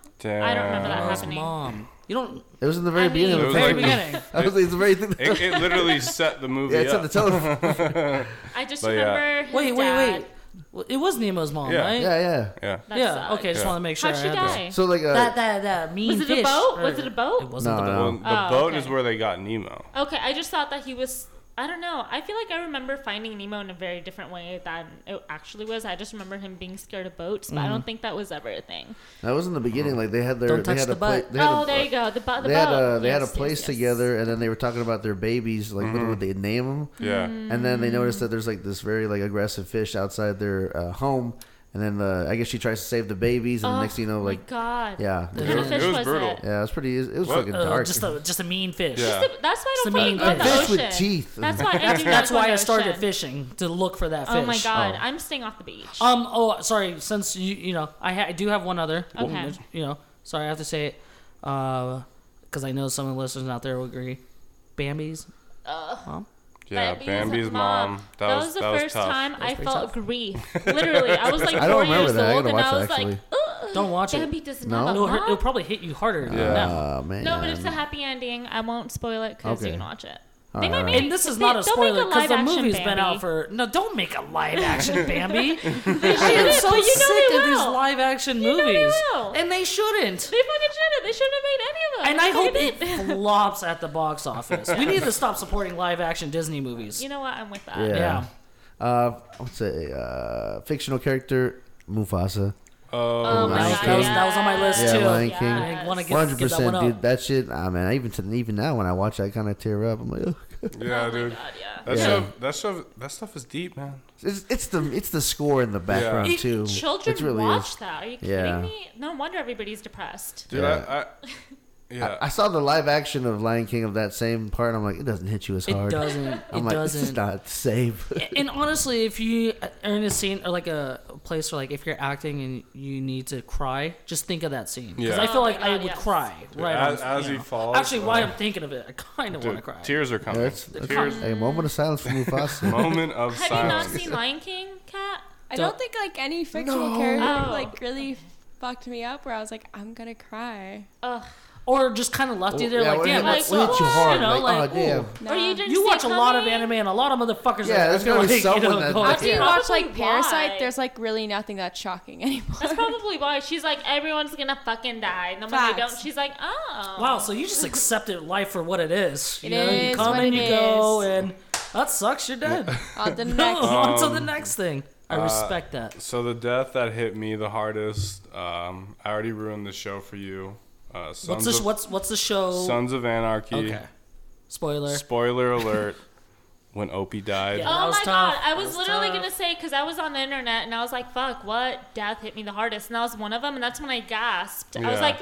C: Damn.
B: I don't remember that
D: Nemo's
B: happening.
D: mom. You don't.
E: two. It was in the very beginning
C: It
E: of
C: was
E: the
D: Very
C: like-
E: film.
D: beginning.
E: That was like the very thing.
C: It, it literally set the movie
E: Yeah, it's on
C: up.
E: the telephone.
B: I just
C: But yeah.
B: remember. His
D: Wait, wait,
B: dad.
D: wait. Well, It was Nemo's mom,
C: Yeah.
D: right?
E: Yeah,
C: yeah.
B: That
D: Yeah,
B: sucked.
D: Okay. Just
C: Yeah.
D: want to make sure.
B: How'd she
D: I had this.
B: die?
E: yeah. So like, uh,
D: That that that mean
B: Was it a
D: fish,
B: boat?
D: or-
B: Was it a boat?
D: It wasn't
E: No,
D: the
E: no.
D: boat.
C: Well, the
B: Oh,
C: boat
B: okay.
C: is where they got Nemo.
B: Okay, I just thought that he was. I don't know. I feel like I remember finding Nemo in a very different way than it actually was. I just remember him being scared of boats, but I
D: Mm-hmm.
B: don't think that was ever a thing.
E: that was in the beginning. Like they had their,
D: Don't
E: they
D: touch
E: had a
D: the
E: play,
D: butt.
E: they had
B: Oh,
E: a,
B: there you go. The, bu- the
E: they
B: boat.
E: had a they had a
B: Yes, yes,
E: place
B: yes.
E: together, and then they were talking about their babies, like what would they name them?
C: Yeah.
B: Mm.
E: And then they noticed that there's like this very like aggressive fish outside their uh, home, and then uh, I guess she tries to save the babies, and
B: Oh,
E: the next thing you know, like
B: my God.
E: yeah,
B: What kind of
C: It
B: fish
C: was
B: was
C: brutal.
B: it?
E: yeah, it was pretty. It was
C: What?
E: fucking
D: Uh,
E: dark.
D: just a just a mean fish.
C: Yeah.
B: Just the- That's why I
D: It's
B: don't
D: the
B: fucking
D: mean
B: go in the
E: fish
B: ocean.
E: with teeth.
B: That's why I do not
D: That's
B: go in
D: why
B: the
D: I started
B: ocean.
D: fishing to look for that fish.
B: Oh my god, I'm staying off the beach.
D: Um. Oh, sorry. Since you you know, I, ha- I do have one other.
B: Okay.
D: which, You know, sorry, I have to say it, because I know some of the listeners out there will agree. Bambi's.
C: Yeah,
B: Bambi's
C: Bambi's mom. That, was,
B: the
C: that was
B: first
C: tough.
B: time I
D: pretty
B: felt grief. Literally, I was like
E: I don't
B: four
E: remember
B: years
E: that. I
B: old,
E: gotta
B: and
E: watch
B: I
E: that,
B: was like,
E: actually.
B: Ugh,
D: Don't watch it.
B: Bambi does
E: No?
B: not
D: It'll,
B: have a
D: hurt, it'll
B: mom.
D: probably hit you harder. than
C: Yeah.
D: that.
E: Oh man.
B: No, but it's a happy ending. I won't spoil it because you
E: Okay.
B: can watch it.
E: All
B: They might
E: right.
B: make,
D: And this is
B: they-
D: not a
B: they'll make
D: spoiler because the
B: live-action
D: movie's been
B: Bambi.
D: out for. No, don't make a live action Bambi. I am
B: They shouldn't,
D: so
B: but you know
D: sick
B: they
D: of these
B: will.
D: live action
B: know they
D: movies,
B: will.
D: and they shouldn't.
B: They fucking shouldn't. They shouldn't have made any of them.
D: And I
B: They
D: hope
B: fucking did.
D: it flops at the box office. We need to stop supporting live action Disney movies.
B: You know what? I'm with that.
E: Yeah.
D: Yeah.
E: Uh, what's a uh, fictional character? Mufasa.
C: Oh,
B: Oh my
E: Lion
B: God,
E: King.
D: That was on my list,
E: Yeah,
D: too.
E: Lion King.
D: I want to
E: One hundred
D: get, get that one
E: percent,
D: up.
E: dude. That shit. I mean, I even to, even now when I watch, it, I kind of tear up. I'm like, Ugh.
C: yeah,
B: Oh my
C: dude.
B: God, yeah.
C: That
E: Yeah.
C: stuff, that stuff, that stuff is deep, man.
E: it's, it's the it's the score in the background
B: It-
E: too.
B: Children
E: It really
B: watch
E: is.
B: that. Are you kidding
E: Yeah.
B: me? No wonder everybody's depressed.
C: Dude, I, I, yeah.
E: I saw the live action of Lion King of that same part. And I'm like, it doesn't hit you as
D: It
E: hard.
D: doesn't. It
E: I'm like, this is
D: doesn't.
E: not the same.
D: and honestly, if you are in a scene or like a place where like if you're acting and you need to cry, just think of that scene because
C: Yeah.
D: I feel
B: Oh my
D: like I
B: God,
D: would
B: yes.
D: cry right
C: as-
D: on-
C: as
D: you
C: he
D: know.
C: falls,
D: Actually, while
C: uh,
D: I'm thinking of it, I kind of want to
C: Dude,
D: cry.
C: tears are coming.
E: That's- that's-
C: tears.
E: a moment of silence for Mufasa.
C: Moment of
B: Have you not
C: silence.
B: seen Lion King, Cat?
F: I don't
D: Don't-
F: think like any fictional character
B: Oh.
F: like really fucked me up where I was like, I'm gonna cry.
B: Ugh.
D: or just kind of left you there,
E: yeah,
D: like
E: what-
D: damn,
E: what-
D: that's
B: what hit you
E: hard,
D: You know,
E: like,
D: like,
E: oh, damn.
D: ooh.
F: No.
B: Or you didn't
D: You
B: see
D: watch
B: it
D: a lot of
B: coming?
D: anime, and a lot of motherfuckers.
E: Yeah,
D: are,
E: there's gonna be
D: like, you
E: someone
D: know,
E: that-
D: going,
E: After
F: After you
D: "Damn."
F: watch
B: Probably
F: like Parasite,
B: why.
F: there's like really nothing that's shocking anymore.
B: That's probably why she's like everyone's gonna fucking die. And then when they
F: Facts.
B: don't, she's like, oh.
D: Wow, so you just accepted life for what it is. You
F: It
D: know,
F: is
D: you come
F: what
D: and
F: it
D: you go,
F: is.
D: and that sucks. You're dead.
F: On the
D: No,
F: next,
D: on to
E: Um,
D: the next thing. I
E: uh,
D: respect that.
C: So the death that hit me the hardest. Um, I already ruined the show for you. Uh, Sons
D: What's the
C: of,
D: what's what's the show?
C: Sons of Anarchy.
D: Okay. Spoiler.
C: Spoiler alert. when Opie died.
D: Yeah.
B: Oh
D: That was
B: my
D: tough.
B: god! I
D: That
B: was,
D: was
B: literally
D: tough.
B: gonna say because I was on the internet and I was like, "Fuck, what death hit me the hardest?" And that was one of them, and that's when I gasped. I was
C: Yeah.
B: like,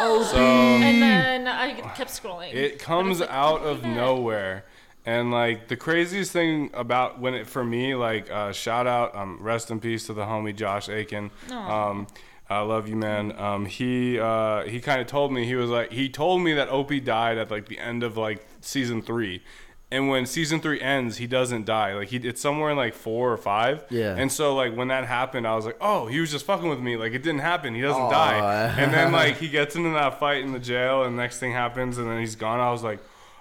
B: "Oh!"
C: So
B: And then I kept scrolling.
C: it comes out of nowhere. And like the craziest thing about when it for me, like uh, shout out, um, rest in peace to the homie Josh Aiken. Um, I love you, man. Um, he uh, he kind of told me he was like he told me that Opie died at like the end of like season three, and when season three ends, he doesn't die. Like he it's somewhere in like four or five.
E: Yeah.
C: And so like when that happened, I was like, oh, he was just fucking with me. Like it didn't happen. He doesn't
E: Aw.
C: die. And then like he gets into that fight in the jail, and next thing happens, and then he's gone. I was like,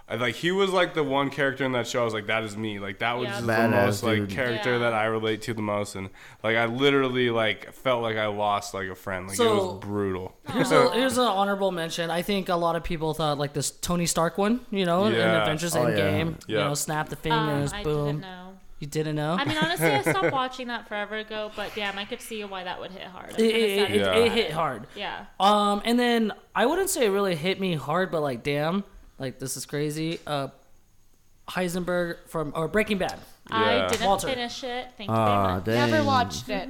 C: I, like he was like the one character in that show. I was like, that is me. Like that was
B: Yeah.
C: just the
E: Badass
C: most like
E: dude.
C: character
B: Yeah.
C: that I relate to the most, and like I literally like felt like I lost like a friend. Like it
D: So-
C: was brutal. Uh,
D: Here's, a, here's an honorable mention. I think a lot of people thought like this Tony Stark one, you know, in
C: Yeah.
D: Avengers
E: Oh, yeah.
D: Endgame. You
C: Yeah.
D: know, snap the
B: Um,
D: fingers,
B: I
D: boom.
B: didn't know.
D: You didn't know?
B: I mean, honestly, I stopped watching that forever ago, but damn, I could see why that would hit hard. I'm
D: it,
B: kinda
D: it-
B: sad
D: it-
B: about
C: Yeah.
D: it hit hard.
B: that. yeah.
D: Um, and then I wouldn't say it really hit me hard, but like, damn, like this is crazy. Uh, Heisenberg from or Breaking Bad.
B: I
C: Yeah.
B: didn't
D: Walter.
B: finish it. Thank you very
E: Ah,
B: much.
E: dang.
F: never watched it.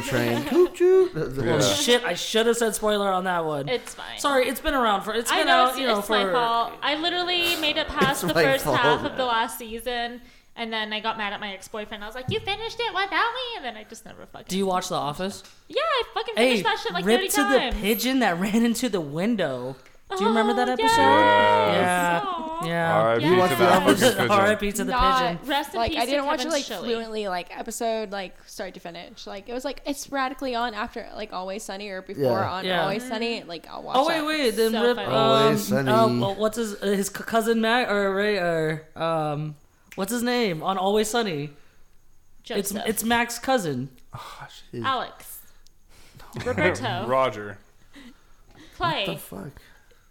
E: train. Choo choo.
C: Yeah.
D: Shit, I should have said spoiler on that one.
B: It's fine.
D: Sorry, it's been around for. It's
B: I
D: been
B: know,
D: out,
B: it's,
D: you know,
B: it's
D: for.
B: my fault. I literally made it past the
E: my
B: first
E: fault.
B: half of the last season, and then I got mad at my ex-boyfriend. I was like, "You finished it without me," and then I just never fucking.
D: Do you watch The Office?
B: Yeah, I fucking
D: Hey,
B: finished that shit like
D: rip
B: thirty
D: to
B: times.
D: the pigeon that ran into the window. Do you remember that
B: Oh,
D: episode?
C: yes.
B: Aw.
D: Yeah.
C: R.I.P.
B: You
C: to that
B: watched The
C: fucking pigeon.
D: R.I.P. to the
F: Not-
D: pigeon.
B: Rest in
F: like
B: peace.
F: I didn't
B: to
F: watch
B: Kevin
F: it like
B: Shilley.
F: fluently, like episode like start to finish. Like it was like it's radically on after like Always Sunny or before
E: Yeah.
F: on
D: Yeah.
F: Always Sunny. Like I'll watch.
D: Oh wait,
F: that.
D: wait. Then
B: So
D: rip.
B: funny.
D: Um,
E: Always sunny.
D: um, well, what's his uh, his c- cousin Matt or Ray or um, what's his name on Always Sunny? It's
B: Joseph.
D: it's Mac's cousin.
B: Alex. Roberto.
C: Roger.
B: Clay.
E: The fuck.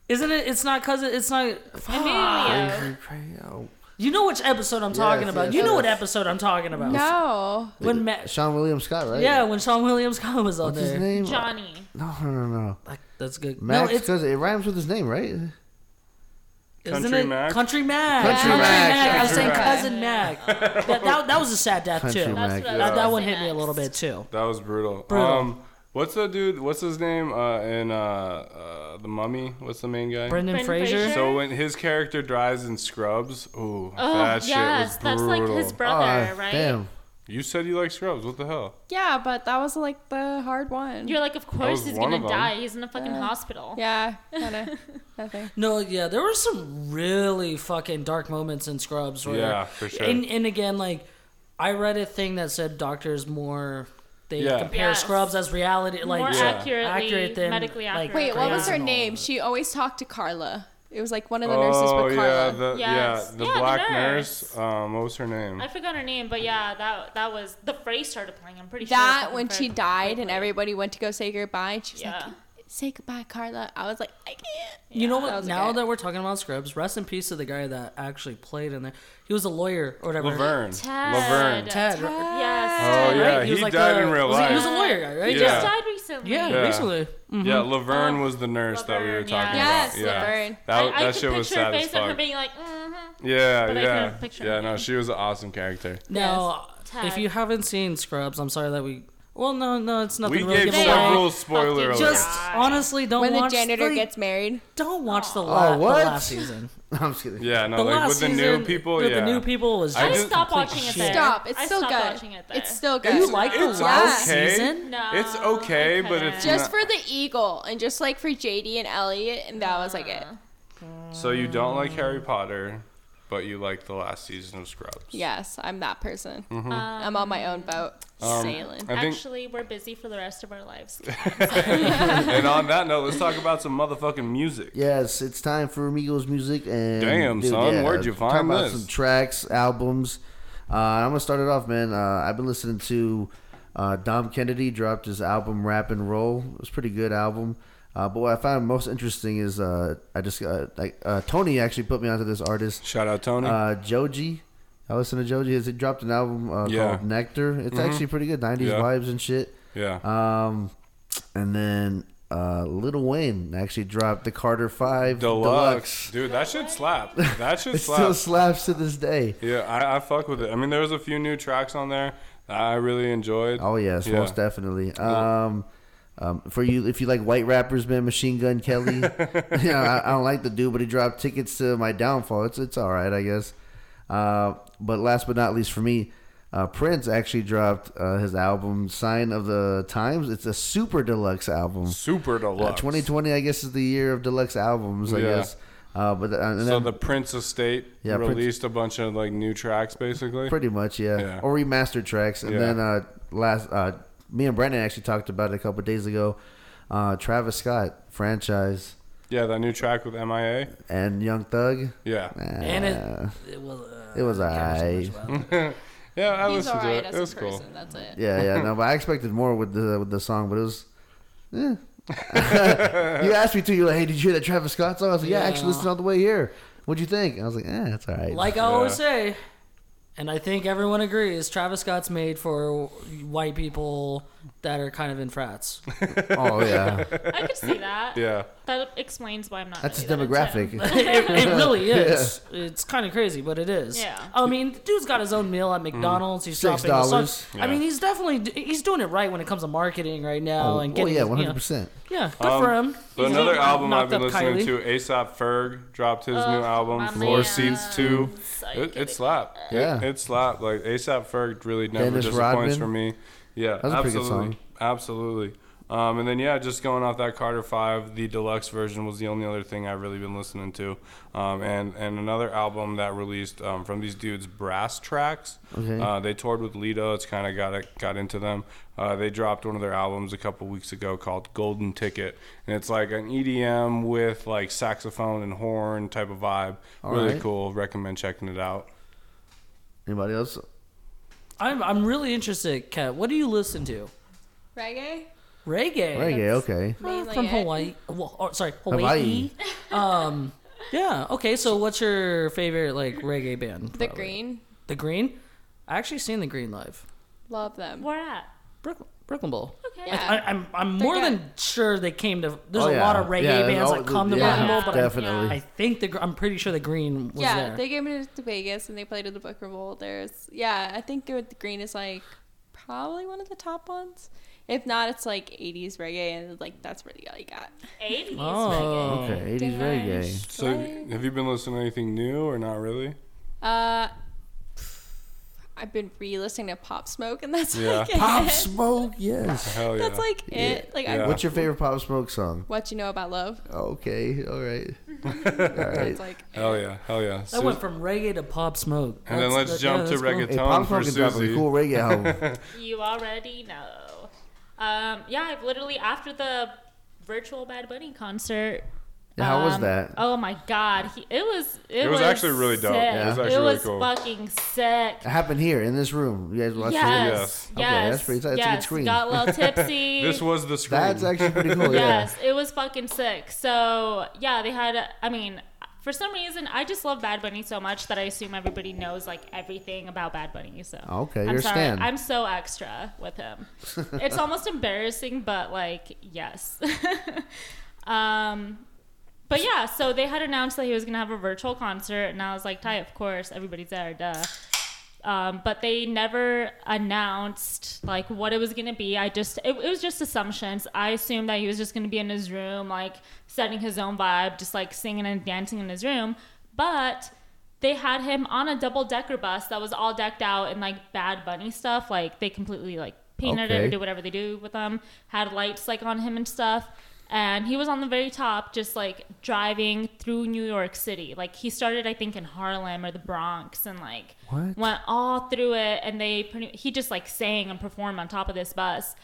D: Isn't it? It's not cousin. It's not.
B: Emilio.
E: Crazy train. Oh.
D: You know which episode I'm talking about.
E: yes,
D: you know what
E: yes.
D: episode I'm talking about.
F: No,
D: When Matt.
E: Sean William Scott, right?
D: Yeah, when Sean Williams Cotton was on
E: What's his
D: there.
E: name?
B: Johnny.
E: No, no, no, no.
D: Like, that's good.
E: Max,
D: no, it's
E: because it rhymes with his name, right?
D: isn't
C: Country
D: it?
C: Mac?
D: Country Mac.
E: Country Mac,
D: I was
E: Country
D: saying
E: Mac.
D: cousin Mac. that, that, that was a sad death
E: Country
D: too.
B: That's
E: Mac.
B: what I was
D: That,
B: gonna
D: that one
B: say
D: hit me a
B: next.
D: little bit too.
C: That was brutal.
D: Brutal.
C: Um, what's the dude? What's his name? Uh, in uh, uh, the Mummy. What's the main guy?
D: Brendan,
B: Brendan
D: Fraser.
B: Fraser?
C: So when his character drives in Scrubs, ooh,
B: Oh
C: that
B: yes,
C: shit was
B: that's
C: brutal.
B: like his brother,
E: Ah,
B: right?
E: Damn.
C: You said you like Scrubs. What the hell?
F: yeah, but that was like the hard one.
B: You're like, of course
C: was
B: he's
C: one
B: gonna
C: of them.
B: die. He's in a fucking hospital.
F: yeah, kind of nothing.
D: No, yeah, there were some really fucking dark moments in Scrubs. Where,
C: Yeah, for sure.
D: And, and again, like I read a thing that said doctors more they
C: Yeah.
D: compare
B: Yes.
D: Scrubs as reality, like
B: More
C: Yeah.
B: accurately,
D: accurate than,
B: medically
D: like,
B: accurate.
F: Wait, what was her
D: Grayson.
F: name? She always talked to Carla. It was like one of the nurses,
C: Oh
F: but Carla.
C: yeah, the
B: Yes.
C: yeah the
B: Yeah, the
C: black
B: nurse.
C: nurse. Um, what was her name?
B: I forgot her name, but yeah, that that was the phrase started playing. I'm pretty sure
F: that
B: fucking
F: when she
B: Frey-
F: died and everybody went to go say goodbye, and she was
B: Yeah.
F: like, "Say goodbye, Carla." I was like, "I can't."
D: You know
F: That
D: what?
F: was
D: Now
F: good.
D: that we're talking about Scrubs, rest in peace to the guy that actually played in there. He was a lawyer or whatever.
C: Laverne.
B: Ted.
C: Laverne.
D: Ted. right?
B: Yes.
C: Oh yeah,
D: Right?
C: he,
D: was like
C: died
D: the-
C: in real
D: was he-
C: life.
D: He was a lawyer guy, right?
B: He
C: Yeah.
B: just died recently.
D: Yeah,
C: Yeah.
D: recently.
C: Yeah, Laverne
B: Oh,
C: was the nurse that we were
B: Laverne,
C: talking
F: yeah.
C: about.
F: Yes,
C: yeah.
F: Laverne.
B: I,
C: That,
B: I
C: that
B: could
C: shit was
B: picture her
C: sad as
B: face and her
C: fuck.
B: being like, mm-hmm.
C: Yeah,
B: but I
C: yeah,
B: couldn't picture
C: yeah.
B: her
C: No,
B: name.
C: she was an awesome character.
D: Now,
B: Yes.
D: if you haven't seen Scrubs, I'm sorry that we. Well, no, no, it's nothing
C: We
D: really
C: gave
D: good.
C: several
B: Fuck you,
C: spoiler alerts.
D: Just
B: Yeah.
D: honestly, don't
F: When the
D: watch
F: janitor
D: the-
F: gets married,
D: Don't watch the, la-
E: Oh, what?
D: the last season.
E: I'm just kidding.
C: yeah, no,
D: The
C: Oh, like
D: last
C: with the
D: season,
C: new people.
D: with
C: yeah,
D: the new people was
C: I
B: I,
C: just-
B: stopped
D: complete
B: watching it
D: shit.
B: there.
F: stop. It's
B: I
F: still
B: stopped
F: good.
B: watching it there.
F: It's still good.
D: You like the
C: It's
D: last
C: okay.
D: season?
B: No,
C: It's okay,
B: I
C: but
B: couldn't.
C: it's-
F: just for the eagle and just like for JD and Elliot, and that was like it.
B: Ah.
C: So you don't
F: Um,
C: like Harry Potter, but you like the last season of Scrubs. Mm-hmm.
B: Um,
F: Yes, I'm that person. I'm on my own boat.
C: Um,
F: Sailing.
C: I think-
B: Actually, we're busy for the rest of our lives.
C: and on that note, let's talk about some motherfucking music.
E: Yes, it's time for Amigos music and
C: Damn, son, where'd you
E: talking
C: find
E: about
C: this?
E: some tracks, albums. Uh, I'm gonna start it off, man. Uh, I've been listening to uh, Dom Kennedy dropped his album Rap and Roll. It was a pretty good album. Uh, but what I found most interesting is uh, I just uh, like uh, Tony actually put me onto this artist
C: Shout out Tony.
E: uh, Joji. I listened to Joji. Has he dropped an album uh,
C: Yeah. Mm-hmm.
E: called Nectar? It's actually pretty good. 90s
C: Yeah.
E: vibes and shit.
C: yeah.
E: Um, and then uh, Little Wayne actually dropped the Carter Five
C: Deluxe.
E: Deluxe.
C: Dude, that should slap. That should
E: It
C: slap.
E: still slaps to this day.
C: yeah, I, I fuck with it. I mean, there was a few new tracks on there that I really enjoyed.
E: Oh yes,
C: Yeah.
E: most definitely. Um, um, for you, if you like white rappers, man, Machine Gun Kelly. you know, I, I don't like the dude, but he dropped tickets to my downfall. It's it's all right, I guess. Uh, but last but not least, for me, uh, Prince actually dropped uh, his album "Sign of the Times." It's a super deluxe album.
C: Super
E: Uh,
C: deluxe.
E: 2020, I guess, is the year of deluxe albums. I
C: Yeah.
E: guess. Uh, but uh, and
C: So
E: then
C: the Prince Estate
E: Yeah, Prince-
C: released a bunch of like new tracks, basically.
E: pretty much, yeah.
C: Yeah.
E: Or remastered tracks, and
C: Yeah.
E: then uh, last, uh, me and Brendan actually talked about it a couple of days ago. Uh, Travis Scott franchise
C: yeah, that new track with MIA.
E: and Young Thug.
C: Yeah,
D: And
E: Uh,
D: it, it was. Uh,
E: it was
D: I don't care so
E: aight.
D: much about it.
C: yeah, I
F: He's
C: listened
F: alright
C: to it.
F: as
C: It
F: a
C: was
F: person.
C: cool.
F: That's it.
E: yeah, yeah. No, but I expected more with the with the song, but it was. Yeah. you asked me to. You're like, "Hey, did you hear that Travis Scott song?" I was like, "Yeah, I actually
D: Yeah.
E: listened all the way here." What'd you think? I was like, "Eh, that's all right."
D: Like I always say, and I think everyone agrees, Travis Scott's made for white people that are kind of in frats.
E: oh yeah,
B: I could see that.
C: Yeah,
B: That explains why I'm not.
E: that's a
B: really that into
E: demographic.
B: him.
D: it, it really is. It's kind of crazy, but it is.
B: Yeah.
D: I mean, the dude's got his own meal at McDonald's. He's
E: Six
D: dropping the sun-
E: dollars.
D: I mean, he's definitely he's doing it right when it comes to marketing right now and
E: oh
D: getting.
E: yeah,
D: you know,
E: one hundred percent.
D: Yeah, good for him.
C: Um, but
D: He's
C: another
D: knocked
C: album I've been
D: up
C: listening
D: Kylie. Oh,
C: to, ASAP Ferg dropped his new album,
B: my
C: Floor
B: man.
C: Seats Two.
B: So
C: It,
B: good.
C: it slapped.
E: Yeah.
C: it, it slapped. Like ASAP Ferg really never
E: Dennis
C: disappoints
E: Rodman.
C: for me. Yeah,
E: was a pretty good
C: absolutely,
E: song.
C: absolutely. Um, and then yeah, just going off that Carter Five, the deluxe version was the only other thing I've really been listening to. Um, and and another album that released um, from these dudes, Brass Tracks.
E: Okay.
C: Uh, they toured with Lido. It's kind of got it, got into them. Uh, they dropped one of their albums a couple weeks ago called Golden Ticket, and it's like an EDM with like saxophone and horn type of vibe. really
E: right.
C: cool. Recommend checking it out.
E: Anybody else?
D: I'm I'm really interested, Kat. What do you listen to?
F: Reggae?
D: Reggae.
E: Reggae, okay.
D: Uh,
F: Mainly
D: from
F: it.
D: Hawaii. Well, or, sorry, Hawaii.
E: Hawaii.
D: Um. Yeah. Okay. So, what's your favorite like reggae band?
F: The
D: probably?
F: Green.
D: The Green. I actually seen the Green live.
F: Love them.
B: Where at?
D: Brooklyn, Brooklyn Bowl.
B: Okay.
F: Yeah.
D: I, I'm I'm more
F: good.
D: than sure they came to. There's
E: Oh,
D: a
E: yeah.
D: lot of reggae
E: Yeah,
D: bands
E: all-
D: that come to
E: yeah,
D: Brooklyn Bowl, but I-
E: definitely.
D: I, think the gr- I'm pretty sure the Green was
F: yeah,
D: there.
F: they came to Vegas and they played at the Booker Bowl. There's, yeah, I think the Green is like probably one of the top ones. If not, it's like 80s reggae, and like that's really all you got.
B: 80s.
D: oh,
E: Okay, 80s reggae.
C: So have you been listening to anything new or not really?
F: Uh, I've been re-listening to Pop Smoke, and that's
C: Yeah.
F: like it.
E: Pop Smoke, yes.
C: Hell yeah.
F: That's like it. Like I,
C: Yeah.
E: What's your favorite Pop Smoke song? Oh,
F: what you know about love?
E: Okay, all right. All right.
F: It's like
C: Hell Oh, yeah. Hell yeah.
D: that went from reggae to pop smoke.
C: and then
D: That's- that-
C: let's jump
D: yeah,
C: to
D: that's cool.
E: Hey,
C: reggaeton
E: Pop
C: for
E: Smoke is dropping
C: Susie.
E: a cool reggae album.
B: You already know. Um, yeah, I've literally after the virtual Bad Bunny concert.
E: Yeah, how was
B: um,
E: that?
B: Oh my god, he, it was. It,
C: It was actually really dope.
B: sick.
E: Yeah. It was
C: actually
B: It
C: really
B: was
C: cool.
B: fucking sick.
E: It happened here in this room. You guys watched it?
B: Yes, yes,
E: uh, Okay, that's pretty tight. That's a good
B: yes.
E: screen.
B: Got a little tipsy.
C: This was the screen.
E: That's actually pretty cool. Oh, Yeah.
B: Yes, it was fucking sick. So yeah, they had. I mean, for some reason, I just love Bad Bunny so much that I assume everybody knows like everything about Bad Bunny. So
E: Okay,
B: I'm
E: you're a
B: sorry,
E: stan.
B: I'm so extra with him. it's almost embarrassing, but like yes. um, but yeah, so they had announced that he was gonna have a virtual concert, and I was like, "Ty, of course, everybody's there, duh." Um, but they never announced like what it was gonna be. I just it, it was just assumptions. I assumed that he was just gonna be in his room, like setting his own vibe, just like singing and dancing in his room. But they had him on a double decker bus that was all decked out in like Bad Bunny stuff. Like they completely like painted it
E: Okay.
B: or did whatever they do with them. Had lights like on him and stuff. and he was on the very top, just like driving through New York City. Like he started, I think, in Harlem or the Bronx, and like
E: What?
B: went all through it. And they pretty- he just like sang and performed on top of this bus,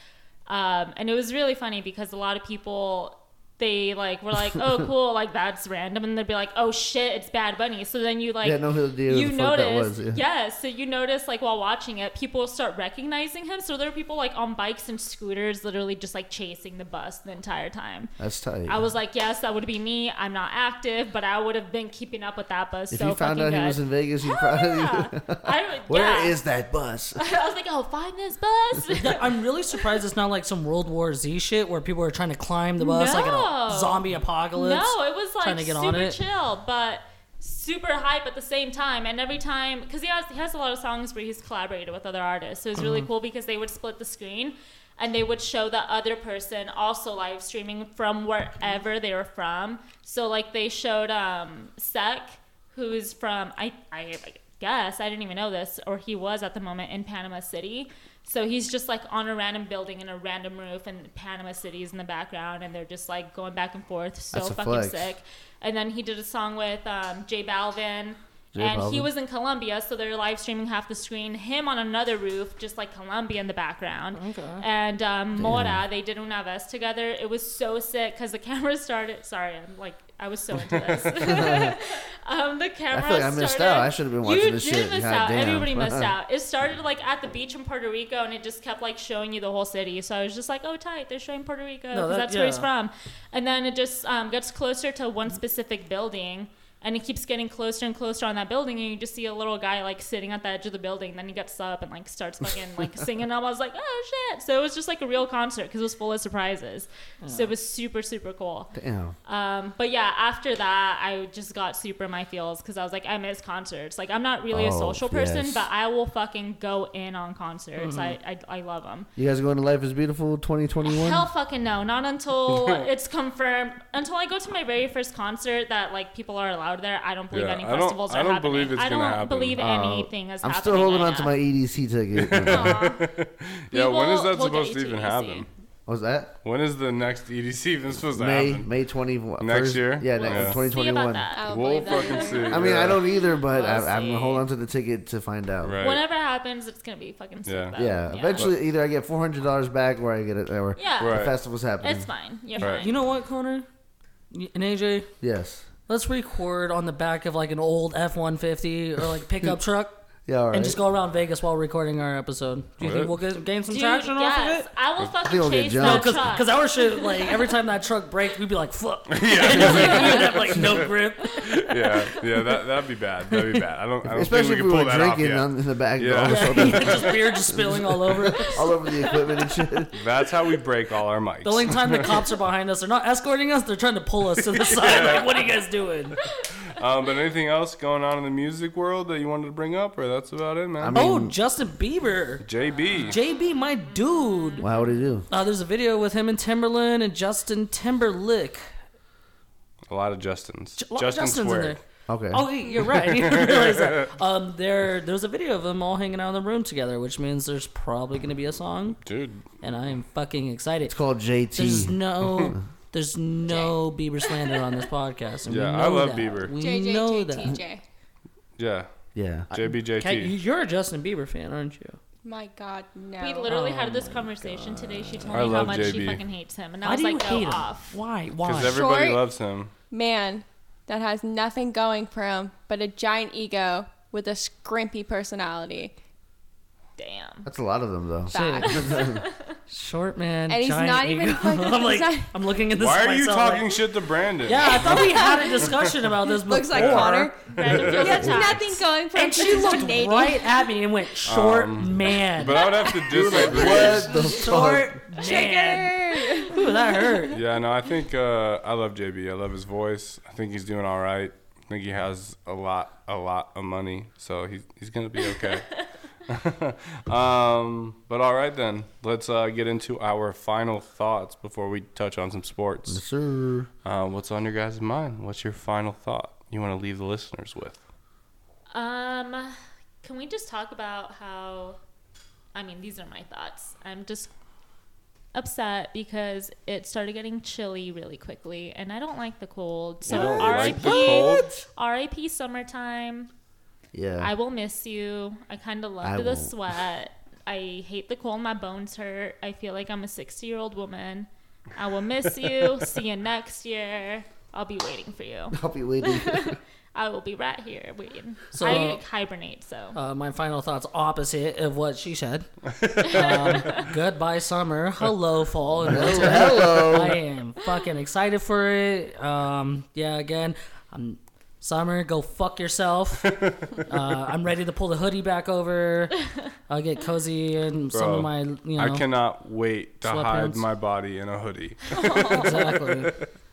B: um, and it was really funny because a lot of people. They like were like, oh cool, like that's random, and they'd be like, oh shit, it's Bad Bunny. So then you like,
E: Yeah, no idea who
B: you
E: the fuck that
B: notice,
E: was, yeah.
B: yeah, so you notice like while watching it, people start recognizing him. So there are people like on bikes and scooters, literally just like chasing the bus the entire time.
E: That's tight.
B: I was like, yes, that would be me. I'm not active, but I would have been keeping up with that bus.
E: if
B: so
E: you found
B: fucking
E: out
B: good.
E: he was in Vegas, you
B: Hell
E: probably.
B: yeah. I don't,
E: Where
B: yeah.
E: is that bus?
B: I was like, oh, find this bus.
D: Yeah, I'm really surprised it's not like some World War Z shit where people are trying to climb the bus like in
B: No.
D: a zombie apocalypse.
B: No, it was
D: trying
B: like
D: to get on
B: super
D: it.
B: chill, but super hype at the same time. And every time, because he has he has a lot of songs where he's collaborated with other artists, so it's really
E: Mm-hmm.
B: cool because they would split the screen. And they would show the other person also live streaming from wherever they were from. So like they showed um Sek, who's from I I guess I didn't even know this, or he was at the moment in Panama City. So he's just like on a random building in a random roof, and Panama City is in the background, and they're just like going back and forth. So
E: That's a
B: fucking
E: flex.
B: sick. And then he did a song with um, J Balvin.
E: J
B: and he
E: Balvin.
B: was in Colombia, so they're live streaming half the screen. Him on another roof, just like Colombia in the background.
D: Okay.
B: And um, Mora, they did una vez together. It was so sick because the camera started. Sorry, I'm like, I was so into this. um, the camera.
E: I feel like I missed
B: started-
E: out. I should have been watching
B: you
E: this
B: did
E: shit.
B: miss
E: God
B: out.
E: damn.
B: Everybody missed out. It started like at the beach in Puerto Rico, and it just kept like showing you the whole city. So I was just like, "Oh, tight! They're showing Puerto Rico because
D: that-
B: that's where he's
D: yeah.
B: from." And then it just um, gets closer to one specific building, and it keeps getting closer and closer on that building. And you just see a little guy like sitting at the edge of the building. Then he gets up and like starts fucking like singing. And I was like, "Oh shit!" So it was just like a real concert because it was full of surprises. So it was super super cool.
E: Damn.
B: Um, but yeah, after that, I just got super in my feels because I was like, I miss concerts. Like, I'm not really a
E: Oh,
B: social person,
E: yes.
B: but I will fucking go in on concerts. I, I I love them.
E: You guys going to Life is Beautiful 2021?
B: Hell fucking no, not until it's confirmed. Until I go to my very first concert that like people are allowed there. I don't believe
C: Yeah,
B: any
C: I don't-
B: festivals
C: I
B: are
C: don't
B: happening.
C: believe it's
B: I don't
C: gonna happen.
B: believe
C: Uh,
B: anything is
E: Oh, I'm
B: happening.
E: still holding
B: right
E: on to
B: now.
E: my EDC ticket.
D: Uh,
C: Yeah, when is
B: People
C: that
B: will get
C: supposed
D: E
C: to even
B: ATDC.
C: happen?
E: What's that?
C: When is the next EDC even supposed to
E: May
C: happen?
E: May 21.
C: Next year?
E: Yeah,
B: We'll
E: next,
C: Yeah.
B: see about
E: 2021.
B: that.
F: I don't
C: We'll
F: believe that.
C: fucking see.
E: I mean,
C: yeah.
E: I don't either, but
B: We'll
E: I, I'm
B: see.
E: holding on to the ticket to find out.
C: Right.
B: Whenever it happens, it's gonna be fucking sick.
C: Yeah.
B: though.
E: Yeah, eventually either I get four hundred dollars back or I get it. Or
B: Yeah.
E: the
C: Right.
E: festival's happening.
B: It's fine. You're
C: Right.
B: fine.
D: You know what, Connor? Y- And AJ,
E: Yes.
D: let's record on the back of like an old F-150 or like pickup truck
E: Yeah. All right.
D: and just go around Vegas while recording our episode. Do you think we'll get, gain some
B: Dude,
D: traction off
B: yes.
D: of it?
B: I will
E: think
B: fucking
E: we'll get
B: chase that
E: jumped.
D: Because
B: truck.
D: because our shit, like, every time that truck breaks, we'd be like, fuck. Yeah. we'd have, like, no grip.
C: yeah, yeah, that that'd be bad. That'd be bad. I don't. I don't
E: Especially
C: think
E: if
C: we
E: we
C: can
E: were
C: pull that off
E: drinking
C: yet.
E: on, in the back,
C: Yeah.
E: all, over,
D: just beer just spilling all over.
E: all over the equipment and shit.
C: That's how we break all our mics.
D: The only time the cops are behind us, they're not escorting us, they're trying to pull us to the side. Like, what are you guys doing?
C: um, but anything else going on in the music world that you wanted to bring up, or that's about it, man.
E: I mean-
D: Oh, Justin Bieber.
C: JB.
D: JB, my dude.
E: Wow, what do you do?
D: Uh, there's a video with him and Timberland and Justin Timberlake.
C: a lot of Justins.
D: J- a lot of
C: Justin
D: Justin's in
C: Square.
D: there.
E: Okay.
D: Oh, y- you're right. I didn't even realize that. Um, there, there's a video of them all hanging out in the room together, which means there's probably going to be a song,
C: Dude,
D: and I am fucking excited.
E: It's called
D: There's
E: JT.
D: no, there's no Bieber slander on this podcast. and we
C: Yeah, I
D: know
C: love
D: that.
C: Bieber.
D: We
F: JJ,
D: know that.
F: JTJ.
C: yeah.
E: Yeah.
C: JBJT.
D: Kat, you- you're a Justin Bieber fan, aren't you?
F: My God, no.
B: We literally
D: Oh
B: had this conversation today. She told
C: I
B: me how
C: love
B: much
C: JB.
B: she fucking hates him, and I
D: Why
B: was
D: do you
B: like, go
D: hate him?
B: off.
D: Why?
C: Because
D: Why?
C: everybody
F: Short.
C: loves him.
F: man that has nothing going for him but a giant ego with a scrimpy personality.
B: Damn.
E: That's a lot of them, though.
F: Facts.
D: Short man,
F: And he's
D: giant
F: not even
D: ego.
F: fucking-
D: I'm like,
F: he's not-
D: I'm looking at this.
C: Why are you
D: myself, like,
C: talking shit to Brandon?
D: yeah, I thought we had a discussion about this before.
F: Looks like Connor.
B: Brandon feels
F: He has
B: attacked.
F: nothing going for him.
D: And she
F: He's
D: looked
F: Canadian.
D: right at me and went, "Short man,
C: Um, But I would have to disagree.
E: What the fuck?
D: short man." Ooh, that hurt.
C: Yeah, no, I think uh, I love JB. I love his voice. I think he's doing all right. I think he has a lot, a lot of money, so he's he's gonna be okay. um, but all right then, let's uh, get into our final thoughts before we touch on some sports.
E: Sir.
C: Uh, what's on your guys' mind? What's your final thought you want to leave the listeners with?
B: Um, can we just talk about how? I mean, these are my thoughts. I'm just upset because it started getting chilly really quickly, and I don't like the cold. So
C: You don't like
B: RIP,
C: the cold?
B: RIP summertime.
E: Yeah.
B: I will miss you. I kind of
E: I
B: love the
E: won't.
B: sweat. I hate the cold. My bones hurt. I feel like I'm a 60 year old woman. I will miss you. See you next year. I'll be waiting for you.
E: I'll be waiting.
B: I will be right here waiting.
D: So-
B: I hibernate, so.
D: Uh, my final thoughts opposite of what she said. um, goodbye summer, hello fall, and winter.
E: Hello.
D: I am fucking excited for it. Um, yeah, again, I'm summer. Go fuck yourself. uh, I'm ready to pull the hoodie back over. I'll get cozy and some
C: Bro,
D: of my, you know,
C: I cannot wait to hide
D: Sweatpants.
C: my body in a hoodie.
D: exactly.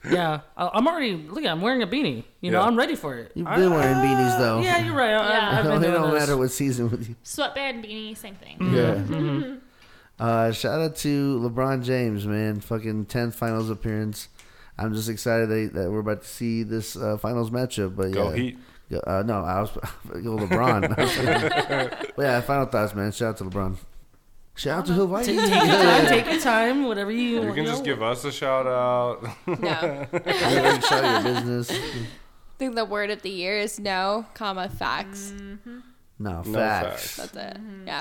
D: Yeah, I, I'm already. Look, I'm wearing a beanie. You know,
C: Yeah.
D: I'm ready for it.
E: You've
D: I-
E: been wearing beanies though.
D: yeah, you're right. I,
B: Yeah.
D: I, have
E: No,
D: been
E: it
D: doing
E: don't
D: this.
E: matter what season with you.
B: Sweatband, beanie, same thing.
E: Yeah. Uh, shout out to LeBron James, man. Fucking 10th finals appearance. I'm just excited that, that we're about to see this uh, finals matchup. But
C: Go
E: yeah.
C: Heat.
E: Go- Uh, no, I was go LeBron. but yeah, final thoughts, man. Shout out to LeBron. Shout out to who? Why
D: Take,
E: you-
D: take your time. Take your time. Whatever you.
C: You can
D: know.
C: just give us a shout out.
F: No.
E: I already shout your business.
F: I think the word of the year is no, comma, facts.
E: No, facts.
C: No facts.
F: That's it. Yeah,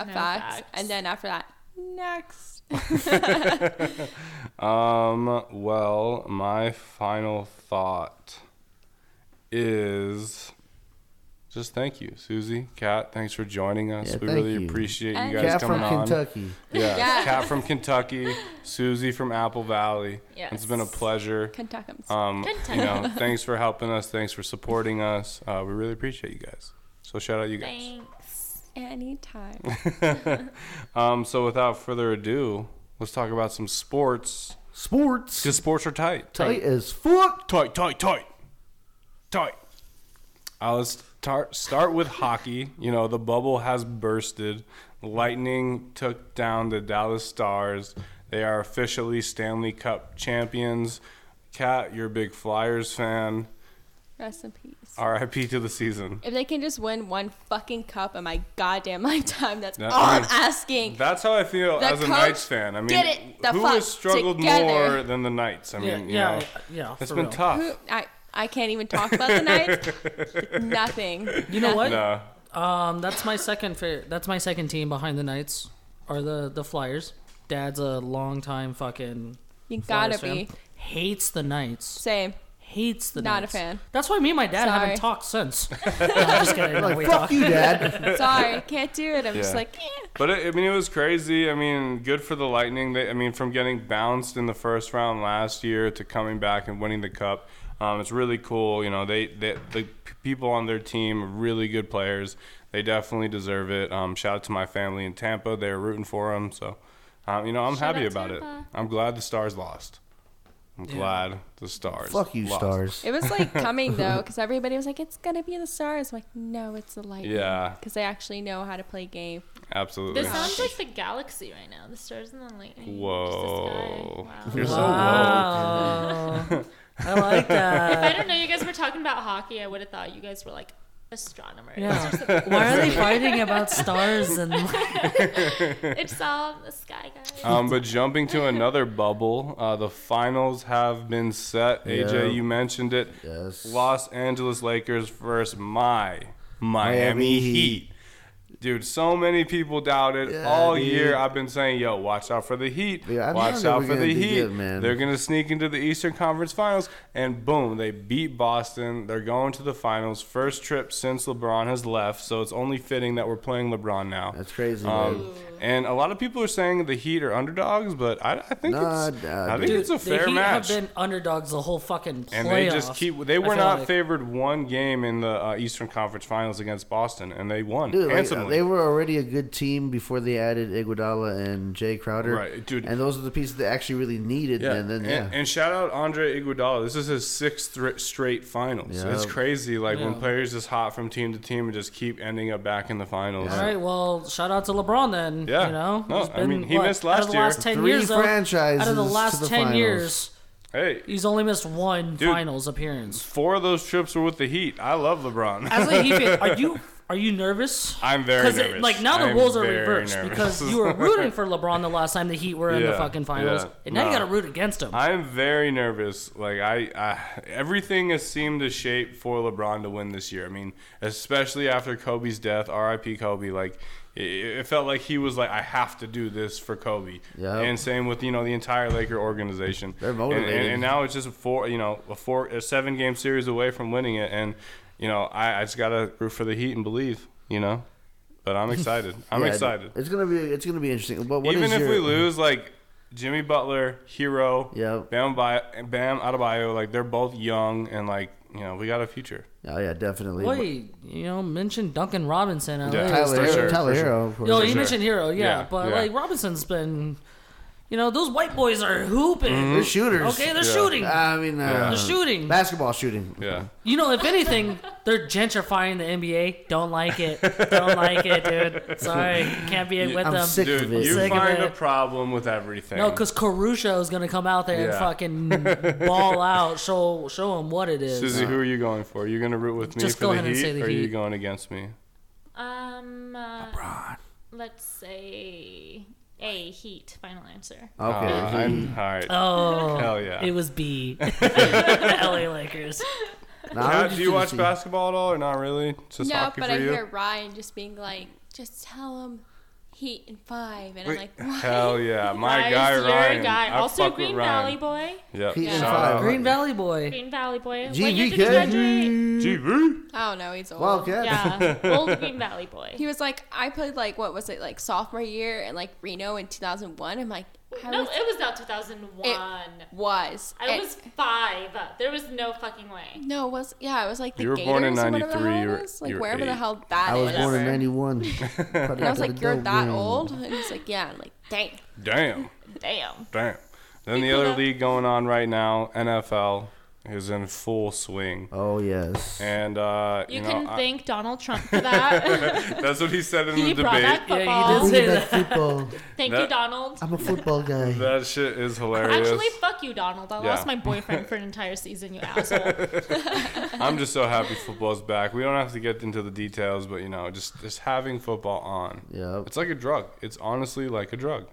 B: Mm-hmm. no
F: facts.
B: facts.
F: And then after that, next.
C: Um, well, my final thought is just thank you, Susie, Kat. Thanks for joining us.
E: Yeah,
C: we
E: thank
C: really
E: you.
C: appreciate
F: And-
C: you guys
E: Cat
C: coming
E: from
C: on.
E: Kentucky.
C: Yeah.
F: Yeah.
C: Kat from Kentucky, Susie from Apple Valley. It's been a
B: Yes.
C: pleasure.
F: Kentuckums.
C: Um, you
B: Kentucky.
C: know, thanks for helping us. Thanks for supporting us. Uh, we really appreciate you guys. So shout out you guys.
B: Thanks.
F: Anytime.
C: Um, so without further ado, let's talk about some sports.
E: Sports.
C: Because sports are tight.
E: tight as fuck.
C: Tight, tight, tight. Tight. I'll start, start with hockey. You know, the bubble has bursted. Lightning took down the Dallas Stars. They are officially Stanley Cup champions. Kat, you're a big Flyers fan.
F: Rest in peace.
C: RIP to the season.
F: If they can just win one fucking cup in my goddamn lifetime, that's
C: That-
F: all
C: I
F: I'm
C: mean,
F: asking.
C: That's how I feel
F: The
C: as a
F: coach
C: Knights fan. I mean,
F: did it the
C: who
F: fuck
C: has struggled
F: together.
C: more than the Knights? I mean,
D: Yeah,
C: you
D: yeah,
C: know,
D: yeah.
C: it's
D: for
C: been
D: real.
C: tough.
F: I, I can't even talk about the night. Nothing.
D: You know what?
C: No.
D: Um, that's my second favorite. That's my second team behind the Knights, are the the Flyers. Dad's a longtime fucking
F: You
D: Flyers
F: gotta
D: fan.
F: be.
D: Hates the Knights.
F: Same.
D: Hates the
F: Not a
D: Knights.
F: fan.
D: That's why me and my dad
F: Sorry.
D: haven't talked since. No, I'm just kidding. No, we
E: Like, fuck
D: talk.
E: you, Dad.
F: Sorry, can't do it. I'm just
C: Yeah.
F: like, eh.
C: But it, I mean, it was crazy. I mean, good for the Lightning. They, I mean, from getting bounced in the first round last year to coming back and winning the cup, um, it's really cool. You know, they, they the p- people on their team, are really good players. They definitely deserve it. Um, shout out to my family in Tampa. They were rooting for them, so um, you know, I'm
B: Shout
C: happy
B: out
C: about it.
B: Tampa.
C: I'm glad the Stars lost. I'm glad the Stars.
E: fuck you,
C: lost.
E: stars.
F: It was like coming though, because everybody was like, "It's gonna be the stars." I'm like, no, it's the lightning.
C: Yeah.
F: Because they actually know how to play game.
C: Absolutely.
B: This sounds like the galaxy right now. The stars and the lightning.
C: Whoa.
B: Just the sky.
C: You're
B: Wow.
C: so
D: Wow.
C: woke.
D: I like that.
B: If I don't know you guys were talking about hockey, I would have thought you guys were like astronomers.
D: Yeah. Why are they fighting about stars and
B: It's all the sky guys.
C: Um, but jumping to another bubble, uh, the finals have been set. AJ,
E: Yeah.
C: you mentioned it.
E: Yes.
C: Los Angeles Lakers versus my Miami,
E: Miami
C: Heat.
E: Heat.
C: Dude, so many people doubted
E: Yeah,
C: all
E: dude.
C: year. I've been saying, "Yo, watch out for the Heat.
E: Yeah, I knew
C: watch
E: they
C: out
E: were
C: for
E: gonna
C: the
E: do
C: Heat.
E: good, man.
C: They're gonna sneak into the Eastern Conference Finals." And boom, they beat Boston. They're going to the finals. First trip since LeBron has left, so it's only fitting that we're playing LeBron now.
E: That's crazy. man.
C: Um, and a lot of people are saying the Heat are underdogs, but I, I think
E: Nah,
C: it's
E: nah,
C: I think
E: dude.
C: it's a
D: the
C: fair
D: Heat
C: match.
D: have been underdogs the whole fucking playoffs.
C: and they just keep they
D: I
C: were
D: feel
C: not
D: like.
C: favored one game in the uh, Eastern Conference Finals against Boston, and they won
E: Dude, like, uh,
C: handsomely.
E: they were already a good team before they added Iguodala and Jay Crowder.
C: Right, dude.
E: And those are the pieces they actually really needed.
C: yeah.
E: And
C: and,
E: then, yeah.
C: and shout out Andre Iguodala. This is his sixth thr straight finals.
E: Yeah.
C: It's crazy, like when
D: Yeah.
C: players just hop from team to team and just keep ending up back in the finals.
D: All right, well, shout out to LeBron then.
C: Yeah.
D: You know?
C: No,
D: He's
C: I mean, he missed
D: out
C: last
D: of the
C: year.
D: last 10
E: Three
D: years, though, Out of
E: franchises
D: the
E: to
D: last
E: the
D: 10
E: finals.
D: years,
C: Hey,
D: he's only missed one
C: Dude.
D: finals appearance.
C: four of those trips were with the Heat. I love LeBron.
D: As a Heat fan, are you, are Are you nervous?
C: I'm very
D: it-
C: nervous.
D: like now the
C: I'm
D: roles are
C: very
D: reversed
C: nervous.
D: because you were rooting for LeBron the last time the Heat were in the
C: Yeah,
D: fucking finals,
C: yeah,
D: and now you
C: no.
D: got to root against him.
C: I'm very nervous. Like I, I, everything has seemed to shape for LeBron to win this year. I mean, especially after Kobe's death, R.I.P. Kobe. Like it, it felt like he was like, I have to do this for Kobe.
E: Yeah.
C: And same with you know the entire Laker organization.
E: They're
C: And-
E: motivated.
C: and, and now it's just a four, you know, a four, a seven game series away from winning it. And you know, I, I just gotta root for the Heat and believe. You know, but I'm excited. I'm
E: Yeah,
C: excited.
E: It's gonna be it's gonna be interesting. But what
C: Even
E: is
C: if
E: your,
C: we lose, like Jimmy Butler, Hero,
E: Yep.
C: Bam, Bi- Bam Adebayo, like they're both young and like you know we got a future.
E: oh yeah, definitely.
D: Wait, you know, mention Duncan Robinson. out
C: Yeah.
D: there.
E: Tyler,
C: For
E: Hero,
C: sure,
E: Tyler
C: for sure.
E: Hero, of course.
D: Yo,
C: For
D: you
C: sure.
D: mentioned Hero, yeah,
C: Yeah,
D: but
C: yeah.
D: like Robinson's been, you know, those white boys are hooping.
C: Mm-hmm.
E: They're shooters.
D: Okay, they're shooting.
E: I mean, uh,
D: They're shooting.
E: basketball shooting.
C: Yeah,
D: You know, if anything, they're gentrifying the NBA. Don't like it. Don't like it, dude. Sorry, can't be with
E: I'm
D: them.
E: sick
C: dude,
E: of it.
C: you
D: Sick of
C: find a
D: it.
C: problem with everything.
D: No, because Caruso is gonna come out there
C: Yeah.
D: and fucking ball out, show show him what it is.
C: Susie, who are you going for? You're gonna root with me
D: Just
C: for
D: go
C: the
D: ahead and
C: Heat,
D: say the
C: or are you
D: Heat.
C: going against me?
B: Um, uh, let's say a heat. Final answer.
E: Okay.
C: Uh, I'm, all right.
D: Oh,
C: Hell yeah.
D: it was B. LA Lakers.
E: Nah, I'm
C: Kat,
E: just
C: do you watch
E: interested.
C: basketball at all, or not really? It's just
F: No,
C: hockey
F: but
C: for
F: I
C: you.
F: hear Ryan just being like, just tell him Heat and five, and
C: Wait,
F: I'm like, what?
C: hell yeah, my
B: Guys,
C: guy
B: you're a
C: Ryan.
B: guy.
C: I
B: Also,
C: fuck with
B: Green Valley
C: Ryan.
B: boy.
C: Yep.
E: Heat and
C: Shout
E: five.
C: out.
D: Green Valley boy.
B: Green Valley boy. What year did you graduate?
E: GVK.
C: GV.
F: I don't know, he's old.
E: Wildcat.
B: Yeah, old Green Valley boy.
F: He was like, I played like what was it like sophomore year and like Reno in 2001. I'm like, I
B: No,
F: was,
B: it was not 2001.
F: was.
B: I
F: It-
B: was five. There was no fucking way.
F: No, it was yeah, it was like the
C: You were born in
F: Gators or whatever the
C: 93,
F: hell it
C: you were-
F: is. Like
C: you were
F: wherever the
C: eight.
F: hell that
E: I was
F: is.
E: born in
B: Whatever.
E: '91.
F: And I was like, you're that old? And he's like, yeah. I'm like, dang.
C: Damn.
B: Damn.
C: Damn. Then the
B: pulled
C: other
B: up.
C: league going on right now, NFL, is in full swing.
E: Oh yes.
C: And uh,
B: You,
C: you, know,
B: can
C: I-
B: thank Donald Trump for that.
C: that's what he said in
B: he
C: the
B: brought
C: debate.
B: back
D: Yeah, you
B: football.
D: did.
E: Bring back football.
B: thank
C: That-
B: you, Donald.
E: I'm a football guy.
C: That shit is hilarious.
B: Actually, fuck you, Donald. I
C: Yeah.
B: lost my boyfriend for an entire season, you asshole.
C: I'm just so happy football's back. We don't have to get into the details, but you know, just just having football on.
E: Yep.
C: It's like a drug. It's honestly like a drug.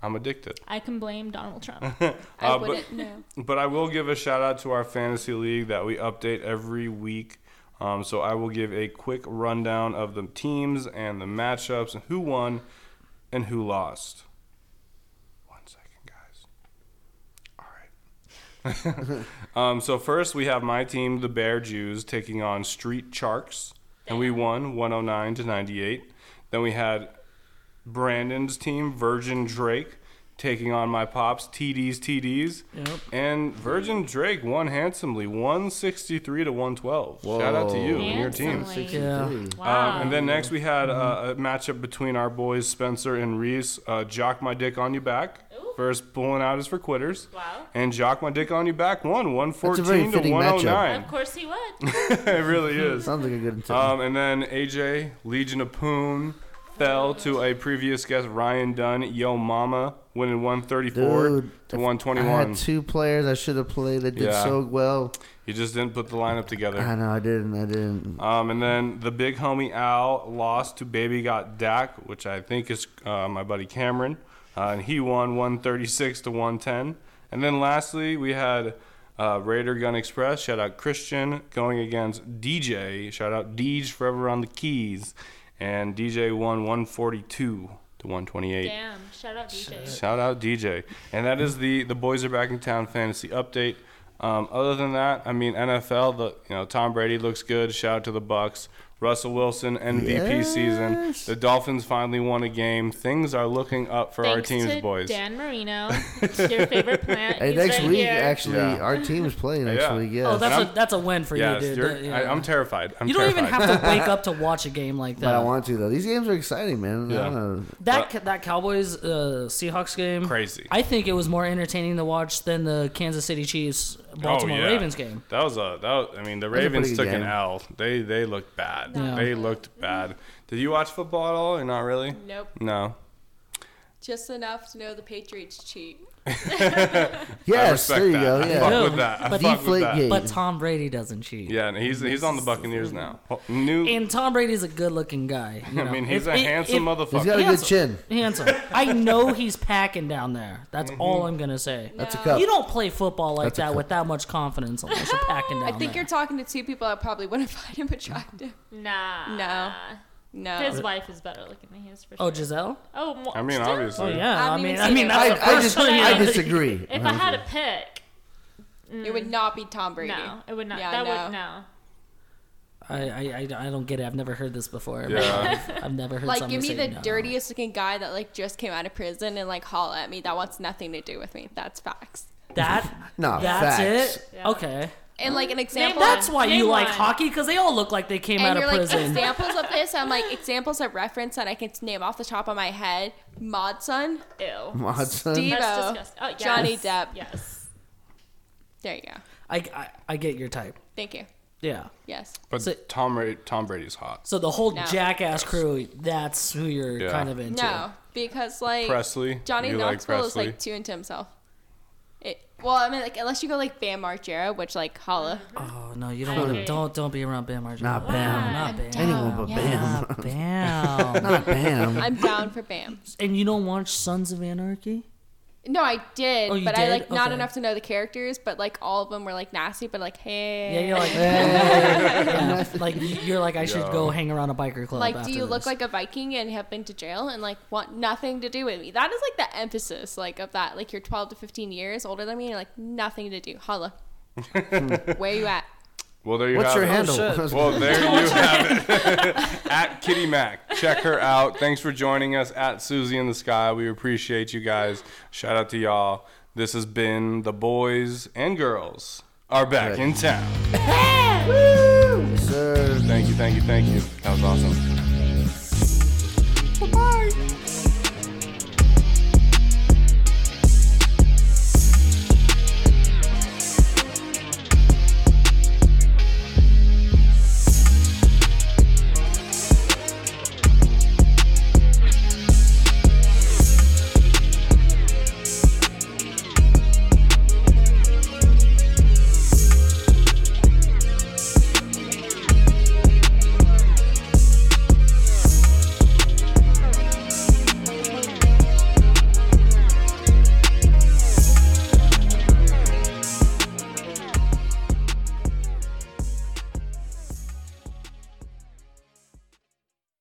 C: I'm addicted.
B: I can blame Donald Trump.
F: I
C: Uh, but-
F: wouldn't know.
C: But I will give a shout out to our fantasy league that we update every week. Um, so I will give a quick rundown of the teams and the matchups and who won and who lost. One second, guys. All right. um, so first we have my team, the Bear Jews, taking on Street Sharks, and we won 109 to 98. Then we had Brandon's team, Virgin Drake, taking on my pops, TDs, TDs.
D: Yep.
C: And Virgin Drake won handsomely, 163 to 112. Shout out to you and your team.
B: Handsomely.
D: Yeah.
B: Wow.
C: Um, and then next we had uh, a matchup between our boys Spencer and Reese. Uh, Jock my dick on you back.
B: Ooh.
C: First pulling out is for quitters.
B: Wow.
C: And Jock my dick on you back won 114 to
E: fitting matchup. Hmm.
B: of
C: 109.
B: course he would.
C: it really is.
E: Sounds like a good time.
C: Um, and then AJ, Legion of Poon, fell to a previous guest, Ryan Dunn, Yo Mama, winning 134
E: Dude,
C: to
E: I had
C: 121.
E: two players I should have played that did
C: Yeah.
E: so well.
C: He just didn't put the lineup
E: I
C: together.
E: know I didn't. I didn't.
C: Um, and then the big homie Al lost to Baby Got Dak, which I think is uh, my buddy Cameron. Uh, and he won 136 to 110. And then lastly, we had uh, Raider Gun Express, shout out Christian, going against DJ, shout out Deej Forever on the Keys. And DJ won 142 to 128.
B: Damn. Shout out DJ.
C: Shout out DJ. And that is the the boys are back in town fantasy update. Um, other than that, I mean NFL. The you know Tom Brady looks good. Shout out to the Bucks. Russell Wilson MVP season.
E: Yes.
C: The Dolphins finally won a game. Things are looking up for our
B: Thanks
C: teams,
B: to
C: boys.
B: Dan Marino, your favorite plant.
E: Hey,
B: He's
E: next
B: right
E: week
B: here.
E: actually,
C: Yeah.
E: our team is playing next
C: Yeah.
E: week. Yes.
D: Oh,
C: And
D: that's
C: I'm-
D: a that's a win for
C: Yes,
D: you, dude.
C: you're,
D: That- yeah.
C: I, I'm terrified. I'm
D: you don't even
C: terrified.
D: have to wake up to watch a game like
E: but I
D: that.
E: want to though. These games are exciting, man.
C: Yeah.
E: I don't know.
D: That ca- that Cowboys uh, Seahawks game,
C: Crazy.
D: I think it was more entertaining to watch than the Kansas City Chiefs Baltimore
C: Oh, yeah.
D: Ravens game.
C: That was a that. Was, I mean, the
E: was a pretty
C: Ravens
E: good
C: took an
E: game.
C: L. They they looked bad.
D: No.
C: They looked bad. Did you watch football at all or not really?
F: Nope.
C: No.
F: Just enough to know the Patriots cheat.
E: Yes,
C: respect
E: there you
C: that.
E: go.
C: I
E: Yeah.
C: fuck
D: No,
C: with that. I
D: but
C: fuck with that.
E: Deflategate.
D: But Tom Brady doesn't cheat.
C: Yeah, and he's he's on the Buccaneers now. New,
D: And Tom Brady's a good-looking guy. you
C: I
D: know.
C: mean, he's
D: If-
C: a
D: if-
C: handsome
D: if-
E: He's got a
C: motherfucker.
E: good chin.
D: Handsome. I know he's packing down there. That's
C: Mm-hmm.
D: all I'm gonna say.
E: That's a cup.
D: You don't play football like
E: Oh. That's a
D: that
E: cup.
D: with that much confidence unless you're packing down
F: I think
D: there.
F: you're talking to two people that probably wouldn't find him attractive.
B: Nah.
F: No. No.
B: His wife is better looking than he is for sure.
D: Oh, Giselle?
B: Oh, mo-
C: Uh, I mean,
B: still?
C: obviously.
D: Oh yeah.
F: I
D: I
F: mean,
D: mean,
F: it's
D: I mean,
F: like-
D: that's the
E: I, I
D: first
E: just
D: thing
E: I
D: I-
E: disagree.
B: If I had a pick,
F: It would not be Tom Brady.
B: no, it would not.
F: Yeah,
B: that
F: no.
B: would no.
D: I, I, I, I don't get it. I've never heard this before. in my
C: Yeah.
D: life. I've never heard.
F: Like,
D: someone
F: give me
D: say
F: the
D: no.
F: dirtiest looking guy that like just came out of prison and like holla at me. That wants nothing to do with me. That's facts.
D: That.
E: Nah,
D: that's
E: facts.
D: it.
B: Yeah.
D: Okay.
F: And like an example.
B: one.
D: That's why
B: Name
D: you like
B: one.
D: hockey because they all look like they came
F: and
D: out
F: you're
D: of
F: like
D: prison.
F: examples of this. I'm like examples of reference that I can name off the top of my head. Modson,
B: Ew.
E: Modson.
F: Steve-
B: That's
F: Devo.
B: disgusting. Oh, yes.
F: Johnny Depp.
B: Yes.
F: There you go.
D: I, I I get your type.
F: Thank you.
D: Yeah.
F: Yes.
C: But
D: So-
C: Tom Ra- Tom Brady's hot.
D: So the whole
F: No.
D: jackass crew. That's who you're
C: Yeah.
D: kind of into.
F: No, because like
C: Presley.
F: Johnny
C: you
F: Knoxville
C: like
F: is
C: Presley.
F: like too into himself. It, well, I mean, like unless you go like Bam Margera, which like holla.
D: Oh no, you don't want to. Don't don't be around Bam Margera.
E: Not Bam.
D: Not Bam.
E: Anyone but Bam.
D: Not Bam.
E: Not Bam.
F: I'm down for Bam.
D: and you don't watch Sons of Anarchy?
F: No, I did,
D: Oh, you
F: but I
D: did?
F: like not
D: Okay.
F: enough to know the characters, but like all of them were like nasty, but like hey,
D: Yeah, you're like, yeah, like you're like I should go hang around a biker club.
F: like
D: after
F: do you look
D: this.
F: like a Viking and have been to jail and like want nothing to do with me? That is like the emphasis like of that. Like you're 12 to 15 years older than me, and like nothing to do. Holla, where you at?
C: Well, there you
E: What's
C: have
E: your
C: it.
E: handle?
D: Oh, shit.
C: Well, there you have it. at Kitty Mac. Check her out. Thanks for joining us at Susie in the Sky. We appreciate you guys. Shout out to y'all. This has been the boys and girls are back in town.
E: Sir.
C: Thank you, thank you, thank you. That was awesome.